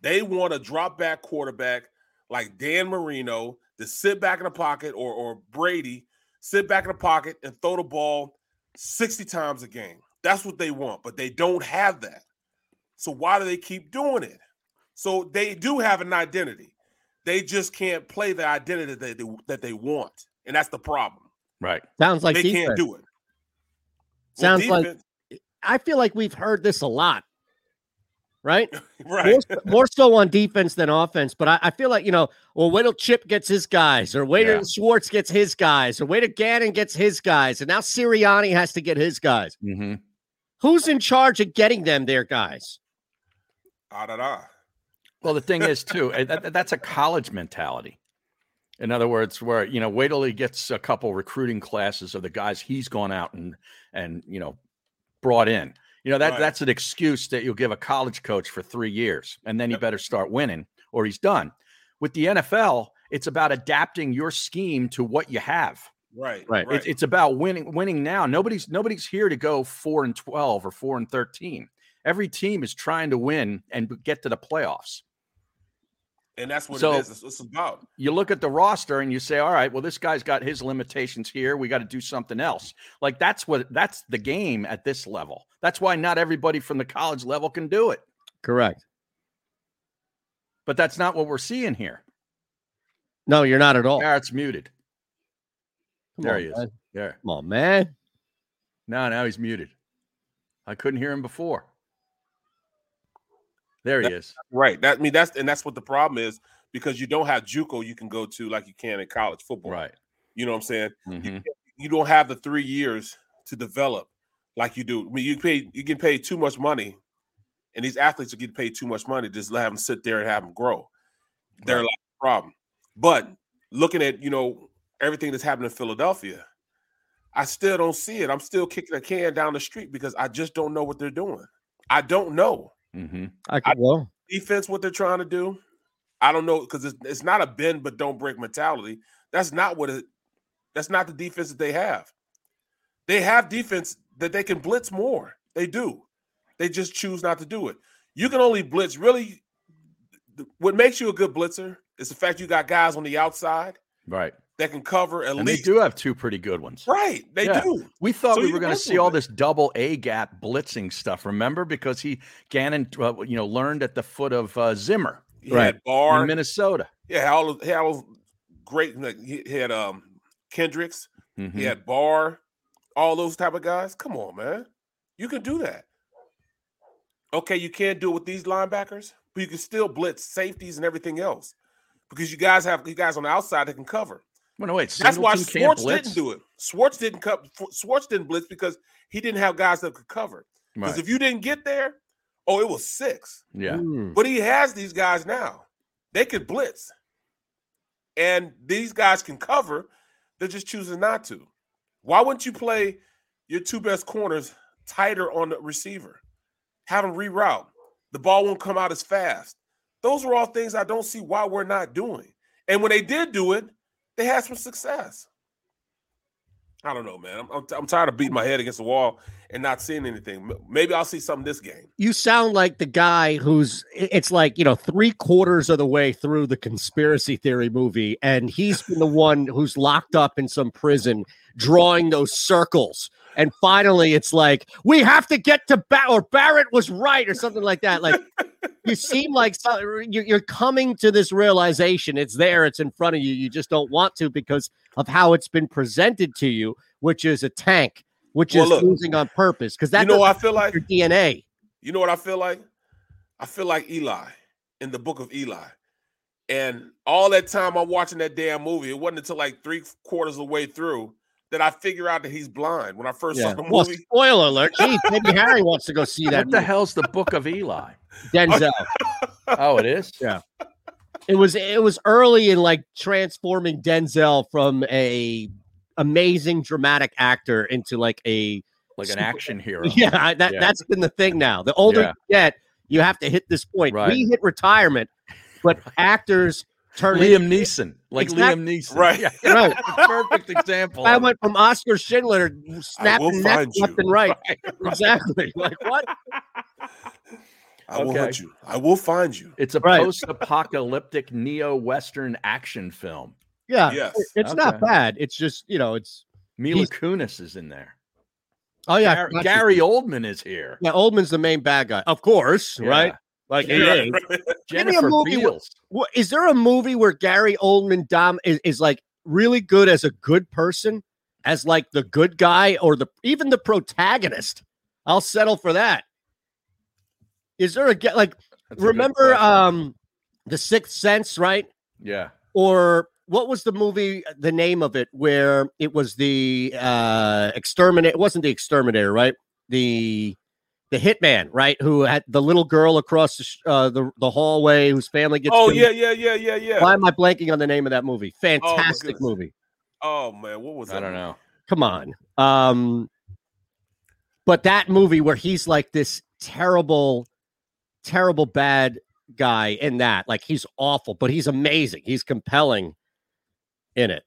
Speaker 3: They want a drop back quarterback like Dan Marino to sit back in the pocket or, or Brady, sit back in the pocket and throw the ball 60 times a game. That's what they want, but they don't have that. So why do they keep doing it? So they do have an identity. They just can't play the identity that they, that they want. And that's the problem.
Speaker 2: Right.
Speaker 1: Sounds like
Speaker 3: they
Speaker 1: defense.
Speaker 3: can't do it. Well,
Speaker 1: Sounds like
Speaker 3: defense-
Speaker 1: I feel like we've heard this a lot, right?
Speaker 3: Right.
Speaker 1: More, s- more so on defense than offense, but I, I feel like you know, well, wait till Chip gets his guys, or wait
Speaker 2: Yeah.
Speaker 1: till Schwartz gets his guys, or wait till Gannon gets his guys, and now Sirianni has to get his guys.
Speaker 2: Mhm.
Speaker 1: Who's in charge of getting them their guys?
Speaker 3: Ah, da, da.
Speaker 2: Well, the thing is, too, eh, that, that's a college mentality. In other words, where you know, wait till he gets a couple recruiting classes of the guys he's gone out and and you know brought in. You know that
Speaker 3: Right.
Speaker 2: that's an excuse that you'll give a college coach for three years, and then he better start winning or he's done. With the NFL, it's about adapting your scheme to what you have.
Speaker 3: Right.
Speaker 1: Right.
Speaker 2: It's, it's about winning. Winning now. Nobody's nobody's here to go four and twelve or four and thirteen. Every team is trying to win and b- get to the playoffs.
Speaker 3: and that's what
Speaker 2: So-
Speaker 3: it is. It's, it's about.
Speaker 2: You look at the roster and you say, "All right, well, this guy's got his limitations here. We got to do something else." Like that's what that's the game at this level. That's why not everybody from the college level can do it.
Speaker 1: Correct.
Speaker 2: But that's not what we're seeing here.
Speaker 1: No, you're not at
Speaker 3: Oh.
Speaker 1: all.
Speaker 2: Barrett's muted.
Speaker 1: Come
Speaker 2: there
Speaker 1: on,
Speaker 2: he is.
Speaker 1: man.
Speaker 2: There.
Speaker 1: Come on, man.
Speaker 2: No, now he's muted. I couldn't hear him before. There he is.
Speaker 3: Right. That I mean that's and that's what the problem is because you don't have JUCO you can go to like you can in college football.
Speaker 2: Right. Mm-hmm.
Speaker 3: You know what I'm saying? You don't have the three years to develop like you do. I mean, you pay you get paid too much money, and these athletes are getting paid too much money. Just let them sit there and have them grow. They're like a problem. But looking at you know everything that's happened in Philadelphia, I still don't see it. I'm still kicking a can down the street because I just don't know what they're doing. I don't know
Speaker 2: Mm-hmm.
Speaker 1: I could go.
Speaker 3: defense what they're trying to do. I don't know because it's, it's not a bend but don't break mentality. That's not what it. That's not the defense that they have. They have defense that they can blitz more. They do. They just choose not to do it. You can only blitz really. What makes you a good blitzer is the fact you got guys on the outside
Speaker 2: Right.
Speaker 3: that can cover at
Speaker 2: And they
Speaker 3: least.
Speaker 2: do have two pretty good ones.
Speaker 3: Right, they
Speaker 2: Yeah.
Speaker 3: do.
Speaker 2: We thought
Speaker 3: So
Speaker 2: we
Speaker 3: you
Speaker 2: were going to
Speaker 3: live
Speaker 2: see
Speaker 3: with
Speaker 2: all
Speaker 3: it.
Speaker 2: this double A gap blitzing stuff. Remember, because he Gannon, uh, you know, learned at the foot of uh, Zimmer,
Speaker 3: He had Barr.
Speaker 2: in Minnesota.
Speaker 3: Yeah, all of, he had all those great. Like, he he had um Kendricks. He
Speaker 2: Mhm.
Speaker 3: had Barr. All those type of guys. Come on, man. You can do that. Okay, you can't do it with these linebackers, but you can still blitz safeties and everything else because you guys have you guys on the outside that can cover.
Speaker 2: Well, no, wait,
Speaker 3: That's why
Speaker 2: Singleton can't
Speaker 3: Schwartz
Speaker 2: blitz?
Speaker 3: didn't do it. Schwartz didn't co- Schwartz didn't blitz because he didn't have guys that could cover. Because
Speaker 2: Right.
Speaker 3: if you didn't get there, oh, it was six.
Speaker 2: Yeah.
Speaker 1: hmm.
Speaker 3: But he has these guys now. They could blitz. And these guys can cover. They're just choosing not to. Why wouldn't you play your two best corners tighter on the receiver? Have them reroute. The ball won't come out as fast. Those are all things I don't see why we're not doing. And when they did do it, they had some success. I don't know, man. I'm, I'm, I'm tired of beating my head against the wall and not seeing anything. M- Maybe I'll see something this game.
Speaker 1: You sound like the guy who's i- it's like, you know, three quarters of the way through the conspiracy theory movie, and he's been the one who's locked up in some prison drawing those circles. And finally, it's like, we have to get to Barrett, or Barrett was right, or something like that. Like, you seem like so- you're you're coming to this realization. It's there, it's in front of you. You just don't want to because of how it's been presented to you, which is a tank, which
Speaker 3: Well,
Speaker 1: is
Speaker 3: look,
Speaker 1: losing on purpose. Because that
Speaker 3: you know what I
Speaker 1: doesn't
Speaker 3: feel like?
Speaker 1: fit your DNA.
Speaker 3: You know what I feel like? I feel like Eli in the book of Eli. And all that time I'm watching that damn movie, it wasn't until like three quarters of the way through that I figure out that he's blind when I first saw
Speaker 1: Yeah.
Speaker 3: the
Speaker 1: Well,
Speaker 3: movie.
Speaker 1: spoiler alert. Geez, maybe Harry wants to go see that.
Speaker 2: What the hell's the Book of Eli?
Speaker 1: Denzel.
Speaker 2: oh, it is.
Speaker 1: Yeah. It was it was early in like transforming Denzel from a amazing dramatic actor into like a
Speaker 2: Like an
Speaker 1: super-
Speaker 2: action hero.
Speaker 1: Yeah, I- that
Speaker 2: Yeah.
Speaker 1: that's been the thing now. The older
Speaker 2: Yeah.
Speaker 1: you get, you have to hit this point.
Speaker 2: Right.
Speaker 1: We hit retirement, but actors turn
Speaker 2: Liam
Speaker 1: into-
Speaker 2: Neeson, like
Speaker 1: Exact-
Speaker 2: Liam Neeson.
Speaker 3: Right.
Speaker 2: Yeah.
Speaker 1: Right.
Speaker 2: Perfect example.
Speaker 1: I
Speaker 2: of it.
Speaker 1: went from Oscar Schindler
Speaker 2: will
Speaker 1: snapping neck
Speaker 2: find
Speaker 1: left
Speaker 2: you.
Speaker 1: and right.
Speaker 2: Right, right.
Speaker 1: Exactly. Like what?
Speaker 3: I will
Speaker 2: Okay.
Speaker 3: hunt you. I will find you.
Speaker 2: It's a
Speaker 1: Right.
Speaker 2: post-apocalyptic neo-western action film.
Speaker 1: Yeah.
Speaker 2: Yes.
Speaker 1: it- It's not
Speaker 2: Okay.
Speaker 1: bad. It's just, you know, it's
Speaker 2: Mila
Speaker 1: he's-
Speaker 2: Kunis is in there.
Speaker 1: Oh yeah, I
Speaker 2: Gar-
Speaker 1: forgot
Speaker 2: Gary
Speaker 1: you-
Speaker 2: Oldman is here.
Speaker 1: Yeah, Oldman's the main bad guy, of course,
Speaker 2: Yeah.
Speaker 1: right? Like he
Speaker 2: Yeah.
Speaker 1: is. Give me a
Speaker 2: Jennifer
Speaker 1: movie. wh-
Speaker 2: Beals.
Speaker 1: wh- is there a movie where Gary Oldman Dom is, is like really good as a good person, as like the good guy or the even the protagonist? I'll settle for that. Is there a ge- like
Speaker 2: a good
Speaker 1: remember
Speaker 2: question.
Speaker 1: um the Sixth Sense, right?
Speaker 2: Yeah.
Speaker 1: Or what was the movie? uh, The name of it where it was the uh exterminate. It wasn't the exterminator, right? The the hitman, right? Who had the little girl across the sh- uh, the, the hallway whose family gets.
Speaker 3: oh
Speaker 1: killed.
Speaker 3: yeah, yeah, yeah, yeah, yeah. Oh,
Speaker 1: Why am I blanking on the name of that movie? Fantastic
Speaker 3: goodness.
Speaker 1: movie.
Speaker 3: Oh man, what was that?
Speaker 2: I don't know.
Speaker 1: Come on. Um, but that movie where he's like this terrible, terrible bad guy in that, like he's awful, but he's amazing. He's compelling in it.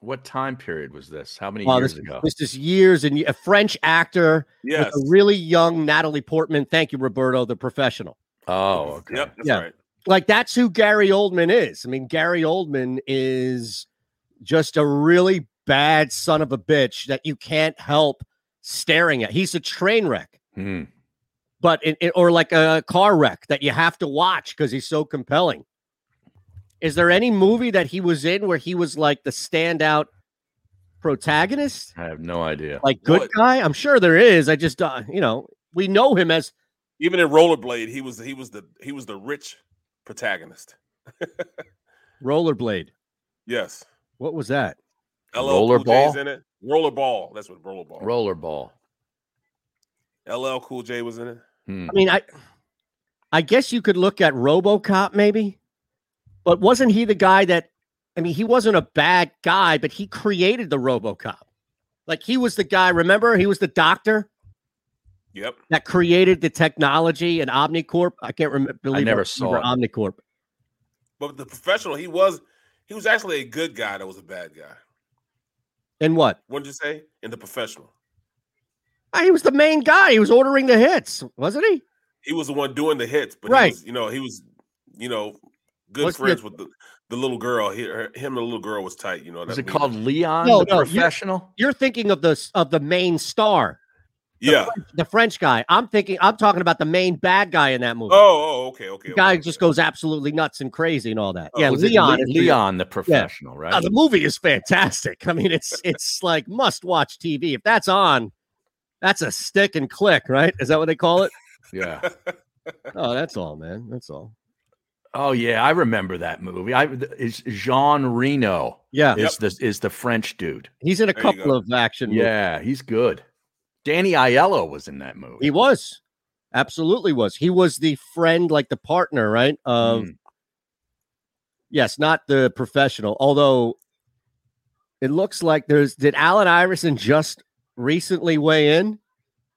Speaker 2: What time period was this? How many
Speaker 1: Wow,
Speaker 2: years
Speaker 1: this,
Speaker 2: ago?
Speaker 1: this is years and ye- a French actor
Speaker 3: Yes.
Speaker 1: with a really young Natalie Portman. Thank you, Roberto, the professional.
Speaker 2: oh, okay.
Speaker 3: Yep, that's
Speaker 1: Yeah.
Speaker 3: right.
Speaker 1: like that's who Gary Oldman is. I mean, Gary Oldman is just a really bad son of a bitch that you can't help staring at. He's a train wreck,
Speaker 2: Hmm.
Speaker 1: but it, it- or like a car wreck that you have to watch because he's so compelling. Is there any movie that he was in where he was like the standout protagonist,
Speaker 2: I have no idea.
Speaker 1: like good
Speaker 3: What?
Speaker 1: guy? I'm sure there is. I just, uh, you know, we know him as
Speaker 3: Even in Rollerblade, he was he was the he was the rich protagonist.
Speaker 1: Rollerblade.
Speaker 3: Yes.
Speaker 1: What was that?
Speaker 3: LL Cool J's
Speaker 2: Rollerball?
Speaker 3: in it. Rollerball. That's what Rollerball.
Speaker 2: Rollerball.
Speaker 3: LL Cool J was in it.
Speaker 2: Hmm.
Speaker 1: I mean, I I guess you could look at RoboCop maybe, but wasn't he the guy that? I mean, he wasn't a bad guy, but he created the RoboCop. Like he was the guy. Remember, he was the doctor
Speaker 3: Yep.
Speaker 1: that created the technology and OmniCorp. I can't remember. Believe
Speaker 2: never
Speaker 1: remember
Speaker 2: saw it.
Speaker 1: OmniCorp.
Speaker 3: But the professional, he was he was actually a good guy that was a bad guy.
Speaker 1: And what?
Speaker 3: What did you say? In the professional.
Speaker 1: Ah, He was the main guy. He was ordering the hits, wasn't he?
Speaker 3: He was the one doing the hits, but he
Speaker 1: Right.
Speaker 3: was, you know, he was, you know, good
Speaker 1: What's the-
Speaker 3: friends with the, the little girl. He, her, him and the little girl was tight, you know.
Speaker 2: Was
Speaker 3: that
Speaker 2: Oh, it
Speaker 3: mean-
Speaker 2: called Leon
Speaker 1: No,
Speaker 2: the
Speaker 1: no, you're-
Speaker 2: Professional?
Speaker 1: You're thinking of the of the main star,
Speaker 3: Yeah.
Speaker 1: the French guy. I'm thinking. I'm talking about the main bad guy in that movie.
Speaker 3: Oh, oh, okay, okay.
Speaker 1: the guy just goes absolutely nuts and crazy and all that. yeah,
Speaker 2: Oh, Was it
Speaker 1: Leon.
Speaker 2: Le-
Speaker 1: is-
Speaker 2: Leon the
Speaker 1: Yeah.
Speaker 2: Professional, right?
Speaker 1: Oh, the movie is fantastic. I mean, it's it's like must watch TV. If that's on, that's a stick and click, right? Is that what they call it?
Speaker 2: Yeah.
Speaker 1: Oh, that's all, man. That's all.
Speaker 2: Oh yeah, I remember that movie. I is Jean Reno.
Speaker 1: Yeah.
Speaker 2: is the is the French dude.
Speaker 1: He's in a
Speaker 2: There you
Speaker 1: couple
Speaker 2: go.
Speaker 1: of action. movies.
Speaker 2: Yeah, he's good. Danny Aiello was in that movie.
Speaker 1: He was. Absolutely was. He was the friend, like the partner, right? Of yes, not the professional. Although it looks like there's did Alan Iverson just recently weigh in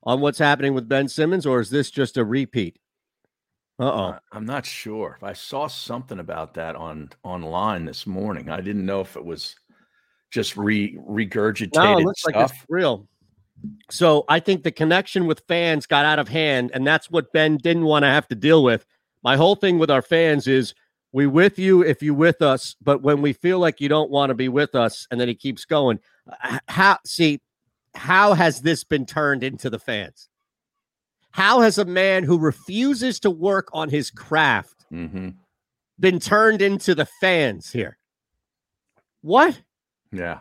Speaker 1: on what's happening with Ben Simmons, or is this just a repeat? Uh-oh.
Speaker 2: I- Uh, I'm not sure. I saw something about that on online this morning. I didn't know if it was just re regurgitated
Speaker 1: No, it looks
Speaker 2: stuff.
Speaker 1: like it's real. So I think the connection with fans got out of hand, and that's what Ben didn't want to have to deal with. My whole thing with our fans is we with you if you with us, but when we feel like you don't want to be with us, and then he keeps going. Uh, h- How see how has this been turned into the fans? How has a man who refuses to work on his craft
Speaker 2: Mm-hmm.
Speaker 1: been turned into the fans here? What?
Speaker 2: Yeah.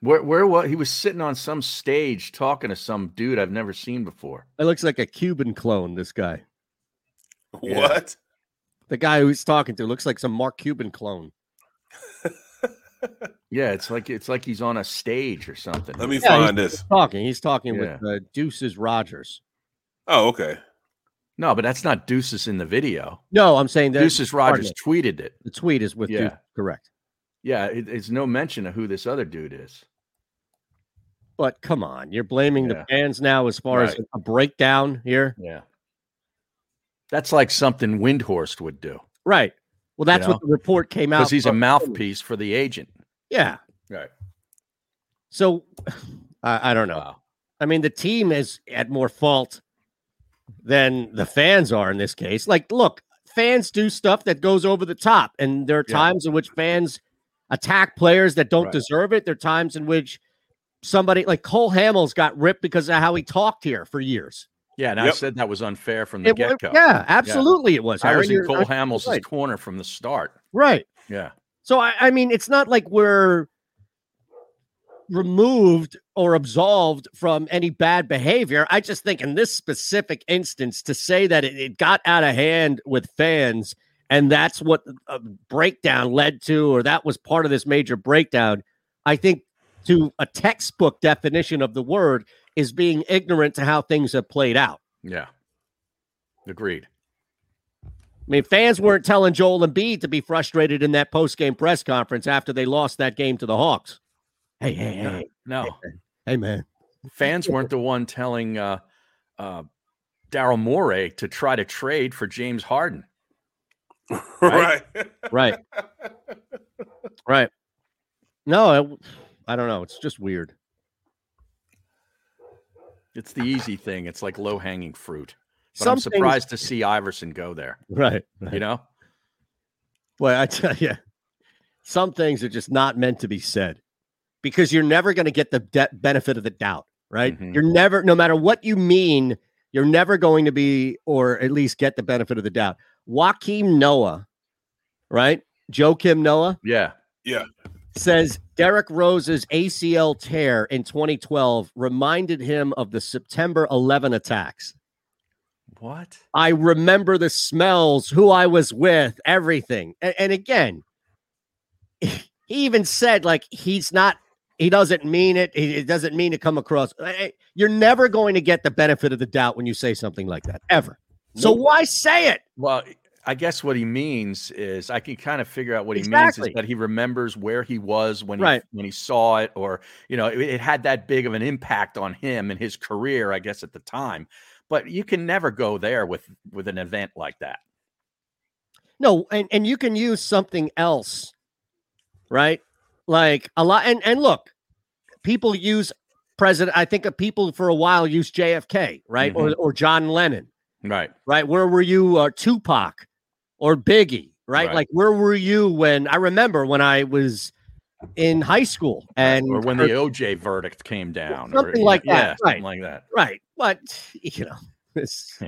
Speaker 2: Where where was he was sitting on some stage talking to some dude I've never seen before.
Speaker 1: It looks like a Cuban clone, this guy.
Speaker 2: Yeah.
Speaker 3: What?
Speaker 1: The guy who he's talking to looks like some Mark Cuban clone.
Speaker 2: Yeah, it's like it's like he's on a stage or something.
Speaker 3: Let me
Speaker 1: Yeah, he's-
Speaker 3: find
Speaker 1: He's
Speaker 3: this.
Speaker 1: talking. He's talking
Speaker 2: Yeah.
Speaker 1: with uh, Deuces Rogers.
Speaker 3: Oh, okay.
Speaker 2: No, but that's not Deuces in the video.
Speaker 1: No, I'm saying that
Speaker 2: Deuces Rogers
Speaker 1: pardon
Speaker 2: tweeted it.
Speaker 1: me, The tweet is with
Speaker 2: Yeah.
Speaker 1: Deuces, correct.
Speaker 2: Yeah, it, it's no mention of who this other dude is.
Speaker 1: But come on, you're blaming
Speaker 2: Yeah.
Speaker 1: the fans now as far as
Speaker 2: Right.
Speaker 1: a breakdown here,
Speaker 2: Yeah. That's like something Windhorst would do
Speaker 1: right? Well, that's
Speaker 2: You know?
Speaker 1: what the report came out
Speaker 2: because he's a
Speaker 1: from.
Speaker 2: mouthpiece for the agent.
Speaker 1: Yeah.
Speaker 2: Right.
Speaker 1: So I, I don't know. I mean, the team is at more fault than the fans are in this case. Like, look, fans do stuff that goes over the top, and there are
Speaker 2: Yeah.
Speaker 1: times in which fans attack players that don't
Speaker 2: Right.
Speaker 1: deserve it. There are times in which somebody like Cole Hamels got ripped because of how he talked here for years.
Speaker 2: Yeah, and I
Speaker 3: Yep.
Speaker 2: said that was unfair from the
Speaker 1: It wa-
Speaker 2: get go.
Speaker 1: yeah, absolutely, it was.
Speaker 2: I
Speaker 1: Harry.
Speaker 2: was in
Speaker 1: You're-
Speaker 2: Cole
Speaker 1: I-
Speaker 2: Hamels'
Speaker 1: right.
Speaker 2: corner from the start.
Speaker 1: right.
Speaker 2: Yeah.
Speaker 1: So I, I mean, it's not like we're removed or absolved from any bad behavior. I just think in this specific instance, to say that it, it got out of hand with fans and that's what a breakdown led to, or that was part of this major breakdown, I think to a textbook definition of the word is being ignorant to how things have played out.
Speaker 2: Yeah. Agreed.
Speaker 1: I mean, fans weren't telling Joel Embiid to be frustrated in that post-game press conference after they lost that game to the Hawks. Hey, hey, hey, hey,
Speaker 2: No.
Speaker 1: hey, man.
Speaker 2: Fans weren't the one telling uh uh Daryl Morey to try to trade for James Harden.
Speaker 3: Right.
Speaker 1: Right, right. No, I, I don't know. It's just weird.
Speaker 2: It's the easy thing. It's like low hanging fruit. But
Speaker 1: Some
Speaker 2: I'm
Speaker 1: things-
Speaker 2: surprised to see Iverson go there.
Speaker 1: Right.
Speaker 2: You know?
Speaker 1: Well, I tell you, some things are just not meant to be said because you're never going to get the de- benefit of the doubt, right?
Speaker 2: Mhm.
Speaker 1: You're never, no matter what you mean, you're never going to be, or at least get the benefit of the doubt. Joaquim Noah, right? Joakim Noah.
Speaker 2: Yeah.
Speaker 3: Yeah.
Speaker 1: says Derek Rose's ACL tear in 2012 reminded him of the September 11 attacks.
Speaker 2: What?
Speaker 1: I remember the smells, who I was with, everything. A- And, again, he even said, like, he's not, he doesn't mean it. He- It doesn't mean to come across. Eh, eh, You're never going to get the benefit of the doubt when you say something like that, ever. So
Speaker 2: Nope.
Speaker 1: why say it?
Speaker 2: Well, e, I guess what he means is I can kind of figure out what he means
Speaker 1: Exactly.
Speaker 2: is that he remembers where he was when
Speaker 1: Right.
Speaker 2: he when he saw it, or you know, it, it had that big of an impact on him and his career, I guess, at the time. But you can never go there with with an event like that.
Speaker 1: No, and, and you can use something else, right? Like a lot and, and look, people use president. I think of people for a while use JFK, right? Or
Speaker 2: Mhm.
Speaker 1: or John Lennon,
Speaker 2: Right.
Speaker 1: right? Where were you uh, Tupac or Biggie, right?
Speaker 2: Right.
Speaker 1: Like where were you when I remember when I was in high school and
Speaker 2: Or when the OJ verdict came down. or-
Speaker 1: something like
Speaker 2: yeah,
Speaker 1: that,
Speaker 2: Something
Speaker 1: right.
Speaker 2: like that.
Speaker 1: Right. But you know, this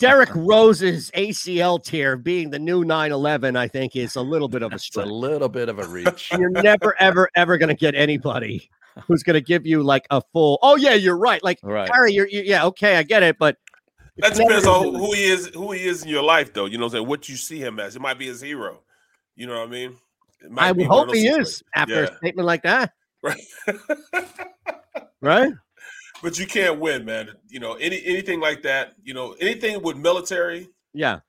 Speaker 1: Derek Rose's ACL tear being the new 9-11, I think, is a little bit of a
Speaker 2: It's a
Speaker 1: stretch.
Speaker 2: little bit of a reach.
Speaker 1: You're never, ever, ever gonna get anybody who's gonna give you like a full, oh yeah, you're right. Like
Speaker 2: Right.
Speaker 1: Harry, you're you, yeah, okay, I get it, but it's
Speaker 3: That
Speaker 1: never
Speaker 3: depends
Speaker 1: gonna
Speaker 3: on
Speaker 1: be-
Speaker 3: who he is, who he is in your life, though. You know, what I'm saying what you see him as. It might be his hero. You know what I mean? It might
Speaker 1: I
Speaker 3: be
Speaker 1: would
Speaker 3: one of
Speaker 1: hope he
Speaker 3: those
Speaker 1: is
Speaker 3: situations.
Speaker 1: after
Speaker 3: Yeah.
Speaker 1: a statement like that.
Speaker 3: Right.
Speaker 1: right?
Speaker 3: But you can't win, man. You know, any anything like that. You know, anything with military,
Speaker 1: Yeah.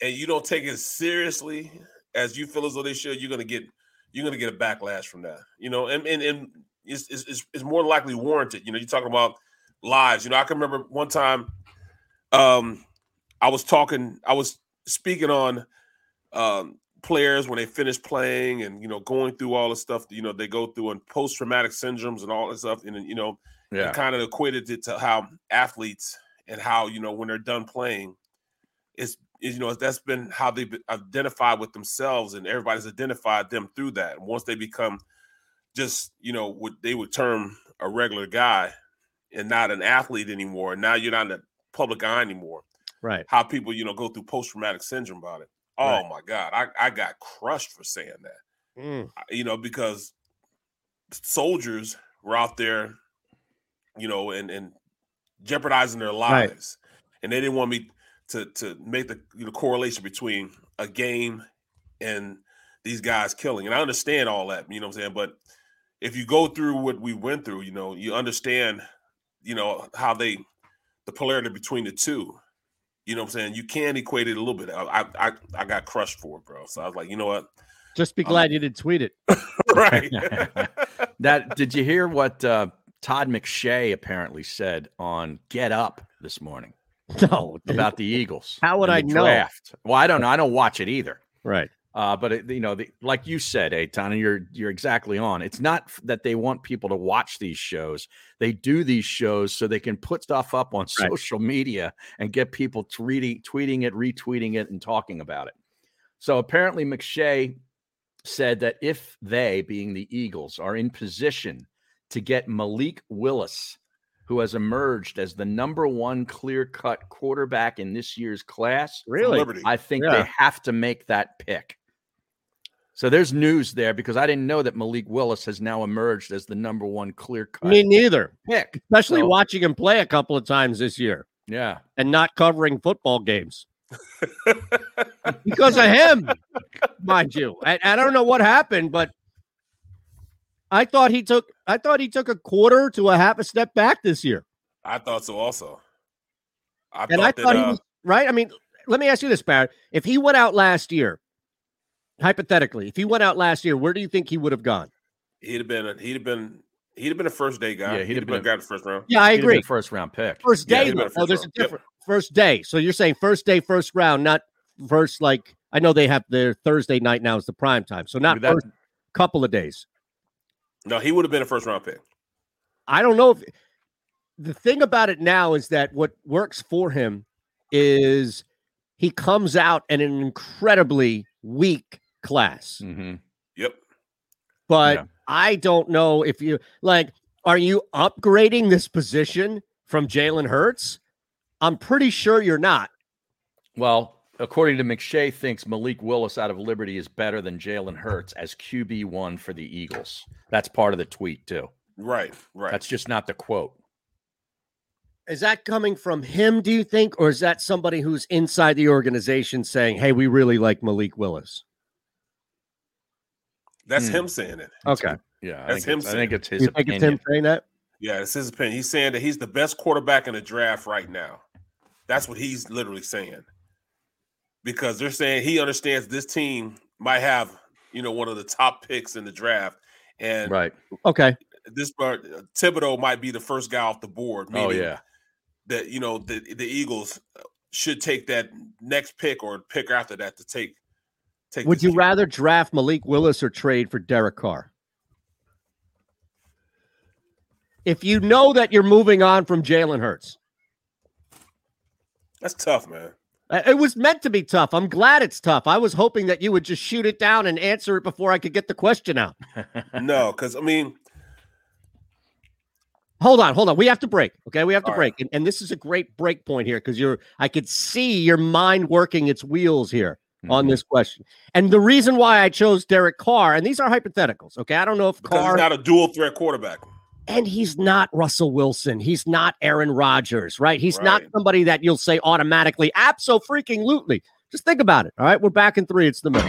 Speaker 3: and you don't take it seriously as you feel as though they should, you're gonna get you're gonna get a backlash from that. You know, and and, and it's, it's it's it's more than likely warranted. You know, you're talking about lives. You know, I can remember one time um I was talking, I was speaking on um players when they finish playing and you know going through all the stuff that, you know they go through and post-traumatic syndromes and all that stuff and then, you know
Speaker 2: Yeah.
Speaker 3: kind of equated it to how athletes and how you know when they're done playing it's is, you know that's been how they identified with themselves and everybody's identified them through that and once they become just you know what they would term a regular guy and not an athlete anymore and now you're not in the public eye anymore
Speaker 1: Right.
Speaker 3: how people you know go through post-traumatic syndrome about it oh
Speaker 1: Right.
Speaker 3: my god I, I got crushed for saying that
Speaker 1: Mm.
Speaker 3: I- you know, because soldiers were out there, you know, and and jeopardizing their
Speaker 1: Right.
Speaker 3: lives, and they didn't want me to to make the you know, correlation between a game and these guys killing. And I understand all that, you know what I'm saying, but if you go through what we went through, you know, you understand, you know, how they the polarity between the two. You know what I'm saying? You can equate it a little bit. I I I- I got crushed for it, bro. So I was like, you know what?
Speaker 1: Just be glad you didn't tweet it.
Speaker 3: right.
Speaker 2: that did you hear what uh, Todd McShay apparently said on Get Up this morning?
Speaker 1: No,
Speaker 2: about the Eagles.
Speaker 1: How would
Speaker 2: and
Speaker 1: I
Speaker 2: the
Speaker 1: know?
Speaker 2: Well, I don't know. I don't watch it either.
Speaker 1: Right.
Speaker 2: Uh, but it, you know, the, like you said, Aton, and you're you're exactly on. It's not f- that they want people to watch these shows. They do these shows so they can put stuff up on
Speaker 1: Right.
Speaker 2: social media and get people tweeting, tweeting it, retweeting it, and talking about it. So apparently, McShay said that if they, being the Eagles, are in position to get Malik Willis, who has emerged as the number one clear cut quarterback in this year's class,
Speaker 1: Really? Liberty.
Speaker 2: I think
Speaker 1: Yeah.
Speaker 2: they have to make that pick. So there's news there because I didn't know that Malik Willis has now emerged as the number one clear cut.
Speaker 1: Me neither.
Speaker 2: Pick.
Speaker 1: Especially
Speaker 2: So-
Speaker 1: watching him play a couple of times this year.
Speaker 2: Yeah.
Speaker 1: And not covering football games. because of him, mind you. I, I don't know what happened, but I thought he took I thought he took a quarter to a half a step back this year.
Speaker 3: I thought so also. I
Speaker 1: and
Speaker 3: thought
Speaker 1: I
Speaker 3: that
Speaker 1: thought he
Speaker 3: uh,
Speaker 1: was right. I mean, let me ask you this, Barrett. If he went out last year, hypothetically, if he went out last year, where do you think he would have gone?
Speaker 3: he'd have been a, he'd have been he'd have been a first day guy.
Speaker 2: Yeah, he'd have been a-
Speaker 3: guy the first round.
Speaker 1: Yeah, I
Speaker 2: He'd have been
Speaker 1: agree.
Speaker 2: a First round pick.
Speaker 1: First
Speaker 3: Yeah,
Speaker 1: day.
Speaker 3: he'd been
Speaker 1: though.
Speaker 3: a first
Speaker 1: oh, there's a
Speaker 3: round. Yep.
Speaker 1: different first day. So you're saying first day, first round, not first like I know they have their Thursday night now is the prime time. So not
Speaker 3: That-
Speaker 1: first couple of days.
Speaker 3: No, he would have been a first round pick.
Speaker 1: I don't know if the thing about it now is that what works for him is he comes out in an incredibly weak
Speaker 3: Mm,
Speaker 1: class.
Speaker 2: Mm-hmm.
Speaker 3: Yep.
Speaker 1: But
Speaker 2: Yeah.
Speaker 1: I don't know if you like, are you upgrading this position from Jalen Hurts? I'm pretty sure you're not.
Speaker 2: Well, according to McShay, thinks Malik Willis out of Liberty is better than Jalen Hurts as QB one for the Eagles. That's part of the tweet too.
Speaker 3: Right, right.
Speaker 2: That's just not the quote.
Speaker 1: Is that coming from him, do you think? Or is that somebody who's inside the organization saying, hey, we really like Malik Willis?
Speaker 3: That's
Speaker 2: Hmm.
Speaker 3: him saying it.
Speaker 1: Okay.
Speaker 2: Yeah, I
Speaker 3: That's
Speaker 2: think it's-
Speaker 3: him
Speaker 2: I think
Speaker 3: saying it.
Speaker 2: it's his
Speaker 1: you think it's him
Speaker 2: opinion.
Speaker 1: saying that?
Speaker 3: Yeah, it's his opinion. He's saying that he's the best quarterback in the draft right now. That's what he's literally saying. Because they're saying he understands this team might have, you know, one of the top picks in the draft. And
Speaker 2: Right.
Speaker 1: Okay.
Speaker 3: this part uh, Thibodeau might be the first guy off the board.
Speaker 2: Oh
Speaker 3: meaning
Speaker 2: yeah.
Speaker 3: that you know the the Eagles uh, should take that next pick or pick after that to take. Take
Speaker 1: Would you rather draft Malik Willis or trade for Derek Carr? If you know that you're moving on from Jalen Hurts,
Speaker 3: That's tough, man.
Speaker 1: Uh, it was meant to be tough. I'm glad it's tough. I was hoping that you would just shoot it down and answer it before I could get the question out.
Speaker 3: no, because I mean,
Speaker 1: Hold on, hold on. We have to break. Okay, we have to
Speaker 3: All right.
Speaker 1: break, and, and this is a great break point here because you're. I could see your mind working its wheels here on
Speaker 3: Mm-hmm.
Speaker 1: this question, and the reason why I chose Derek Carr, and these are hypotheticals. Okay, I don't know if
Speaker 3: because
Speaker 1: Carr
Speaker 3: he's not a dual threat quarterback.
Speaker 1: and he's not Russell Wilson. He's not Aaron Rodgers, right? He's not somebody that you'll say automatically, abso freaking lutely. Just think about it. All right, we're back in three. It's the middle.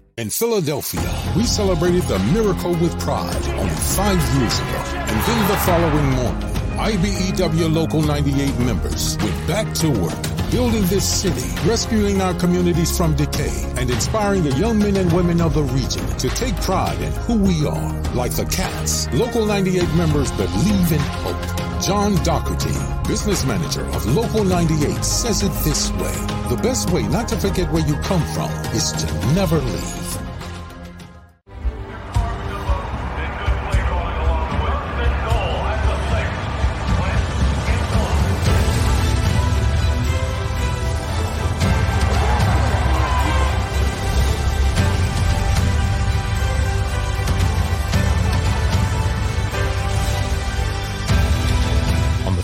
Speaker 7: In Philadelphia, we celebrated the miracle with pride only five years ago. And then the following morning, IBEW Local 98 members went back to work, building this city, rescuing our communities from decay, and inspiring the young men and women of the region to take pride in who we are. Like the Cats, Local 98 members believe in hope. John Doherty, business manager of Local 98, says it this way. The best way not to forget where you come from is to never leave.
Speaker 11: On the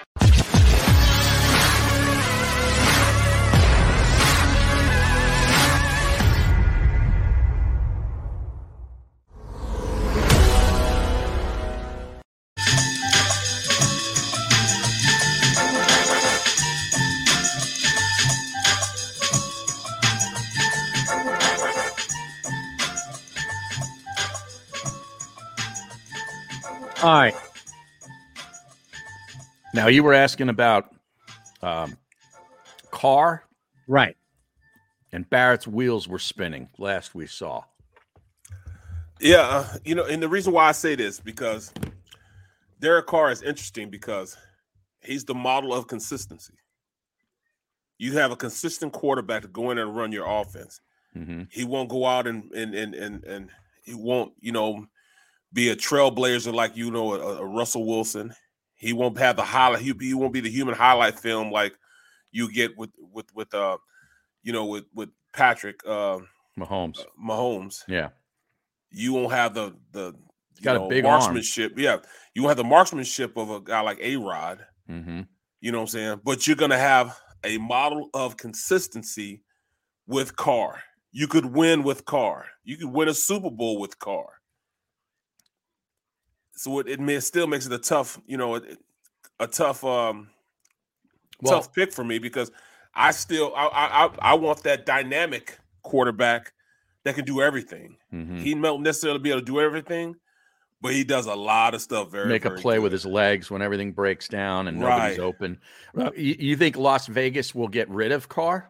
Speaker 1: All right.
Speaker 2: Now you were asking about um, Carr,
Speaker 1: right?
Speaker 2: And Barrett's wheels were spinning last we saw.
Speaker 3: Yeah, uh, you know, and the reason why I say this because Derek Carr is interesting because he's the model of consistency. You have a consistent quarterback to go in and run your offense.
Speaker 2: Mhm.
Speaker 3: He won't go out and and and and, and he won't, you know, be a trailblazer like you know a, a Russell Wilson. He won't have the highlight. He, he won't be the human highlight film like you get with with with uh, you know, with with Patrick uh,
Speaker 2: Mahomes.
Speaker 3: Mahomes
Speaker 2: Yeah.
Speaker 3: you won't have the the you
Speaker 2: got a
Speaker 3: know,
Speaker 2: big arm.
Speaker 3: marksmanship. Yeah, you won't have the marksmanship of a guy like A Rod.
Speaker 2: Mm-hmm.
Speaker 3: You know what I'm saying? But you're gonna have a model of consistency with Carr. You could win with Carr. You could win a Super Bowl with Carr. So it, it, may, it still makes it a tough, you know, a, a tough, um,
Speaker 2: Well-
Speaker 3: tough pick for me because I still I, I I- I want that dynamic quarterback that can do everything.
Speaker 2: Mm-hmm. Hmm.
Speaker 3: He won't necessarily be able to do everything, but he does a lot of stuff. Very
Speaker 2: make a
Speaker 3: very
Speaker 2: play with his legs when everything breaks down and
Speaker 3: Right.
Speaker 2: nobody's open. Uh, You, you think Las Vegas will get rid of Carr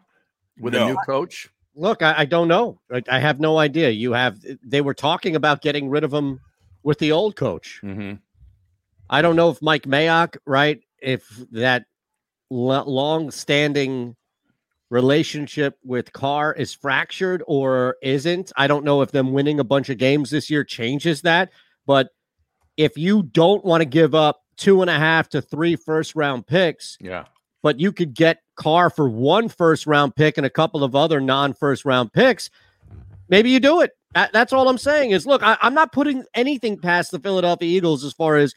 Speaker 2: with a new coach?
Speaker 1: Look, I, I don't know. I, I have no idea. You have they were talking about getting rid of him with the old coach.
Speaker 2: Mm-hmm.
Speaker 1: I don't know if Mike Mayock, right? If that l- long-standing relationship with Carr is fractured or isn't. I don't know if them winning a bunch of games this year changes that. But if you don't want to give up two and a half to three first-round picks,
Speaker 2: yeah,
Speaker 1: but you could get Carr for one first round pick and a couple of other non first round picks. Maybe you do it. That- That's all I'm saying is look, I, I'm not putting anything past the Philadelphia Eagles as far as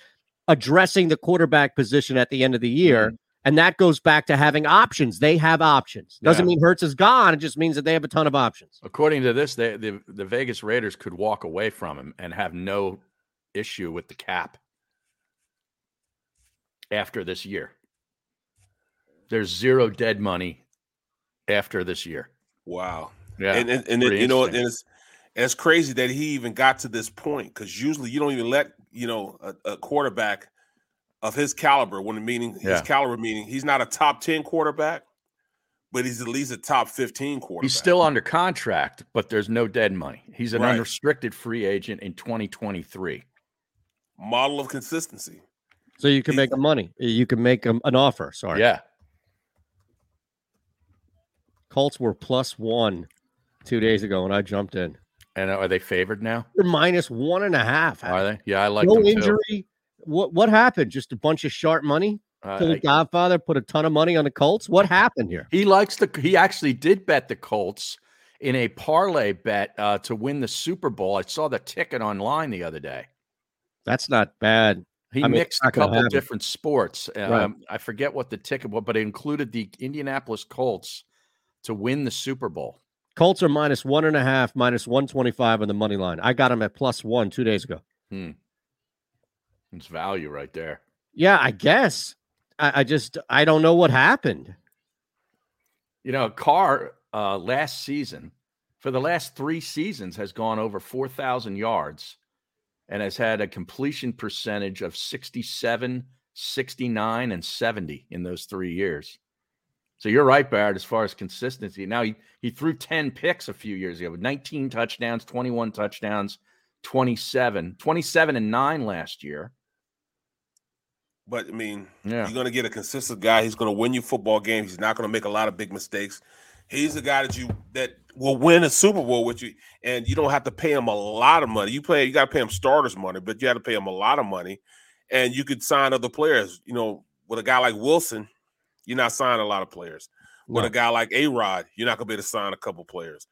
Speaker 1: addressing the quarterback position at the end of the year. And that goes back to having options. They have options. Doesn't
Speaker 2: Yeah.
Speaker 1: mean Hertz is gone. It just means that they have a ton of options.
Speaker 2: According to this, they, the the Vegas Raiders could walk away from him and have no issue with the cap after this year. There's zero dead money after this year.
Speaker 3: Wow.
Speaker 2: Yeah,
Speaker 3: and and, and it-
Speaker 2: pretty
Speaker 3: you know what?
Speaker 2: interesting.
Speaker 3: And it's and it's crazy that he even got to this point because usually you don't even let you know a, a quarterback of his caliber. When meaning his
Speaker 2: Yeah.
Speaker 3: caliber meaning he's not a top ten quarterback, but he's at least a top fifteen quarterback.
Speaker 2: He's still under contract, but there's no dead money. He's an
Speaker 3: Right.
Speaker 2: unrestricted free agent in 2023.
Speaker 3: Model of consistency.
Speaker 1: So you can make them money. You can make them an offer. Sorry.
Speaker 2: Yeah.
Speaker 1: Colts were plus one two days ago, and I jumped in.
Speaker 2: And are they favored now?
Speaker 1: They're minus one and a half.
Speaker 2: Are they? Yeah, I like
Speaker 1: no
Speaker 2: them too.
Speaker 1: injury. What what happened? Just a bunch of sharp money.
Speaker 2: Uh,
Speaker 1: So the
Speaker 2: I-
Speaker 1: Godfather put a ton of money on the Colts. What happened here?
Speaker 2: He likes the. He actually did bet the Colts in a parlay bet uh, to win the Super Bowl. I saw the ticket online the other day.
Speaker 1: That's not bad.
Speaker 2: He
Speaker 1: I mean, it's
Speaker 2: mixed a
Speaker 1: not gonna
Speaker 2: couple
Speaker 1: happen.
Speaker 2: different sports. Um,
Speaker 1: Right.
Speaker 2: I forget what the ticket was, but it included the Indianapolis Colts to win the Super Bowl.
Speaker 1: Colts are minus one and a half, minus one twenty five on the money line. I got them at plus one two days ago.
Speaker 2: Hmm. It's value right there.
Speaker 1: Yeah, I guess. I, I just I don't know what happened.
Speaker 2: You know, Carr uh, last season, for the last three seasons, has gone over 4,000 yards and has had a completion percentage of 67, 69, and 70 in those three years. So you're right, Barrett, as far as consistency. Now, he, he threw 10 picks a few years ago with 19 touchdowns, 21 touchdowns, 27, 27 and 9 last year.
Speaker 3: But I mean,
Speaker 2: Yeah.
Speaker 3: you're gonna get a consistent guy. He's gonna win you football games. He's not gonna make a lot of big mistakes. He's the guy that you that will win a Super Bowl with you, and you don't have to pay him a lot of money. You play, you gotta pay him starters money, but you have to pay him a lot of money, and you could sign other players. You know, with a guy like Wilson, you're not signing a lot of players. With a guy like A Rod, you're not gonna be able to sign a couple players.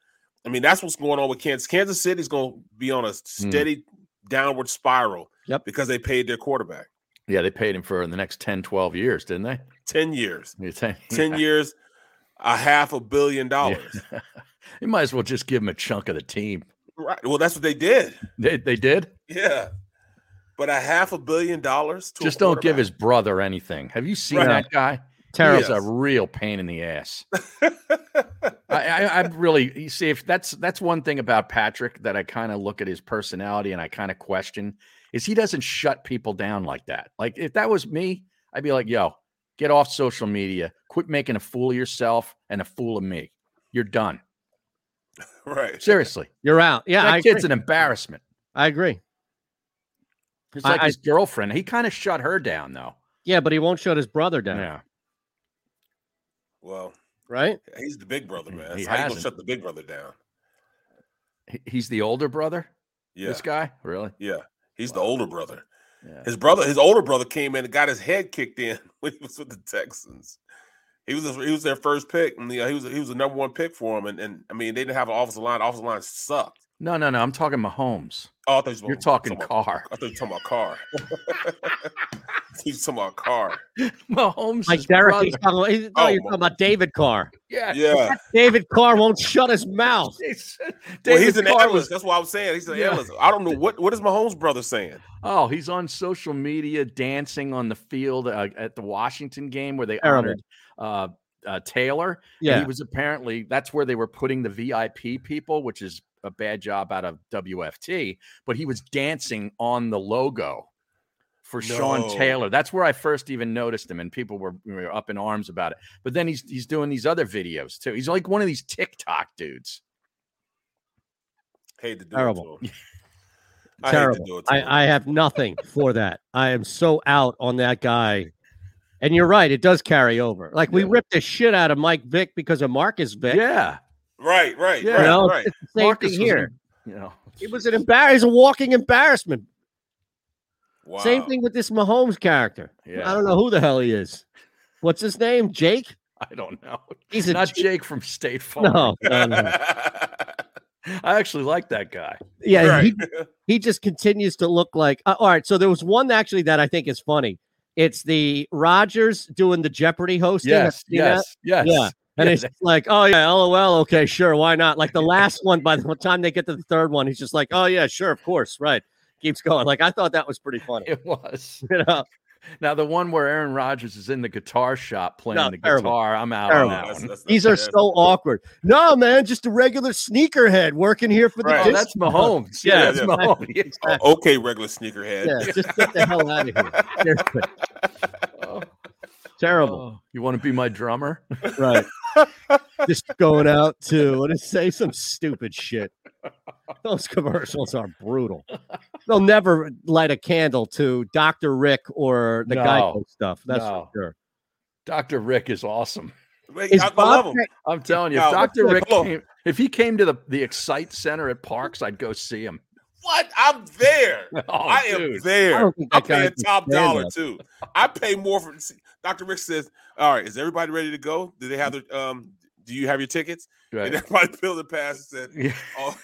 Speaker 3: I mean, that's what's going on with Kansas. Kansas City's gonna be on a steady downward spiral
Speaker 1: yep.
Speaker 3: because they paid their quarterback.
Speaker 2: Yeah, they paid him for the next 10, 12 years, didn't they?
Speaker 3: 10 years.
Speaker 2: You think-
Speaker 3: 10 years, a half a billion dollars.
Speaker 2: You might as well just give him a chunk of the team.
Speaker 3: Right. Well, that's what they did.
Speaker 2: They, they did.
Speaker 3: Yeah. But a half a billion dollars to a
Speaker 2: Just don't give
Speaker 3: quarterback.
Speaker 2: his brother anything. Have you seen
Speaker 3: Right.
Speaker 2: that guy?
Speaker 3: Terrible.
Speaker 2: He's a real pain in the ass. I, I, I'm really. You see, if that's that's one thing about Patrick that I kind of look at his personality and I kind of question is he doesn't shut people down like that. Like if that was me, I'd be like, "Yo, get off social media. Quit making a fool of yourself and a fool of me. You're done.
Speaker 3: Right.
Speaker 2: Seriously,
Speaker 1: You're out. Yeah,
Speaker 2: that
Speaker 1: I
Speaker 2: kid's
Speaker 1: agree.
Speaker 2: an embarrassment."
Speaker 1: I agree.
Speaker 2: It's
Speaker 1: I-
Speaker 2: like
Speaker 1: I-
Speaker 2: his girlfriend. He kind of shut her down though.
Speaker 1: Yeah, but he won't shut his brother down.
Speaker 2: Yeah.
Speaker 3: Well,
Speaker 1: Right?
Speaker 3: he's the big brother, man.
Speaker 2: He
Speaker 3: That's how you gonna
Speaker 2: hasn't.
Speaker 3: shut the big brother down.
Speaker 2: He- He's the older brother.
Speaker 3: Yeah.
Speaker 2: This guy, really?
Speaker 3: Yeah. He's the older brother.
Speaker 2: Yeah.
Speaker 3: His brother, his older brother came in and got his head kicked in when he was with the Texans. He was he was their first pick, and yeah, he was he was the number one pick for him. And, and I mean, they didn't have an offensive line. The offensive line sucked.
Speaker 2: No, no, no. I'm talking Mahomes.
Speaker 3: Oh, I thought you were
Speaker 2: You're talking
Speaker 3: about-
Speaker 2: car.
Speaker 3: I thought you were talking about car. He's talking about Carr.
Speaker 2: Mahomes.
Speaker 1: Like Derek, he's talking, about- he's, no,
Speaker 3: Oh,
Speaker 1: you're talking about David Carr.
Speaker 2: Yeah.
Speaker 3: Yeah.
Speaker 1: David Carr won't shut his mouth.
Speaker 3: well, he's
Speaker 2: David
Speaker 3: an
Speaker 2: Carr
Speaker 3: analyst.
Speaker 2: was-
Speaker 3: That's what I was saying. He's an
Speaker 2: Yeah.
Speaker 3: analyst. I don't know what what is Mahomes' brother saying.
Speaker 2: Oh, he's on social media dancing on the field uh, at the Washington game where they
Speaker 1: Terrible.
Speaker 2: honored uh, uh, Taylor. And
Speaker 1: Yeah.
Speaker 2: he was apparently that's where they were putting the VIP people, which is a bad job out of WFT. But he was dancing on the logo for Sean
Speaker 3: No.
Speaker 2: Taylor. That's where I first even noticed him, and people were, were up in arms about it. But then he's he's doing these other videos too. He's like one of these TikTok dudes.
Speaker 3: Hate to do
Speaker 1: Terrible.
Speaker 3: it. To him. I hate to do
Speaker 1: Terrible.
Speaker 3: it to him.
Speaker 1: I, I have nothing for that. I am so out on that guy. And you're right, it does carry over. Like we ripped the shit out of Mike Vick because of Marcus Vick.
Speaker 2: Yeah.
Speaker 3: Right, right,
Speaker 1: You
Speaker 3: right,
Speaker 1: know,
Speaker 3: right.
Speaker 1: it's the same
Speaker 2: Marcus
Speaker 1: thing
Speaker 2: was
Speaker 1: here.
Speaker 2: in- You know,
Speaker 1: It was an embar- he's a walking embarrassment.
Speaker 3: Wow.
Speaker 1: Same thing with this Mahomes character.
Speaker 2: Yeah.
Speaker 1: I don't know who the hell he is. What's his name? Jake?
Speaker 2: I don't know.
Speaker 1: He's a
Speaker 2: not
Speaker 1: Jake-
Speaker 2: Jake from State Farm.
Speaker 1: No, no, no.
Speaker 2: I actually like that guy.
Speaker 1: Yeah,
Speaker 3: Right.
Speaker 1: he, he just continues to look like. uh, all right, so there was one actually that I think is funny. It's the Rogers doing the Jeopardy hosting. Have
Speaker 2: Yes,
Speaker 1: you seen that?
Speaker 2: yes, yes.
Speaker 1: yeah. And
Speaker 2: Yeah,
Speaker 1: it's
Speaker 2: that-
Speaker 1: like, oh yeah, lol, okay, sure, why not? Like the last one, by the time they get to the third one, he's just like, oh yeah, sure, of course, right. Keeps going. Like I thought that was pretty funny.
Speaker 2: It was.
Speaker 1: You know?
Speaker 2: Now the one where Aaron Rodgers is in the guitar shop playing
Speaker 1: No,
Speaker 2: the
Speaker 1: terrible.
Speaker 2: guitar. I'm out
Speaker 1: Terrible.
Speaker 2: on that
Speaker 3: That's-
Speaker 2: one.
Speaker 3: that's-
Speaker 1: These are
Speaker 3: that's-
Speaker 1: so awkward. No, man, just a regular sneakerhead working here for the.
Speaker 3: Right.
Speaker 2: Oh, that's
Speaker 1: discount.
Speaker 2: Mahomes. Yeah,
Speaker 3: Yeah,
Speaker 2: that's
Speaker 3: yeah.
Speaker 2: Mahomes. Yeah.
Speaker 3: Okay, regular sneakerhead.
Speaker 1: Yeah, just get the hell out of here. Seriously. Terrible.
Speaker 2: Oh, you want to be my drummer?
Speaker 1: Right. Just going out to what is say some stupid shit. Those commercials are brutal. They'll never light a candle to Dr. Rick or the
Speaker 2: No.
Speaker 1: Geico stuff. That's
Speaker 2: No.
Speaker 1: for sure.
Speaker 2: Dr. Rick is awesome.
Speaker 3: Wait,
Speaker 1: Is
Speaker 3: I, I
Speaker 1: Bob
Speaker 3: love him.
Speaker 1: Craig-
Speaker 2: I'm telling you, if
Speaker 3: No,
Speaker 2: Dr. Rick
Speaker 3: hello.
Speaker 2: came, if he came to the, the Excite Center at Parks, I'd go see him.
Speaker 3: What? I'm there.
Speaker 2: Oh,
Speaker 3: I am
Speaker 2: dude.
Speaker 1: I
Speaker 3: there.
Speaker 1: don't think
Speaker 3: I
Speaker 1: that guy
Speaker 3: pay a
Speaker 1: can
Speaker 3: top
Speaker 1: stand
Speaker 3: dollar
Speaker 1: that.
Speaker 3: too. I pay more for. see, Dr. Rick says, "All right, is everybody ready to go? Do they have their um? Do you have your tickets?" And
Speaker 2: Right.
Speaker 3: everybody filled the pass and said,
Speaker 2: Yeah,
Speaker 3: "Oh."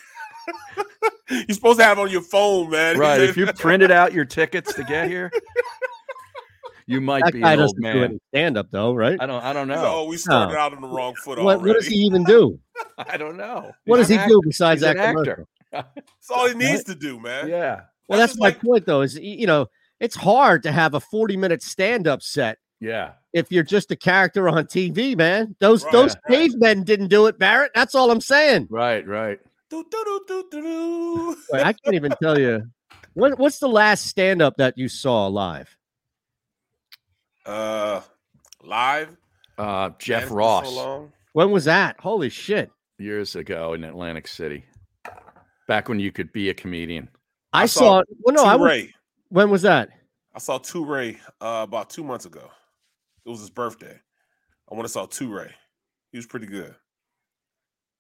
Speaker 3: You're supposed to have it on your phone, man. He
Speaker 2: right.
Speaker 3: said-
Speaker 2: If you printed out your tickets to get here, you might
Speaker 1: That
Speaker 2: be
Speaker 1: guy
Speaker 2: an old
Speaker 1: doesn't do
Speaker 2: man.
Speaker 1: any stand up though, right?
Speaker 2: I don't I don't
Speaker 3: He's
Speaker 2: know.
Speaker 3: like, oh, we started out on the wrong foot
Speaker 1: What, what
Speaker 3: already.
Speaker 1: does he even do?
Speaker 2: I don't know.
Speaker 1: What
Speaker 2: He's
Speaker 1: does he
Speaker 2: an
Speaker 1: do
Speaker 2: actor.
Speaker 1: besides
Speaker 2: He's
Speaker 1: that
Speaker 2: an
Speaker 1: commercial?
Speaker 2: actor.
Speaker 3: That's all he needs to do, man.
Speaker 2: Yeah.
Speaker 1: Well,
Speaker 3: That's
Speaker 1: that's,
Speaker 3: just
Speaker 1: my
Speaker 3: like-
Speaker 1: point, though. Is y- you know, it's hard to have a forty-minute stand-up set
Speaker 2: Yeah.
Speaker 1: if you're just a character on TV, man. Those
Speaker 3: Right,
Speaker 1: those
Speaker 3: right.
Speaker 1: cavemen didn't do it, Barrett. That's all I'm saying.
Speaker 2: Right, right.
Speaker 3: Do, do, do, do, do, do.
Speaker 1: Wait, I can't even tell you. What, what's the last stand-up that you saw live?
Speaker 3: Uh, live.
Speaker 2: Uh
Speaker 3: Man,
Speaker 2: Jeff
Speaker 3: it's been so
Speaker 2: Ross
Speaker 3: long.
Speaker 1: When was that? Holy shit!
Speaker 2: years ago in Atlantic City. Back when you could be a comedian.
Speaker 1: I,
Speaker 3: I
Speaker 1: saw.
Speaker 3: saw
Speaker 1: Well, no, I
Speaker 3: Two
Speaker 1: was,
Speaker 3: Ray.
Speaker 1: when was that?
Speaker 3: I saw Two Ray uh, about two months ago. It was his birthday. I went and saw Two Ray. He was pretty good.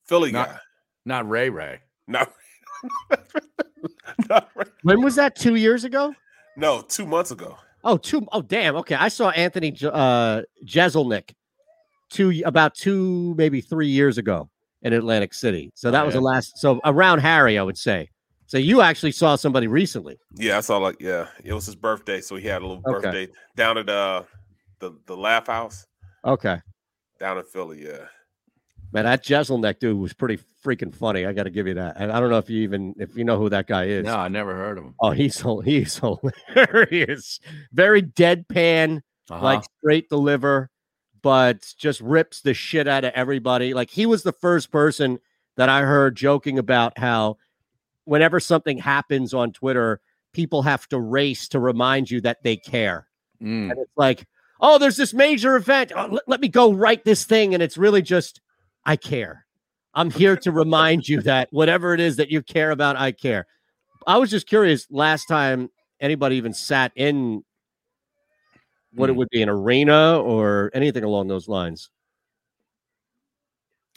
Speaker 3: Philly
Speaker 2: Not-
Speaker 3: guy.
Speaker 2: Not Ray Ray.
Speaker 3: Not, not right.
Speaker 1: When was that? Two years ago?
Speaker 3: No, two months ago.
Speaker 1: Oh, two oh damn. Okay, I saw Anthony J- uh, Jeselnik two about two maybe three years ago in Atlantic City. So that
Speaker 2: Oh,
Speaker 1: was
Speaker 2: yeah.
Speaker 1: the last. So around Harry, I would say. So you actually saw somebody recently.
Speaker 3: Yeah, I saw like yeah, it was his birthday, so he had a little
Speaker 1: Okay.
Speaker 3: birthday down at uh the the Laugh House
Speaker 1: Okay,
Speaker 3: down in Philly. Yeah,
Speaker 1: man, that Jeselnik dude was pretty freaking funny. I got to give you that. And I don't know if you even if you know who that guy is.
Speaker 2: No, I never heard of him.
Speaker 1: Oh, he's hil- he's hilarious. Very deadpan.
Speaker 2: Uh-huh.
Speaker 1: like straight deliver, but just rips the shit out of everybody. Like he was the first person that I heard joking about how whenever something happens on Twitter, people have to race to remind you that they care.
Speaker 2: Mm.
Speaker 1: And it's like, oh, there's this major event. Oh, let, let me go write this thing. And it's really just, I care. I'm here to remind you that whatever it is that you care about, I care. I was just curious last time anybody even sat in what it
Speaker 2: Hmm.
Speaker 1: would be an arena or anything along those lines.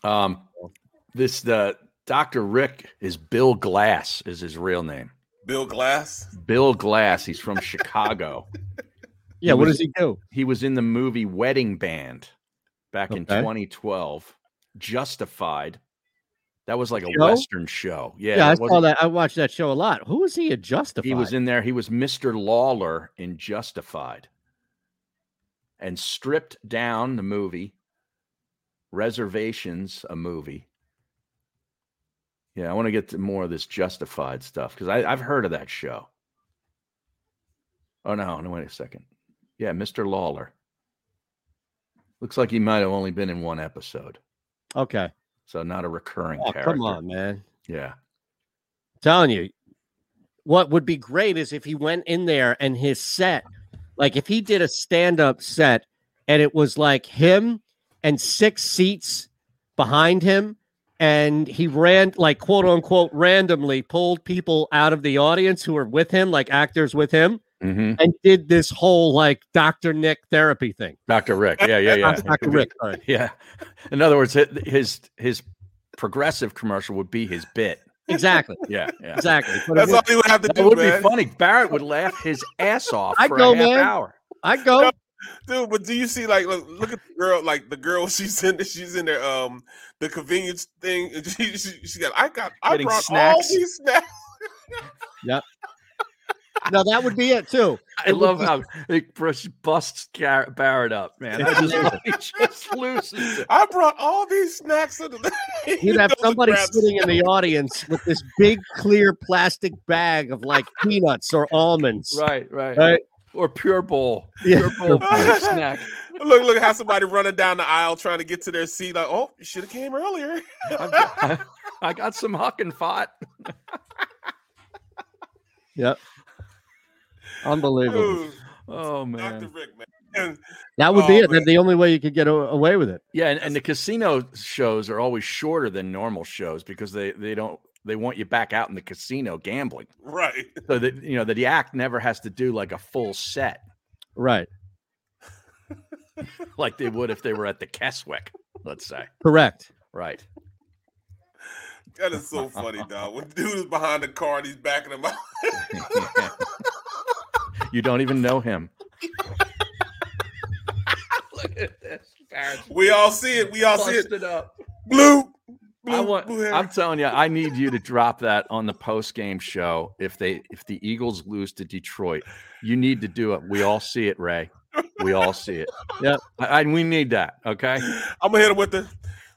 Speaker 2: Um, this the Dr. Rick is Bill Glass is his real name.
Speaker 3: Bill Glass.
Speaker 2: Bill Glass. He's from Chicago.
Speaker 1: Yeah, what
Speaker 2: was-
Speaker 1: does he do?
Speaker 2: He was in the movie Wedding Band back in
Speaker 1: Okay.
Speaker 2: 2012. Justified. That was like a
Speaker 1: Show?
Speaker 2: western show. Yeah,
Speaker 1: Yeah, I
Speaker 2: it
Speaker 1: saw
Speaker 2: wasn't-
Speaker 1: that. I watched that show a lot. Who was he a Justified?
Speaker 2: He was in there. He was Mr. Lawler in Justified. and stripped down the movie, reservations a movie. Yeah, I want to get to more of this justified stuff because I've heard of that show. Oh no, no, wait a second. Yeah, Mr. Lawler. Looks like he might have only been in one episode.
Speaker 1: Okay.
Speaker 2: So not a recurring
Speaker 1: Oh,
Speaker 2: character.
Speaker 1: come on, man.
Speaker 2: Yeah.
Speaker 1: telling you, what would be great is if he went in there and his set, like if he did a stand up set and it was like him and six seats behind him, and he ran, like, quote unquote, randomly pulled people out of the audience who were with him, like actors with him,
Speaker 2: Mhm.
Speaker 1: and did this whole like Dr. Nick therapy thing.
Speaker 2: Dr. Rick. Yeah, yeah, yeah.
Speaker 1: Dr.
Speaker 2: It could be-
Speaker 1: Rick, all right.
Speaker 2: Yeah. In other words, hi- his his progressive commercial would be his bit.
Speaker 1: Exactly.
Speaker 2: Yeah, yeah.
Speaker 1: Exactly. But it That's would- all he would have to
Speaker 2: That
Speaker 1: do,
Speaker 2: would be
Speaker 1: man.
Speaker 2: funny. Barrett would laugh his ass off
Speaker 3: I
Speaker 2: for
Speaker 3: go,
Speaker 2: a half
Speaker 3: man.
Speaker 2: hour.
Speaker 1: I go,
Speaker 3: dude. But do you see, like, look, look at the girl, like the girl she's in, she's in there, um, the convenience thing. and She, she, she got, I got, I
Speaker 1: Getting
Speaker 3: brought
Speaker 1: snacks.
Speaker 3: all these snacks.
Speaker 1: Yep. now that would be it too.
Speaker 2: I
Speaker 1: It would
Speaker 2: love
Speaker 1: be-
Speaker 2: how it bus- busts Gar- Barrett up, man. I just love it. just loses.
Speaker 3: I brought all these snacks. To the-
Speaker 1: You'd have
Speaker 3: Goes and
Speaker 1: somebody
Speaker 3: grabs-
Speaker 1: sitting in the audience with this big clear plastic bag of like peanuts or almonds.
Speaker 2: Right, right.
Speaker 1: Right.
Speaker 2: Or pure bowl.
Speaker 1: Yeah.
Speaker 2: Pure bowl pure snack.
Speaker 3: look, look at how somebody running down the aisle trying to get to their seat. Like, oh, you should have came earlier.
Speaker 2: I got some huck and fought.
Speaker 1: Yep. Unbelievable.
Speaker 2: Oh man.
Speaker 1: That would be it. That's the only way you could get a- away with it.
Speaker 2: Yeah, and, and the casino shows are always shorter than normal shows because they they don't they want you back out in the casino gambling.
Speaker 3: Right.
Speaker 2: So that you know that the act never has to do like a full set
Speaker 1: Right.
Speaker 2: like they would if they were at the Keswick, let's say.
Speaker 1: Correct.
Speaker 2: Right.
Speaker 3: That is so funny, dog. When dude is behind the car and he's backing him out.
Speaker 2: You don't even know him.
Speaker 3: Look at this. We all see it. We all see it.
Speaker 2: Busted up.
Speaker 3: Blue.
Speaker 2: I want, I'm telling you, I need you to drop that on the post game show. If they if the Eagles lose to Detroit, you need to do it. We all see it, Ray. We all see it.
Speaker 1: Yep.
Speaker 2: And we need that. Okay.
Speaker 3: I'm gonna hit him with the.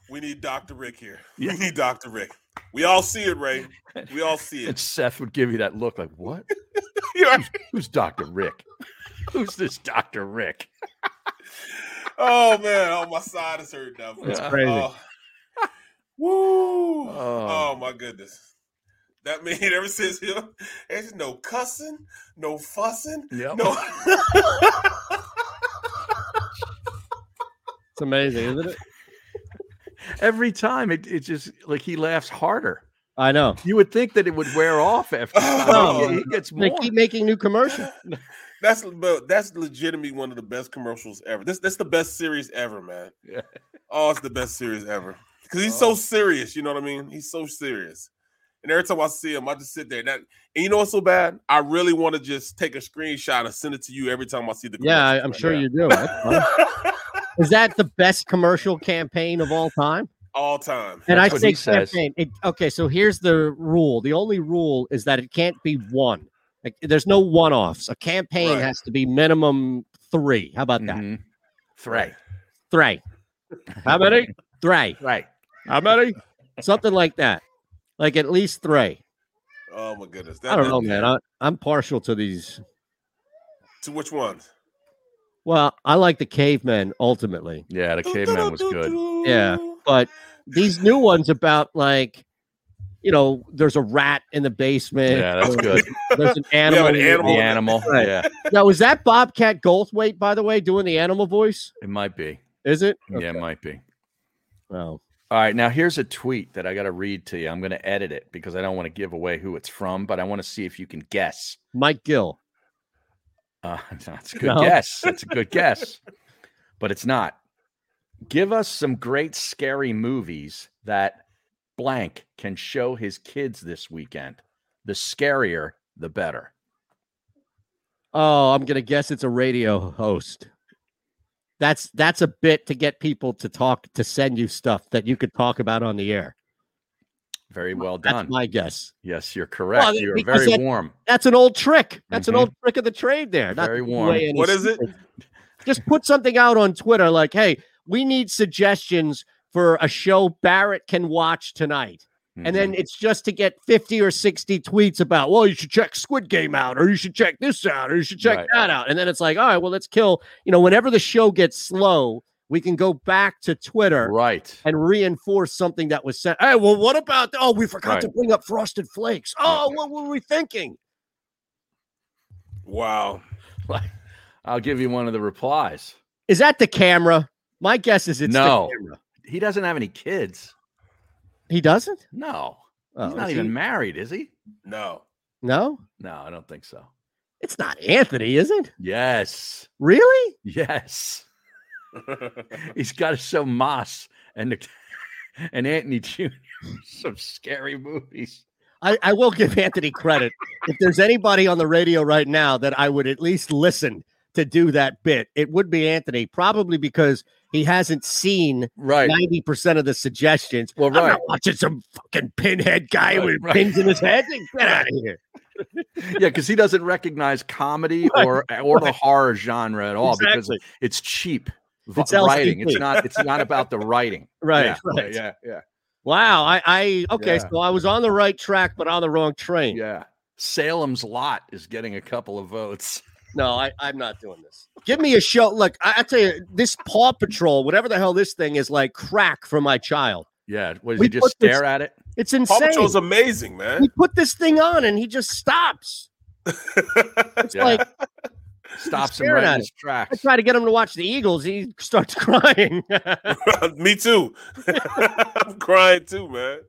Speaker 3: We need Dr. Rick here.
Speaker 2: Yeah.
Speaker 3: We need Dr. Rick. We all see it, Ray. We all see
Speaker 2: And
Speaker 3: it.
Speaker 2: Seth would give you that look like, what?
Speaker 3: You're-
Speaker 2: Who's Dr. Rick? Who's this Dr. Rick?
Speaker 3: oh man, oh my side is hurting now.
Speaker 2: That's
Speaker 3: man.
Speaker 2: crazy.
Speaker 3: Oh. Woo!
Speaker 2: Oh.
Speaker 3: Oh. my goodness. That mean ever since him, there's no cussing, no fussing,
Speaker 2: Yep.
Speaker 3: no.
Speaker 1: It's amazing, isn't it?
Speaker 2: Every time it, it just like he laughs harder.
Speaker 1: I know.
Speaker 2: You would think that it would wear off after
Speaker 1: No.
Speaker 2: he gets
Speaker 1: They
Speaker 2: more.
Speaker 1: keep making new commercials.
Speaker 3: That's but that's legitimately one of the best commercials ever. This that's the best series ever, man.
Speaker 2: Yeah.
Speaker 3: Oh, it's the best series ever because he's
Speaker 1: Oh.
Speaker 3: so serious. You know what I mean? He's so serious. And every time I see him, I just sit there. And, that, and you know what's so bad? I really want to just take a screenshot and send it to you every time I see the.
Speaker 1: Yeah, I,
Speaker 3: commercial.
Speaker 1: I'm sure you do. That's fine. Is that the best commercial campaign of all time?
Speaker 3: all time.
Speaker 1: And I say campaign. It, okay, so here's the rule. The only rule is that it can't be one. Like, there's no one-offs. A campaign
Speaker 2: Right. Mm-hmm.
Speaker 1: has to be minimum three. How about that?
Speaker 2: Three.
Speaker 1: Three. How many? Three.
Speaker 2: Right.
Speaker 1: How many? Something like that. Like at least three.
Speaker 3: Oh my goodness!
Speaker 1: I don't know, man. I, I'm partial to these.
Speaker 3: to which ones?
Speaker 1: Well, I like the cavemen ultimately.
Speaker 2: Yeah, the caveman was good.
Speaker 1: Yeah, but these new ones about like, you know, there's a rat in the basement.
Speaker 2: Yeah, that's
Speaker 1: or
Speaker 2: good.
Speaker 1: There's an
Speaker 2: We have
Speaker 1: animal.
Speaker 2: an
Speaker 1: in the-
Speaker 2: animal. The animal,
Speaker 1: Right.
Speaker 2: yeah.
Speaker 1: Now, was that Bobcat Goldthwait, by the way, doing the animal voice?
Speaker 2: It might be.
Speaker 1: Is it? Oh,
Speaker 2: Yeah, it might be.
Speaker 1: Wow.
Speaker 2: All right, now here's a tweet that I got to read to you. I'm going to edit it because I don't want to give away who it's from, but I want to see if you can guess.
Speaker 1: Mike Gill.
Speaker 2: Uh, no, it's a good
Speaker 1: No.
Speaker 2: guess. It's a good guess, but it's not. Give us some great scary movies that blank can show his kids this weekend. The scarier, the better.
Speaker 1: Oh, I'm gonna guess it's a radio host. That's that's a bit to get people to talk to send you stuff that you could talk about on the air.
Speaker 2: Very well done.
Speaker 1: That's my guess.
Speaker 2: Yes, you're correct.
Speaker 1: Well,
Speaker 2: you are
Speaker 1: because
Speaker 2: very
Speaker 1: that-
Speaker 2: warm.
Speaker 1: That's an old trick. That's
Speaker 2: Mhm.
Speaker 1: an old trick of the trade there. Not
Speaker 2: Very
Speaker 1: to give
Speaker 2: warm.
Speaker 1: away any
Speaker 2: What is it?
Speaker 1: secrets. Just put something out on Twitter like, hey, we need suggestions for a show Barrett can watch tonight. And then
Speaker 2: Mm-hmm.
Speaker 1: it's just to get 50 or 60 tweets about, well, you should check Squid Game out, or you should check this out, or you should check
Speaker 6: Right.
Speaker 1: that out. And then it's like, all right, well, let's kill. You know, whenever the show gets slow, we can go back to Twitter
Speaker 2: Mm-hmm. right
Speaker 1: and reinforce something that was said. Hey, well, what about oh, we forgot
Speaker 2: Right.
Speaker 1: to bring up frosted flakes. Oh, what were we thinking?
Speaker 3: Wow.
Speaker 2: I'll give you one of the replies.
Speaker 1: Is that the camera? My guess is it's the
Speaker 2: no,
Speaker 1: camera.
Speaker 2: he doesn't have any kids.
Speaker 1: He doesn't?
Speaker 2: No,
Speaker 1: Oh,
Speaker 2: he's not
Speaker 1: is
Speaker 2: even
Speaker 1: he-
Speaker 2: married, is he?
Speaker 3: No,
Speaker 1: No?
Speaker 2: no, I don't think so.
Speaker 1: It's not Anthony, is it?
Speaker 2: Yes,
Speaker 1: Really?
Speaker 2: yes. he's got to show Moss and the, and Anthony Jr. some scary movies.
Speaker 1: I, I will give Anthony credit. if there's anybody on the radio right now that I would at least listen to do that bit, it would be Anthony, probably because he hasn't seen
Speaker 2: right.
Speaker 1: 90% of the suggestions.
Speaker 2: Well,
Speaker 1: I'm
Speaker 2: right.
Speaker 1: not watching some fucking pinhead guy
Speaker 2: Right,
Speaker 1: with
Speaker 2: right.
Speaker 1: pins in his head. Get out of here.
Speaker 2: yeah, because he doesn't recognize comedy
Speaker 1: Right,
Speaker 2: or or the
Speaker 1: right.
Speaker 2: horror genre at all
Speaker 1: Exactly.
Speaker 2: Oh, because it's cheap v-
Speaker 1: It's
Speaker 2: writing. It's
Speaker 1: LCP.
Speaker 2: not it's not about the writing.
Speaker 1: Right,
Speaker 2: Yeah,
Speaker 1: right.
Speaker 2: Yeah. Yeah.
Speaker 1: Wow. I, I okay.
Speaker 2: Yeah.
Speaker 1: So I was on the right track, but on the wrong train.
Speaker 2: Yeah. Salem's Lot is getting a couple of votes.
Speaker 1: No, I, I'm not doing this. Give me a show. Look, I, I tell you, this Paw Patrol, whatever the hell this thing is, like crack for my child.
Speaker 2: Yeah. Was
Speaker 1: We
Speaker 2: you just
Speaker 1: put this-
Speaker 2: stare at it?
Speaker 1: It's
Speaker 3: Paw
Speaker 1: insane.
Speaker 3: Patrol's amazing, man.
Speaker 1: We put this thing on and he just stops. It's
Speaker 2: Yeah.
Speaker 1: like
Speaker 2: Stops him
Speaker 1: staring
Speaker 2: right
Speaker 1: at
Speaker 2: in
Speaker 1: it.
Speaker 2: his tracks.
Speaker 1: I try to get him to watch the Eagles. He starts crying.
Speaker 3: Me too. I'm crying too, man.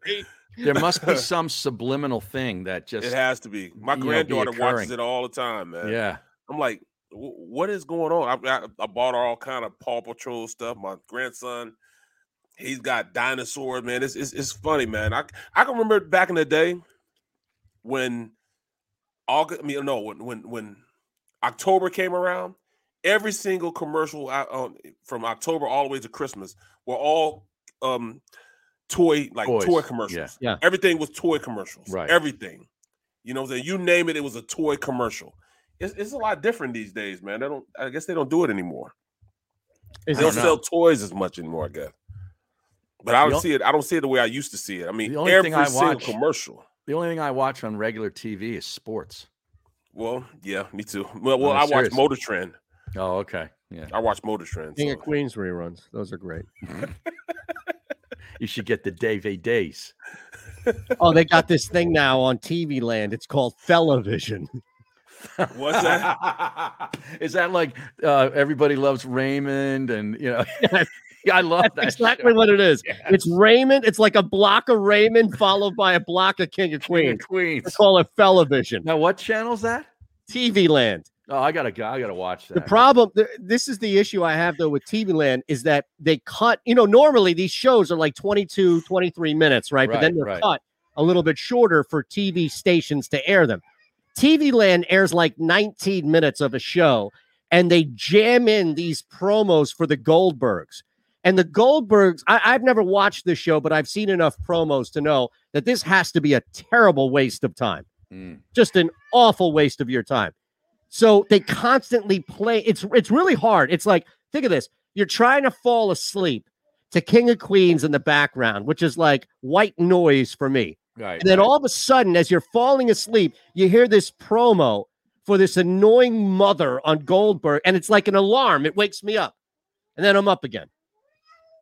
Speaker 2: There must be some subliminal thing that just
Speaker 3: It has to be. My
Speaker 2: you know, be
Speaker 3: granddaughter watches
Speaker 2: occurring.
Speaker 3: it all the time, man.
Speaker 2: Yeah.
Speaker 3: I'm like, "Wh- what is going on? I, I, I bought her all kind of Paw Patrol stuff. My grandson, he's got dinosaurs, man. It's, it's it's funny, man. I I can remember back in the day when August, I mean, no, when when when October came around, every single commercial out on from October all the way to Christmas were all um toy like
Speaker 2: Toys.
Speaker 3: toy
Speaker 2: Yeah,
Speaker 3: commercials.
Speaker 2: yeah.
Speaker 3: Everything was toy commercials.
Speaker 2: Right.
Speaker 3: Everything. You know what I'm saying? You name it, it was a toy commercial. It's, it's a lot different these days, man. They don't I guess they don't do it anymore.
Speaker 1: Is
Speaker 3: they don't
Speaker 1: it-
Speaker 3: sell toys as much anymore, I guess. But I
Speaker 2: The
Speaker 3: don't
Speaker 2: on-
Speaker 3: see it. I don't see it the way I used to see it. I mean,
Speaker 2: only
Speaker 3: every
Speaker 2: thing I
Speaker 3: single
Speaker 2: watch-
Speaker 3: commercial.
Speaker 2: The only thing I watch on regular TV is sports.
Speaker 3: Well, yeah, me too. Well, well,
Speaker 2: I'm
Speaker 3: I watch
Speaker 2: serious.
Speaker 3: Motor Trend.
Speaker 2: Oh, okay. Yeah.
Speaker 3: I watch Motor Trend.
Speaker 1: King
Speaker 3: so-
Speaker 1: of Queens reruns. Those are great.
Speaker 2: You should get the DVDs.
Speaker 1: oh, they got this thing now on TV Land. It's called Television.
Speaker 3: What's
Speaker 2: that? Is that like uh, everybody loves Raymond and you know? Yeah, I love that.
Speaker 1: That's exactly what it is. It's Raymond. It's like a block of Raymond followed by a block of King of Queens.
Speaker 2: Queens.
Speaker 1: They call it Television.
Speaker 2: Now, what channel's that?
Speaker 1: TV Land.
Speaker 2: Oh, I gotta go. I gotta watch that.
Speaker 1: The problem, th- this is the issue I have though with TV Land is that they cut, you know, normally these shows are like 22, 23 minutes, right? but
Speaker 2: Right,
Speaker 1: then they're
Speaker 2: right.
Speaker 1: cut a little bit shorter for TV stations to air them. TV Land airs like 19 minutes of a show and they jam in these promos for the Goldbergs. And the Goldbergs, I, I've never watched this show, but I've seen enough promos to know that this has to be a terrible waste of time
Speaker 2: Mm.
Speaker 1: just an awful waste of your time. So they constantly play. It's it's really hard. It's like think of this: you're trying to fall asleep to King of Queens in the background, which is like white noise for me.
Speaker 2: Right.
Speaker 1: And then all of a sudden, as you're falling asleep, you hear this promo for this annoying mother on Goldberg, and it's like an alarm. It wakes me up, and then I'm up again.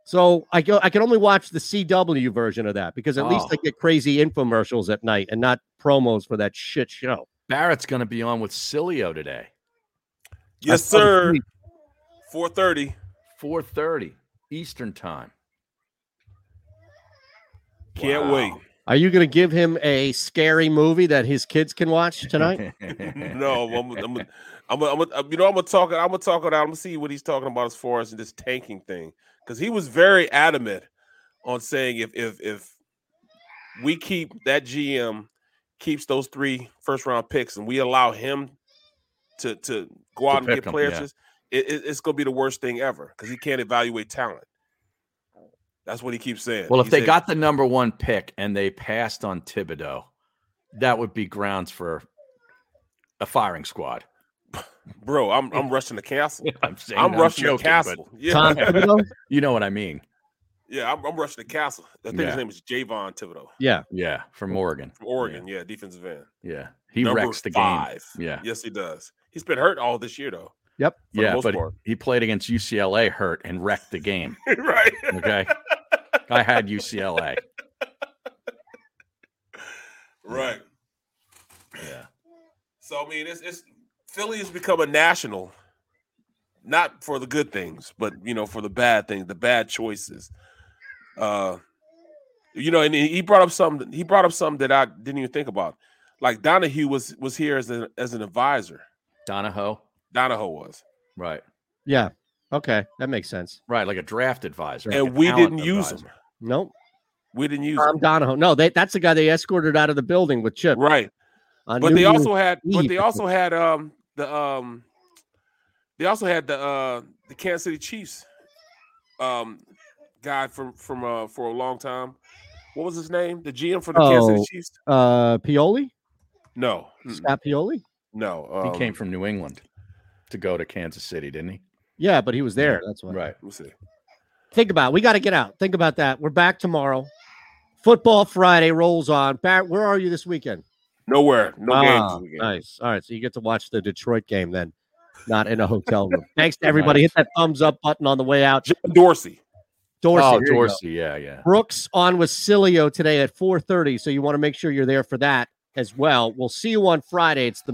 Speaker 1: So I go. I can only watch the CW version of that because at least
Speaker 2: Oh.
Speaker 1: I get crazy infomercials at night and not promos for that shit show.
Speaker 2: Barrett's gonna be on with Cilio today,
Speaker 3: Yes,
Speaker 1: I saw the
Speaker 3: sir.
Speaker 1: tweet.
Speaker 3: 4:30.
Speaker 2: four thirty Eastern time.
Speaker 3: Can't
Speaker 2: Wow.
Speaker 3: wait.
Speaker 1: Are you going to give him a scary movie that his kids can watch tonight?
Speaker 3: no, I'm, I'm, I'm, I'm, I'm, you know, I'm gonna talk. I'm gonna talk it out. I'm gonna see what he's talking about as far as this tanking thing, because he was very adamant on saying if if if we keep that GM keeps those three first round picks and we allow him to to go out and
Speaker 2: pick
Speaker 3: get
Speaker 2: 'em,
Speaker 3: players,
Speaker 2: yeah.
Speaker 3: just- it, it- it's gonna be the worst thing ever because he can't evaluate talent. That's what he keeps saying.
Speaker 2: Well, if
Speaker 3: He
Speaker 2: they
Speaker 3: said-
Speaker 2: got the number one pick and they passed on Thibodeau, that would be grounds for a firing squad.
Speaker 3: bro. I'm I'm rushing the castle.
Speaker 2: I'm saying
Speaker 3: I'm
Speaker 2: I'm
Speaker 3: rushing the
Speaker 2: joking, but-
Speaker 3: castle. Yeah.
Speaker 2: Tom Thibodeau? you know what I mean.
Speaker 3: yeah, I'm, I'm rushing the castle. I think
Speaker 2: Yeah.
Speaker 3: his name is Javon Thibodeau
Speaker 1: Yeah.
Speaker 2: Yeah. From Oregon.
Speaker 3: from Oregon. Yeah, defensive end.
Speaker 2: Yeah. He
Speaker 3: Number
Speaker 2: wrecks the
Speaker 3: five.
Speaker 2: game. Yeah.
Speaker 3: Yes, he does. He's been hurt all this year though.
Speaker 1: Yep.
Speaker 3: the
Speaker 2: yeah.
Speaker 3: most
Speaker 2: But
Speaker 3: part.
Speaker 2: he played against UCLA hurt and wrecked the game.
Speaker 3: right.
Speaker 2: Okay. I had UCLA.
Speaker 3: Right.
Speaker 2: Yeah.
Speaker 3: So I mean, it's it's Philly has become a national, not for the good things, but you know for the bad things, the bad choices. Uh, you know, and he he brought up something. He brought up something that I didn't even think about. Like Donahue was was here as an as an advisor.
Speaker 2: Donahoe.
Speaker 3: Donahoe was
Speaker 2: right,
Speaker 1: Yeah. Okay. That makes sense.
Speaker 2: Right. Like a draft advisor.
Speaker 3: and we didn't use him.
Speaker 1: Nope.
Speaker 3: We didn't use
Speaker 1: Tom Donahoe. No, they, that's the guy they escorted out of the building with Chip.
Speaker 3: Right.
Speaker 1: On
Speaker 3: but
Speaker 1: New
Speaker 3: they
Speaker 1: Year's
Speaker 3: also had but
Speaker 1: Eve.
Speaker 3: they also had um the um they also had the uh the Kansas City Chiefs um guy from from uh for a long time. What was his name? The GM for the Kansas City
Speaker 1: Oh,
Speaker 3: Chiefs?
Speaker 1: Uh, Pioli?
Speaker 3: No.
Speaker 1: Scott Pioli?
Speaker 3: No. um,
Speaker 2: he came from New England to go to Kansas City, didn't he?
Speaker 1: Yeah, but he was there. That's why.
Speaker 2: Right.
Speaker 3: Let's see.
Speaker 1: Think about. it. We got to get out. Think about that. We're back tomorrow. Football Friday rolls on. Barrett, where are you this weekend?
Speaker 3: Nowhere. No games
Speaker 1: Ah,
Speaker 3: this weekend.
Speaker 1: nice. All right, so you get to watch the Detroit game then, not in a hotel room. Thanks to everybody. Hit that thumbs up button on the way out.
Speaker 3: Dorsey.
Speaker 1: Dorsey.
Speaker 2: Oh,
Speaker 1: there you go.
Speaker 2: Dorsey. Yeah. Yeah.
Speaker 1: Brooks on with Cilio today at 4:30, so you want to make sure you're there for that as well. We'll see you on Friday. It's the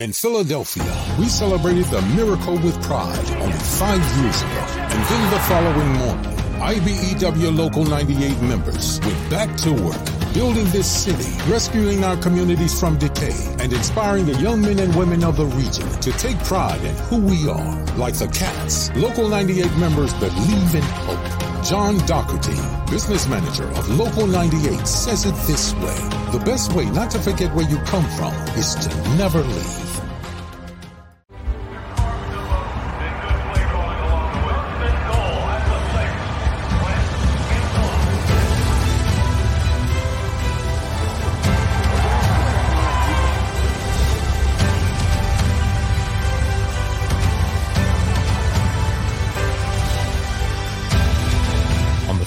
Speaker 7: In Philadelphia, we celebrated the miracle with pride only five years ago. And then the following morning, IBEW Local 98 members went back to work, building this city, rescuing our communities from decay, and inspiring the young men and women of the region to take pride in who we are. Like the Cats, Local 98 members believe in hope. John Doherty, business manager of Local 98, says it this way. The best way not to forget where you come from is to never leave.
Speaker 11: On the